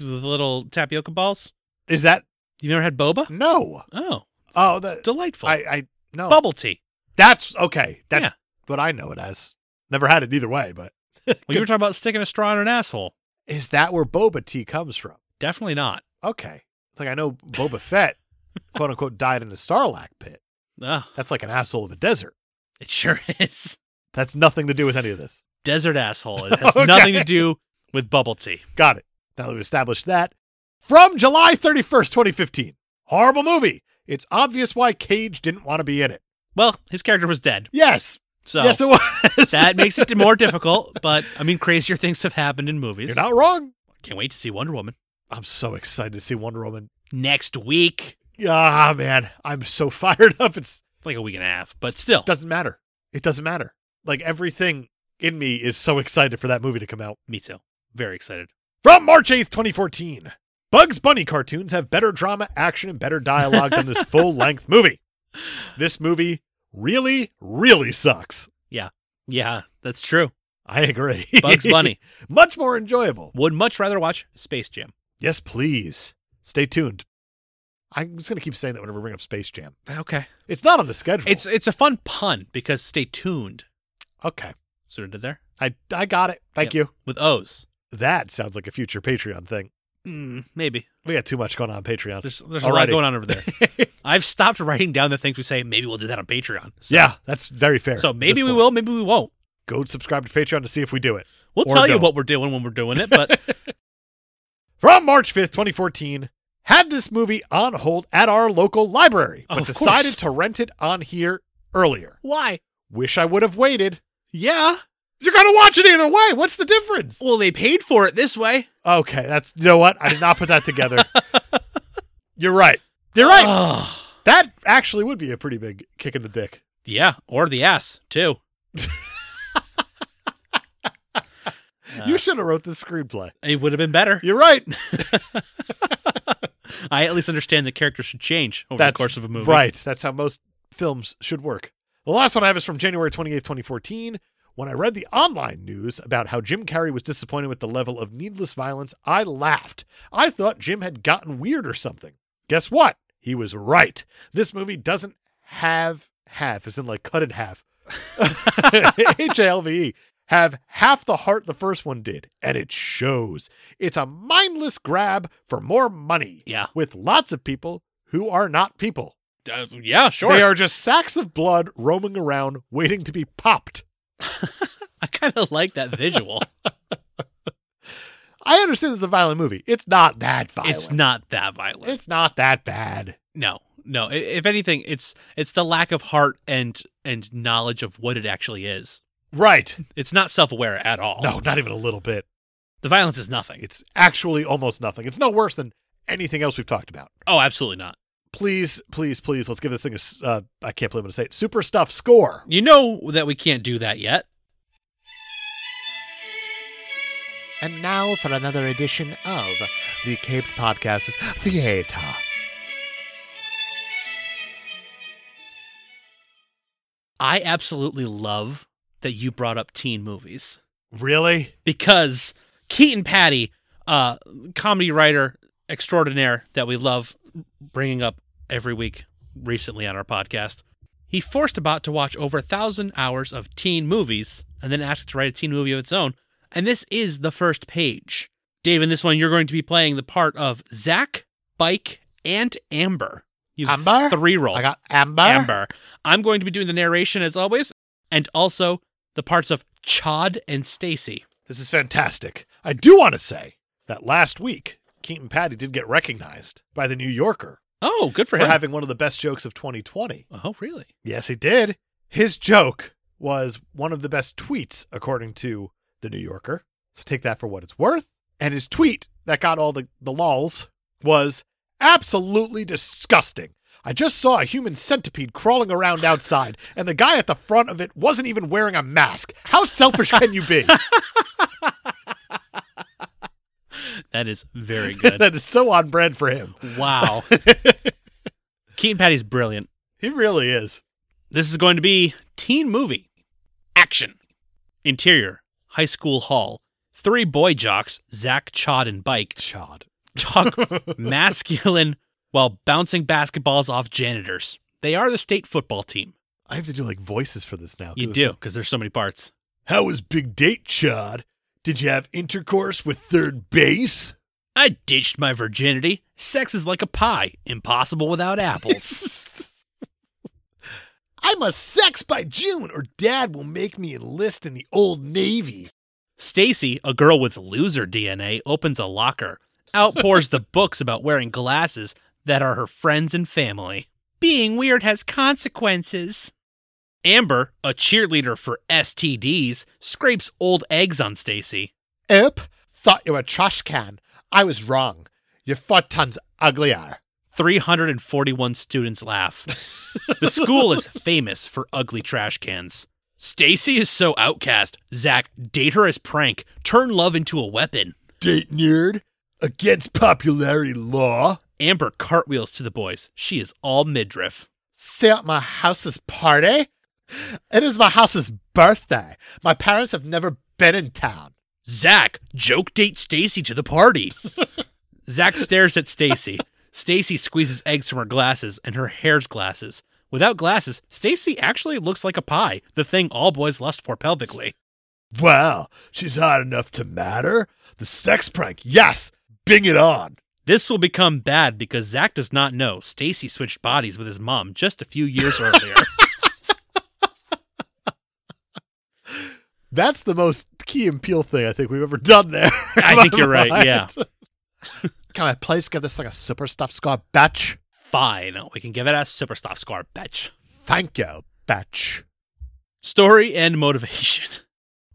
S2: With little tapioca balls.
S1: Is that
S2: You never had boba?
S1: no?
S2: Oh,
S1: Oh, the,
S2: delightful.
S1: I oh. I no.
S2: Bubble tea.
S1: That's okay. That's
S2: Yeah.
S1: what I know it as. Never had it either way, but
S2: Well, you were talking about sticking a straw in an asshole.
S1: is that where boba tea comes from?
S2: Definitely not.
S1: Okay, It's like I know Boba Fett, quote unquote, died in the Starlack pit.
S2: Ugh,
S1: That's like an asshole of a desert.
S2: it sure is.
S1: That's nothing to do with any of this.
S2: Desert asshole. It has
S1: Okay.
S2: nothing to do with bubble tea.
S1: Got it. Now that we've established that, from July 31st, 2015, horrible movie. It's obvious why Cage didn't want to be in it. Well,
S2: His character was dead.
S1: yes,
S2: So
S1: yes, it was.
S2: that makes it more difficult, but I mean, crazier things have happened in movies.
S1: You're not wrong.
S2: Can't wait to see Wonder Woman
S1: I'm so excited to see Wonder Woman.
S2: next week.
S1: Ah, man, I'm so fired up. It's
S2: It's like a week and a half, but still.
S1: doesn't matter. It doesn't matter. Like everything in me is so excited for that movie to come out.
S2: Me too. Very excited.
S1: From March 8th, 2014, Bugs Bunny cartoons have better drama, action, and better dialogue than this full length movie. This movie really, really sucks.
S2: Yeah, that's true.
S1: I agree.
S2: Bugs Bunny.
S1: Much more enjoyable.
S2: Would much rather watch Space Jam.
S1: Yes, please. Stay tuned. I'm just going to keep saying that whenever we bring up Space Jam.
S2: Okay.
S1: It's not on the schedule.
S2: It's it's a fun pun because stay tuned.
S1: okay.
S2: Sort of did there
S1: I, I got it. Thank you.
S2: with O's.
S1: That sounds like a future Patreon thing.
S2: Mm, maybe
S1: We got too much going on, on Patreon.
S2: there's there's a lot
S1: Oh. Alrighty.
S2: going on over there. I've stopped writing down the things we say. Maybe we'll do that on Patreon. So,
S1: yeah, that's very fair.
S2: So
S1: at
S2: maybe
S1: this
S2: we
S1: point.
S2: will. Maybe we won't.
S1: Go subscribe to Patreon to see if we do it.
S2: We'll
S1: Or
S2: tell you
S1: don't.
S2: what we're doing when we're doing it. But
S1: From March 5th, 2014, had this movie on hold at our local library,
S2: Oh,
S1: but
S2: of course.
S1: decided to rent it on here earlier.
S2: why?
S1: Wish I would have waited.
S2: Yeah.
S1: You're going to watch it either way. What's the difference?
S2: Well, they paid for it this way.
S1: Okay, that's, you know what? I did not put that together. You're right. You're right.
S2: Ugh.
S1: that actually would be a pretty big kick in the dick.
S2: yeah, or the ass too.
S1: you
S2: Uh,
S1: should have wrote this screenplay.
S2: it would have been better.
S1: You're right.
S2: I at least understand that characters should change over the course of a movie.
S1: Right. That's how most films should work. The last one I have is from January 28th, 2014, when I read the online news about how Jim Carrey was disappointed with the level of needless violence. I laughed. I thought Jim had gotten weird or something. Guess what? He was right. This movie doesn't have half, as in like cut in half. H A L V E. Have half the heart the first one did, and it shows. It's a mindless grab for more money
S2: Yeah.
S1: with lots of people who are not people.
S2: Uh, yeah. Sure.
S1: They are just sacks of blood roaming around waiting to be popped.
S2: I kind of like that visual.
S1: I understand this is a violent movie. It's not that violent.
S2: it's not that violent.
S1: It's not that bad.
S2: no, no. I- If anything, it's it's the lack of heart and and knowledge of what it actually is.
S1: Right.
S2: It's not self aware at all.
S1: No, not even a little bit.
S2: the violence is nothing.
S1: It's actually almost nothing. It's no worse than anything else we've talked about.
S2: oh, absolutely not.
S1: Please, please, please, let's give this thing a, s- uh, I can't believe I'm going to say it, super stuff score.
S2: You know that we can't do that yet.
S1: And now for another edition of the Caped Podcast's Theater.
S2: I absolutely love that you brought up teen movies
S1: Really?
S2: because Keaton Patty, uh, comedy writer extraordinaire that we love bringing up every week recently on our podcast, he forced about to watch over a thousand hours of teen movies and then asked to write a teen movie of its own. And this is the first page. Dave, in this one, you're going to be playing the part of Zach, Bike, Aunt Amber. You have
S3: Amber?
S2: three rolls.
S3: I got Amber.
S2: Amber. I'm going to be doing the narration as always, and also the parts of Chod and Stacy.
S1: This is fantastic. I do want to say that last week, Keaton Patty did get recognized by the New Yorker
S2: Oh, good for,
S1: for
S2: him.
S1: having one of the best jokes of 2020.
S2: oh, really?
S1: Yes, he did. His joke was one of the best tweets, according to the New Yorker. So take that for what it's worth. And his tweet that got all the, the lols was absolutely disgusting. I just saw a human centipede crawling around outside, and the guy at the front of it wasn't even wearing a mask. How selfish can you be?
S2: That is very good.
S1: that is so on brand for him.
S2: wow. Keaton Patty's brilliant.
S1: He really is.
S2: This is going to be teen movie. Action. Interior. High school hall. Three boy jocks, Zach, Chod, and Bike,
S1: Chod.
S2: talk masculine while bouncing basketballs off janitors. They are the state football team.
S1: I have to do like voices for this now. 'cause
S2: You
S1: it's
S2: do,
S1: like,
S2: because there's so many parts.
S1: How was big date, Chod? Did you have intercourse with third base?
S2: I ditched my virginity. Sex is like a pie, impossible without apples.
S1: I'm a sex by June, or Dad will make me enlist in the old Navy.
S2: Stacy, a girl with loser DNA, opens a locker, outpours the books about wearing glasses that are her friends and family. Being weird has consequences. Amber, a cheerleader for STDs, scrapes old eggs on Stacy.
S1: Oop, thought you were a trash can. I was wrong. You're four tons uglier.
S2: 341 students laugh. the school is famous for ugly trash cans. Stacy is so outcast. Zach, date her as prank. Turn love into a weapon.
S1: Date nerd? Against popularity law?
S2: Amber cartwheels to the boys. She is all midriff.
S1: Say at my house's party? It is my house's birthday. My parents have never been in town.
S2: Zach, joke date Stacy to the party. Zach stares at Stacy. Stacy squeezes eggs from her glasses and her hair's glasses. Without glasses, Stacy actually looks like a pie, the thing all boys lust for pelvically.
S1: Wow, she's hot enough to matter? The sex prank, yes! Bing it on!
S2: This will become bad because Zach does not know Stacy switched bodies with his mom just a few years earlier.
S1: That's the most Key and Peel thing I think we've ever done there.
S2: I think you're right, yeah.
S1: Can I please give this like a super stuff score batch?
S2: Fine, we can give it a superstar score, bitch.
S1: Thank you, batch.
S2: Story and motivation.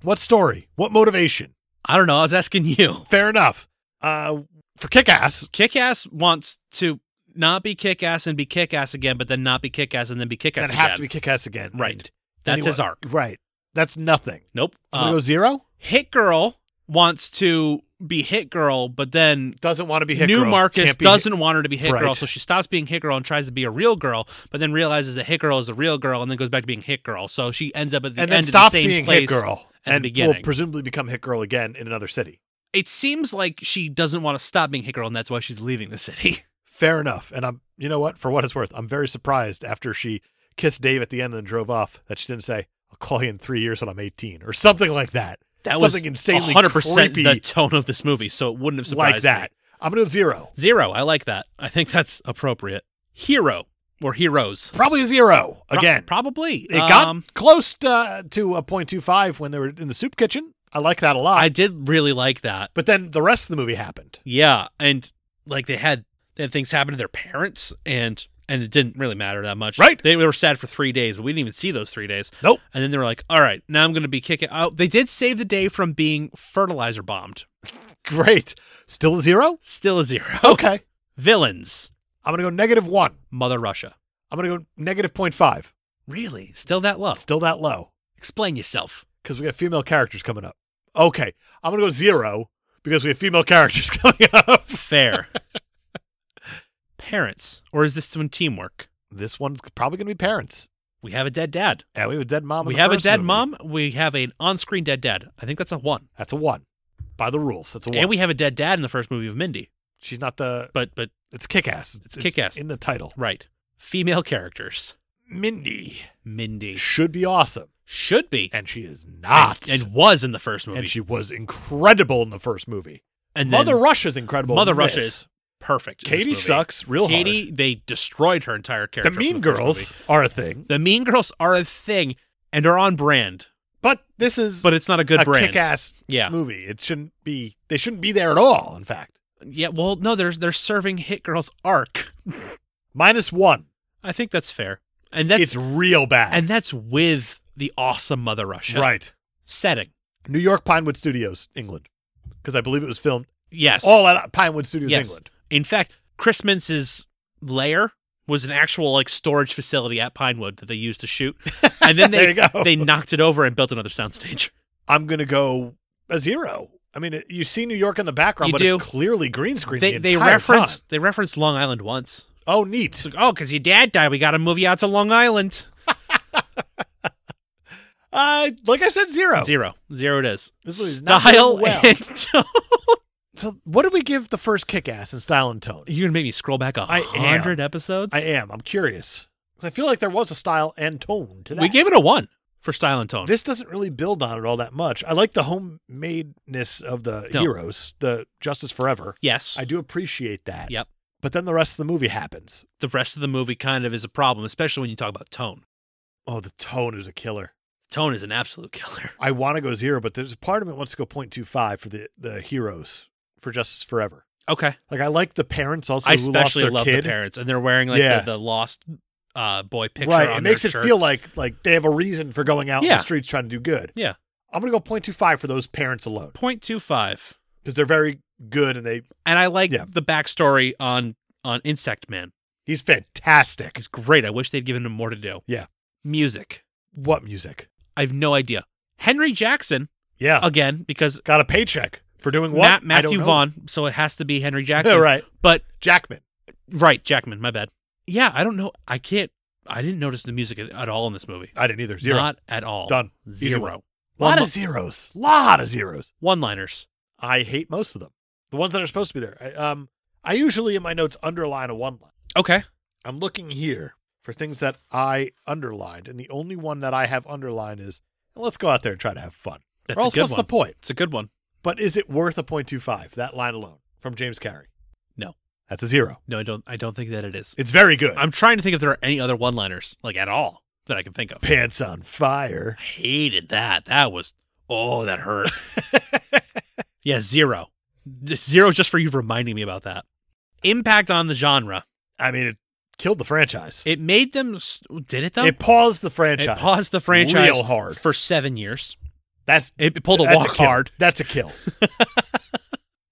S1: What story? What motivation?
S2: I don't know, I was asking you.
S1: Fair enough. Uh, for kick ass,
S2: Kick ass wants to not be kick ass and be kick ass again, but then not be kick ass and then be kick ass
S1: then
S2: again.
S1: have to be kick ass again.
S2: Right.
S1: And then
S2: That's
S1: he
S2: his
S1: wa-
S2: arc.
S1: Right. That's nothing.
S2: Nope.
S1: I'm
S2: Uh,
S1: gonna go zero.
S2: Hit Girl wants to be Hit Girl, but then
S1: Doesn't want to be hit.
S2: New
S1: girl.
S2: Marcus
S1: Can't be
S2: doesn't want her to be Hit Girl,
S1: Right.
S2: so she stops being Hit Girl and tries to be a real girl, but then realizes that Hit Girl is a real girl and then goes back to being Hit Girl. So she ends up at the
S1: and then
S2: end of the
S1: stops
S2: same
S1: being
S2: place.
S1: hit girl
S2: at the
S1: and will
S2: beginning.
S1: presumably become hit girl again in another city.
S2: It seems like she doesn't want to stop being Hit Girl, and that's why she's leaving the city.
S1: Fair enough. And I'm, you know what? For what it's worth, I'm very surprised after she kissed Dave at the end and then drove off that she didn't say, "I'll call you in three years when I'm 18" or something like that.
S2: That was
S1: something insanely
S2: 100%
S1: creepy
S2: the tone of this movie, so it wouldn't have surprised
S1: like
S2: me.
S1: that. I'm gonna go zero.
S2: Zero. I like that. I think that's appropriate. Hero or heroes.
S1: Probably a zero
S2: Pro-
S1: again.
S2: probably.
S1: it got
S2: Um,
S1: close to, uh, to a 0.25 when they were in the soup kitchen. I like that a lot.
S2: I did really like that.
S1: but then the rest of the movie happened.
S2: Yeah, and like they had then things happen to their parents, and and it didn't really matter that much.
S1: Right.
S2: They were sad for three days, but we didn't even see those three days.
S1: Nope.
S2: And then they were like, "All right, now I'm going to be kicking." Oh, they did save the day from being fertilizer bombed.
S1: Great. Still a zero?
S2: Still a zero.
S1: Okay.
S2: Villains.
S1: I'm gonna go negative one.
S2: Mother Russia.
S1: I'm gonna go negative 0.5.
S2: Really? Still that low?
S1: Still that low.
S2: Explain yourself.
S1: because we got female characters coming up. Okay, I'm gonna go zero because we have female characters coming up.
S2: Fair. parents, or is this one teamwork?
S1: This one's probably gonna be parents.
S2: We have a dead dad.
S1: Yeah, we have a dead mom. in
S2: we
S1: the
S2: have a
S1: first
S2: dead
S1: movie.
S2: mom. We have an on-screen dead dad. I think that's a one.
S1: That's a one by the rules. That's a one.
S2: And we have a dead dad in the first movie of Mindy.
S1: She's not the.
S2: But but
S1: It's kick ass. It's,
S2: Kick-Ass.
S1: in the title.
S2: Right. Female characters.
S1: Mindy
S2: Mindy
S1: should be awesome,
S2: should be
S1: and she is not.
S2: and, and was in the first movie.
S1: And she was incredible in the first movie.
S2: And then
S1: Mother Russia's incredible.
S2: Mother
S1: in this.
S2: Russia is perfect. in this
S1: Katie
S2: movie.
S1: sucks real
S2: Katie, they destroyed her entire
S1: hard. The
S2: character. from
S1: Mean
S2: first
S1: Girls
S2: movie.
S1: are a thing,
S2: The Mean Girls are a thing and are on brand,
S1: but this is
S2: but it's not a good
S1: a
S2: brand.
S1: kick-ass
S2: Yeah.
S1: movie. It shouldn't be. They shouldn't be there at all. In fact,
S2: Yeah, well, no, there's they're serving Hit Girls arc.
S1: minus one.
S2: I think that's fair. And that's
S1: it's real bad.
S2: and that's with the awesome Mother Russia
S1: right,
S2: setting.
S1: New York Pinewood Studios, England, because I believe it was filmed
S2: Yes.
S1: all at uh, Pinewood Studios,
S2: Yes.
S1: England.
S2: In fact, Chris Mintz's lair was an actual like storage facility at Pinewood that they used to shoot. And then
S1: there
S2: they
S1: you go.
S2: they knocked it over and built another soundstage.
S1: I'm gonna go a zero. I mean, it, you see New York in the background,
S2: You
S1: but
S2: do.
S1: it's clearly green screen.
S2: They
S1: the
S2: they
S1: entire
S2: reference
S1: time.
S2: they reference Long Island once.
S1: Oh, neat.
S2: It's like, oh, because your dad died, we got to move you out to Long Island.
S1: Uh, like I said, zero.
S2: Zero, zero it is.
S1: This is not
S2: Style
S1: doing well.
S2: and tone.
S1: So, what did we give the first kick ass in style and tone?
S2: You're gonna make me scroll back a
S1: I am.
S2: hundred episodes.
S1: I am. I'm curious. 'Cause I feel like there was a style and tone to that.
S2: we gave it a one for style and tone.
S1: this doesn't really build on it all that much. I like the homemadeness of the
S2: No.
S1: heroes, the Justice Forever.
S2: yes,
S1: I do appreciate that.
S2: Yep.
S1: But then the rest of the movie happens.
S2: the rest of the movie kind of is a problem, especially when you talk about tone.
S1: Oh, the tone is a killer.
S2: Tone is an absolute killer.
S1: I want to go zero, but there's a part of me that wants to go 0.25 for the, the heroes for Justice Forever.
S2: Okay,
S1: Like I like the parents also.
S2: I
S1: who
S2: especially
S1: lost their
S2: love
S1: kid.
S2: the parents, and they're wearing like
S1: Yeah.
S2: the, the lost uh, boy picture.
S1: Right.
S2: on
S1: it makes
S2: their
S1: it feel
S2: shirts.
S1: like like they have a reason for going out in
S2: Yeah.
S1: the streets trying to do good.
S2: Yeah.
S1: I'm gonna go 0.25 for those parents alone
S2: 0.25.
S1: because they're very good and they
S2: and I like
S1: Yeah.
S2: the backstory on on Insect Man.
S1: he's fantastic.
S2: It's great. I wish they'd given him more to do.
S1: Yeah.
S2: music.
S1: What music?
S2: I've no idea. Henry Jackson
S1: Yeah,
S2: again because
S1: got a paycheck for doing what?
S2: Matt,
S1: I don't
S2: Matthew
S1: know.
S2: Vaughn, so it has to be Henry
S1: Yeah,
S2: Jackson.
S1: right.
S2: But
S1: Jackman.
S2: right, Jackman. My bad. Yeah, I don't know. I can't. I didn't notice the music at, at all in this movie.
S1: I didn't either. Zero.
S2: Not at all.
S1: Done. Easy
S2: Zero.
S1: Lot
S2: One-
S1: of zeros. Lot of zeros.
S2: One-liners.
S1: I hate most of them. The ones that are supposed to be there. I, um, I usually in my notes underline a one line.
S2: Okay.
S1: I'm looking here for things that I underlined, and the only one that I have underlined is let's go out there and try to have fun.
S2: That's
S1: or
S2: a
S1: else
S2: good
S1: what's
S2: one.
S1: the point?
S2: it's a good one.
S1: But is it worth a point two five? That line alone from James Carey.
S2: No.
S1: That's a zero.
S2: No, I don't. I don't think that it is.
S1: It's very good.
S2: I'm trying to think if there are any other one-liners like at all that I can think of.
S1: Pants on fire.
S2: hated that. That was oh, that hurt. yeah, zero, zero. Just for you reminding me about that. Impact on the genre.
S1: I mean, it killed the franchise.
S2: It made them. s- Did it though?
S1: It paused the
S2: It
S1: franchise.
S2: paused the franchise
S1: real hard.
S2: for seven years.
S1: That's
S2: It, it pulled a
S1: that's
S2: walk
S1: kill.
S2: hard.
S1: That's a kill.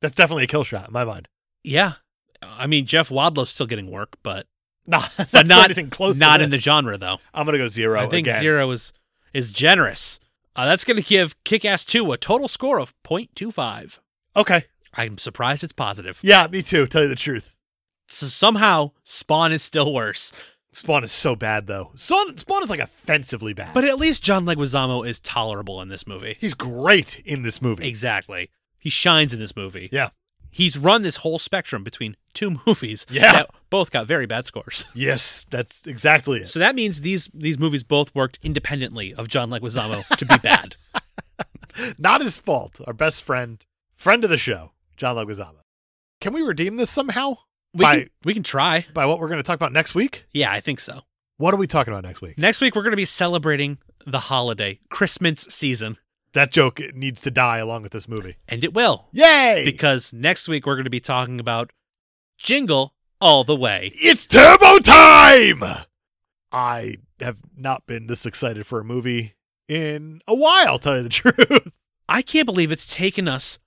S1: that's definitely a kill shot in my mind.
S2: Yeah, I mean Jeff Wadlow's still getting work, but
S1: Not,
S2: but not
S1: anything close.
S2: Not
S1: to
S2: in the
S1: this.
S2: genre though.
S1: I'm gonna go zero.
S2: I think
S1: again.
S2: zero is is generous. Uh, that's going to give Kick-Ass Two a total score of 0.25.
S1: Okay.
S2: I'm surprised it's positive.
S1: Yeah, me too. Tell you the truth.
S2: So somehow Spawn is still worse.
S1: Spawn is so bad though. Spawn, Spawn is like offensively bad.
S2: But at least John Leguizamo is tolerable in this movie.
S1: he's great in this movie.
S2: Exactly. He shines in this movie.
S1: Yeah.
S2: He's run this whole spectrum between two movies
S1: Yeah.
S2: that both got very bad scores.
S1: Yes, that's exactly it.
S2: So that means these these movies both worked independently of John Leguizamo to be bad.
S1: Not his fault. Our best friend, friend of the show, John Leguizamo. Can we redeem this somehow
S2: We
S1: By-
S2: can, we can try.
S1: by what we're going to talk about next week?
S2: Yeah, I think so.
S1: What are we talking about next week?
S2: Next week we're going to be celebrating the holiday, Christmas season,
S1: That joke it needs to die along with this movie.
S2: and it will
S1: Yay!
S2: because next week we're going to be talking about Jingle All the Way.
S1: it's turbo time! I have not been this excited for a movie in a while, tell you the truth.
S2: I can't believe it's taken us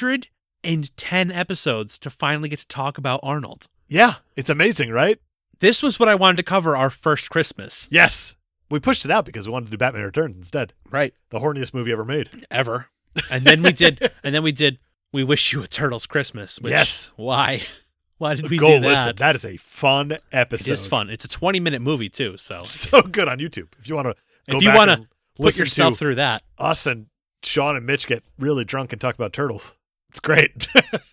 S2: 110 episodes to finally get to talk about Arnold.
S1: yeah, it's amazing, right?
S2: This was what I wanted to cover our first Christmas.
S1: Yes. We pushed it out because we wanted to do Batman Returns instead.
S2: Right.
S1: The horniest movie ever made.
S2: Ever. And then we did and then we did We Wish You a Turtle's Christmas, which
S1: Yes.
S2: why? Why did we
S1: Go
S2: do
S1: listen.
S2: that?
S1: That is a fun
S2: It
S1: episode.
S2: is fun. It's a 20 minute movie too, so
S1: So good on YouTube. If you want to go
S2: If you
S1: back
S2: wanna
S1: and
S2: put
S1: listen
S2: yourself
S1: to
S2: through that.
S1: us and Sean and Mitch get really drunk and talk about turtles. It's great.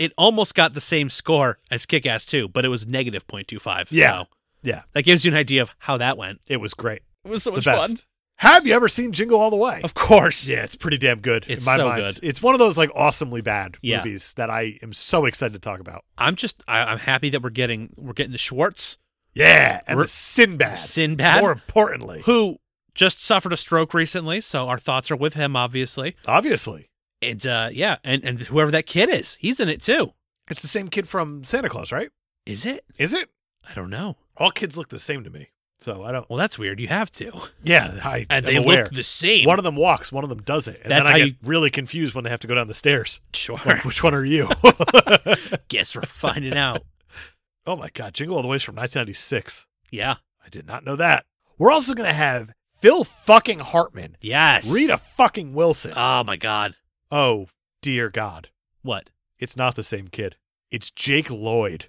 S2: It almost got the same score as Kick Ass 2, but it was negative 0.25.
S1: Yeah.
S2: So
S1: Yeah.
S2: that gives you an idea of how that went.
S1: it was great.
S2: It was so
S1: The best. Have you ever seen Jingle All the Way?
S2: Of course.
S1: Yeah, it's pretty damn good
S2: It's
S1: in my
S2: so
S1: mind.
S2: good.
S1: It's one of those like awesomely bad
S2: Yeah.
S1: movies that I am so excited to talk about.
S2: I'm just I, I'm happy that we're getting we're getting the Schwartz
S1: Yeah, and
S2: We're-
S1: the Sinbad.
S2: Sinbad
S1: More importantly,
S2: who just suffered a stroke recently, so our thoughts are with him obviously.
S1: obviously,
S2: And uh yeah, and and whoever that kid is, he's in it too.
S1: it's the same kid from Santa Claus, right?
S2: Is it?
S1: Is it?
S2: I don't know.
S1: All kids look the same to me, so I don't.
S2: Well, that's weird. You have to.
S1: Yeah, I
S2: And
S1: am
S2: they
S1: aware.
S2: look the same.
S1: one of them walks, one of them doesn't, and
S2: That's
S1: then
S2: how
S1: I get
S2: you-
S1: really confused when they have to go down the stairs.
S2: sure.
S1: Like, which one are you?
S2: Guess we're finding out.
S1: oh my god, Jingle All the Way is from 1996.
S2: Yeah.
S1: I did not know that. We're also gonna have Phil fucking Hartman,
S2: Yes.
S1: Rita fucking Wilson.
S2: Oh my God.
S1: oh dear God,
S2: What?
S1: it's not the same kid. It's Jake Lloyd.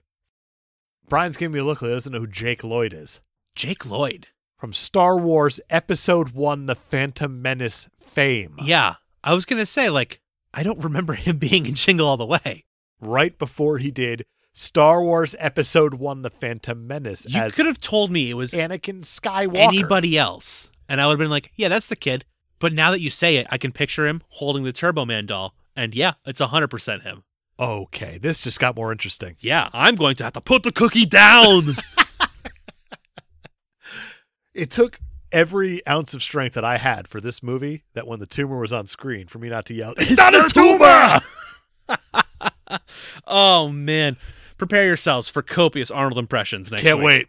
S1: Brian's giving me a look like he doesn't know who Jake Lloyd is
S2: Jake Lloyd.
S1: from Star Wars Episode One: The Phantom Menace fame.
S2: Yeah. I was gonna say like I don't remember him being in Jingle All the Way.
S1: Right before he did Star Wars Episode One: The Phantom Menace
S2: You
S1: as
S2: could have told me it was
S1: Anakin Skywalker.
S2: anybody else, and I would have been like, yeah, that's the kid. But now that you say it, I can picture him holding the Turbo Man doll, and yeah, it's hundred percent him.
S1: Okay, this just got more interesting.
S2: Yeah, I'm going to have to put the cookie down.
S1: It took every ounce of strength that I had for this movie that when the tumor was on screen for me not to yell, It's not a tumor!
S2: oh man, prepare yourselves for copious Arnold impressions next
S1: Can't
S2: week.
S1: wait.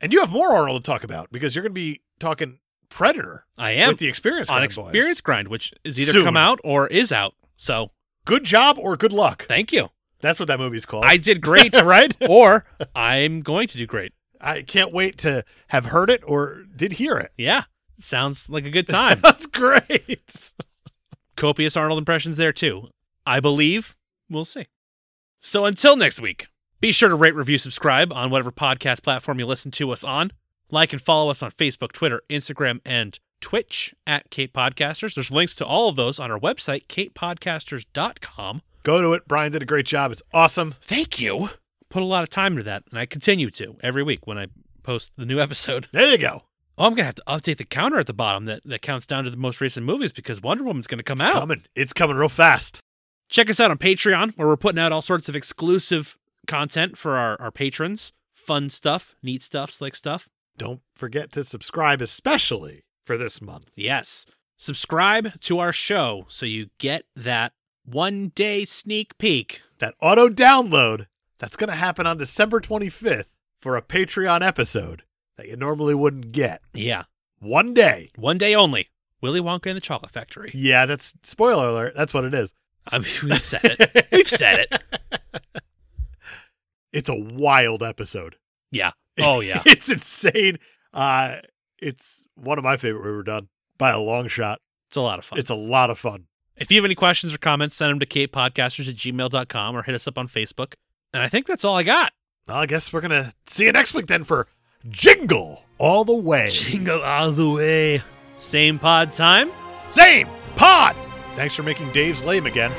S1: And you have more Arnold to talk about because you're going to be talking Predator
S2: I am
S1: with the Experience
S2: on
S1: Grind
S2: Experience
S1: Boys.
S2: Grind, which is either
S1: Soon.
S2: come out or is out. So
S1: Good job or good luck.
S2: thank you.
S1: That's what that movie's called.
S2: I did great,
S1: right?
S2: or I'm going to do great.
S1: I can't wait to have heard it or did hear it.
S2: Yeah, sounds like a good time.
S1: That's great.
S2: copious Arnold impressions there too. I believe we'll see. So until next week, be sure to rate, review, subscribe on whatever podcast platform you listen to us on. Like and follow us on Facebook, Twitter, Instagram, and Twitch at Kate Podcasters. There's links to all of those on our website, katepodcasters.com.
S1: Go to it. Brian did a great job. It's awesome.
S2: Thank you. Put a lot of time into that, and I continue to every week when I post the new episode.
S1: There you go.
S2: Oh, I'm going to have to update the counter at the bottom that, that counts down to the most recent movies because Wonder Woman's going to come
S1: It's
S2: out.
S1: coming. It's coming real fast.
S2: Check us out on Patreon, where we're putting out all sorts of exclusive content for our, our patrons. Fun stuff, neat stuff, slick stuff.
S1: Don't forget to subscribe, especially for this month.
S2: Yes. Subscribe to our show so you get that one day sneak peek.
S1: That auto download that's going to happen on December 25th for a Patreon episode that you normally wouldn't get.
S2: Yeah.
S1: One day.
S2: One day only. Willy Wonka and the Chocolate Factory.
S1: Yeah, that's spoiler alert. That's what it is.
S2: I mean, we've said it. We've said it.
S1: It's a wild episode.
S2: Yeah. Oh, yeah.
S1: It's insane. Uh, it's one of my favorite we've ever done by a long shot.
S2: It's a lot of fun.
S1: It's a lot of fun.
S2: If you have any questions or comments, send them to katepodcasters at gmail.com or hit us up on Facebook. And I think that's all I got.
S1: Well, I guess we're going to see you next week then for Jingle All the Way.
S2: Jingle all the way. Same pod time.
S1: Same pod. Thanks for making Dave's lame again.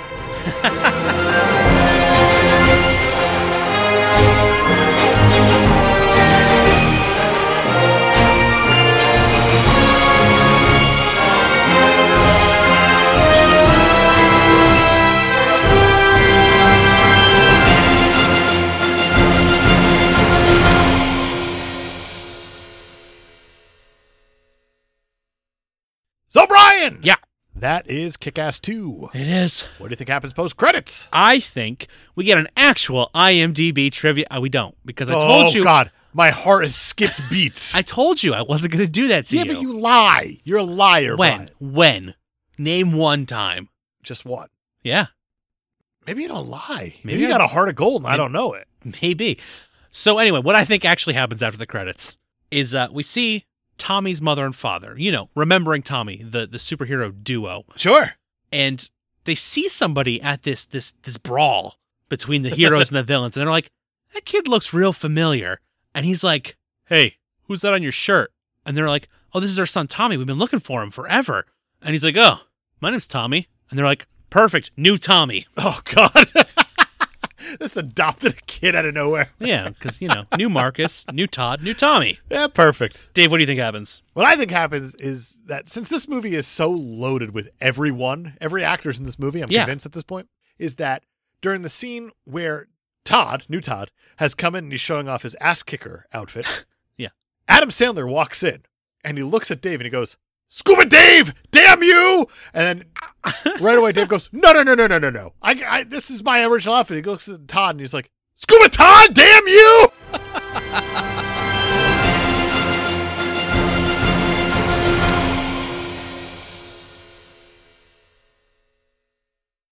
S1: So, Brian!
S2: Yeah.
S1: That is Kick Ass 2.
S2: It is.
S1: What do you think happens post credits?
S2: I think we get an actual IMDb trivia. uh, we don't because I told you.
S1: Oh, God. My heart has skipped beats.
S2: I told you I wasn't going to do that to
S1: yeah,
S2: you.
S1: but you lie. You're a liar.
S2: when?
S1: Brian.
S2: When? Name one time.
S1: Just what?
S2: Yeah,
S1: Maybe you don't lie. Maybe,
S2: Maybe
S1: you
S2: I-
S1: got a heart of gold and I
S2: Maybe-
S1: don't know it.
S2: maybe. So anyway, what I think actually happens after the credits is uh, we see Tommy's mother and father. You know, remembering Tommy, the the superhero duo,
S1: Sure.
S2: and they see somebody at this this this brawl between the heroes and the villains, and they're like, "That kid looks real familiar." And he's like, "Hey, who's that on your shirt?" And they're like, "Oh, this is our son Tommy. We've been looking for him forever." And he's like, "Oh, my name's Tommy." And they're like, "Perfect, new Tommy."
S1: Oh, God. This adopted a kid out of nowhere.
S2: Yeah, because, you know, new Marcus, new Todd, new Tommy.
S1: Yeah, perfect.
S2: Dave, what do you think happens?
S1: What I think happens is that since this movie is so loaded with everyone, every actor's in this movie, I'm
S2: Yeah.
S1: convinced at this point, is that during the scene where Todd, new Todd, has come in and he's showing off his ass kicker outfit.
S2: Yeah.
S1: Adam Sandler walks in and he looks at Dave and he goes, Scuba Dave, damn you! And then right away Dave goes, No, no, no, no, no, no, no. I, I, this is my original outfit. He looks at Todd and he's like, Scuba Todd, damn you!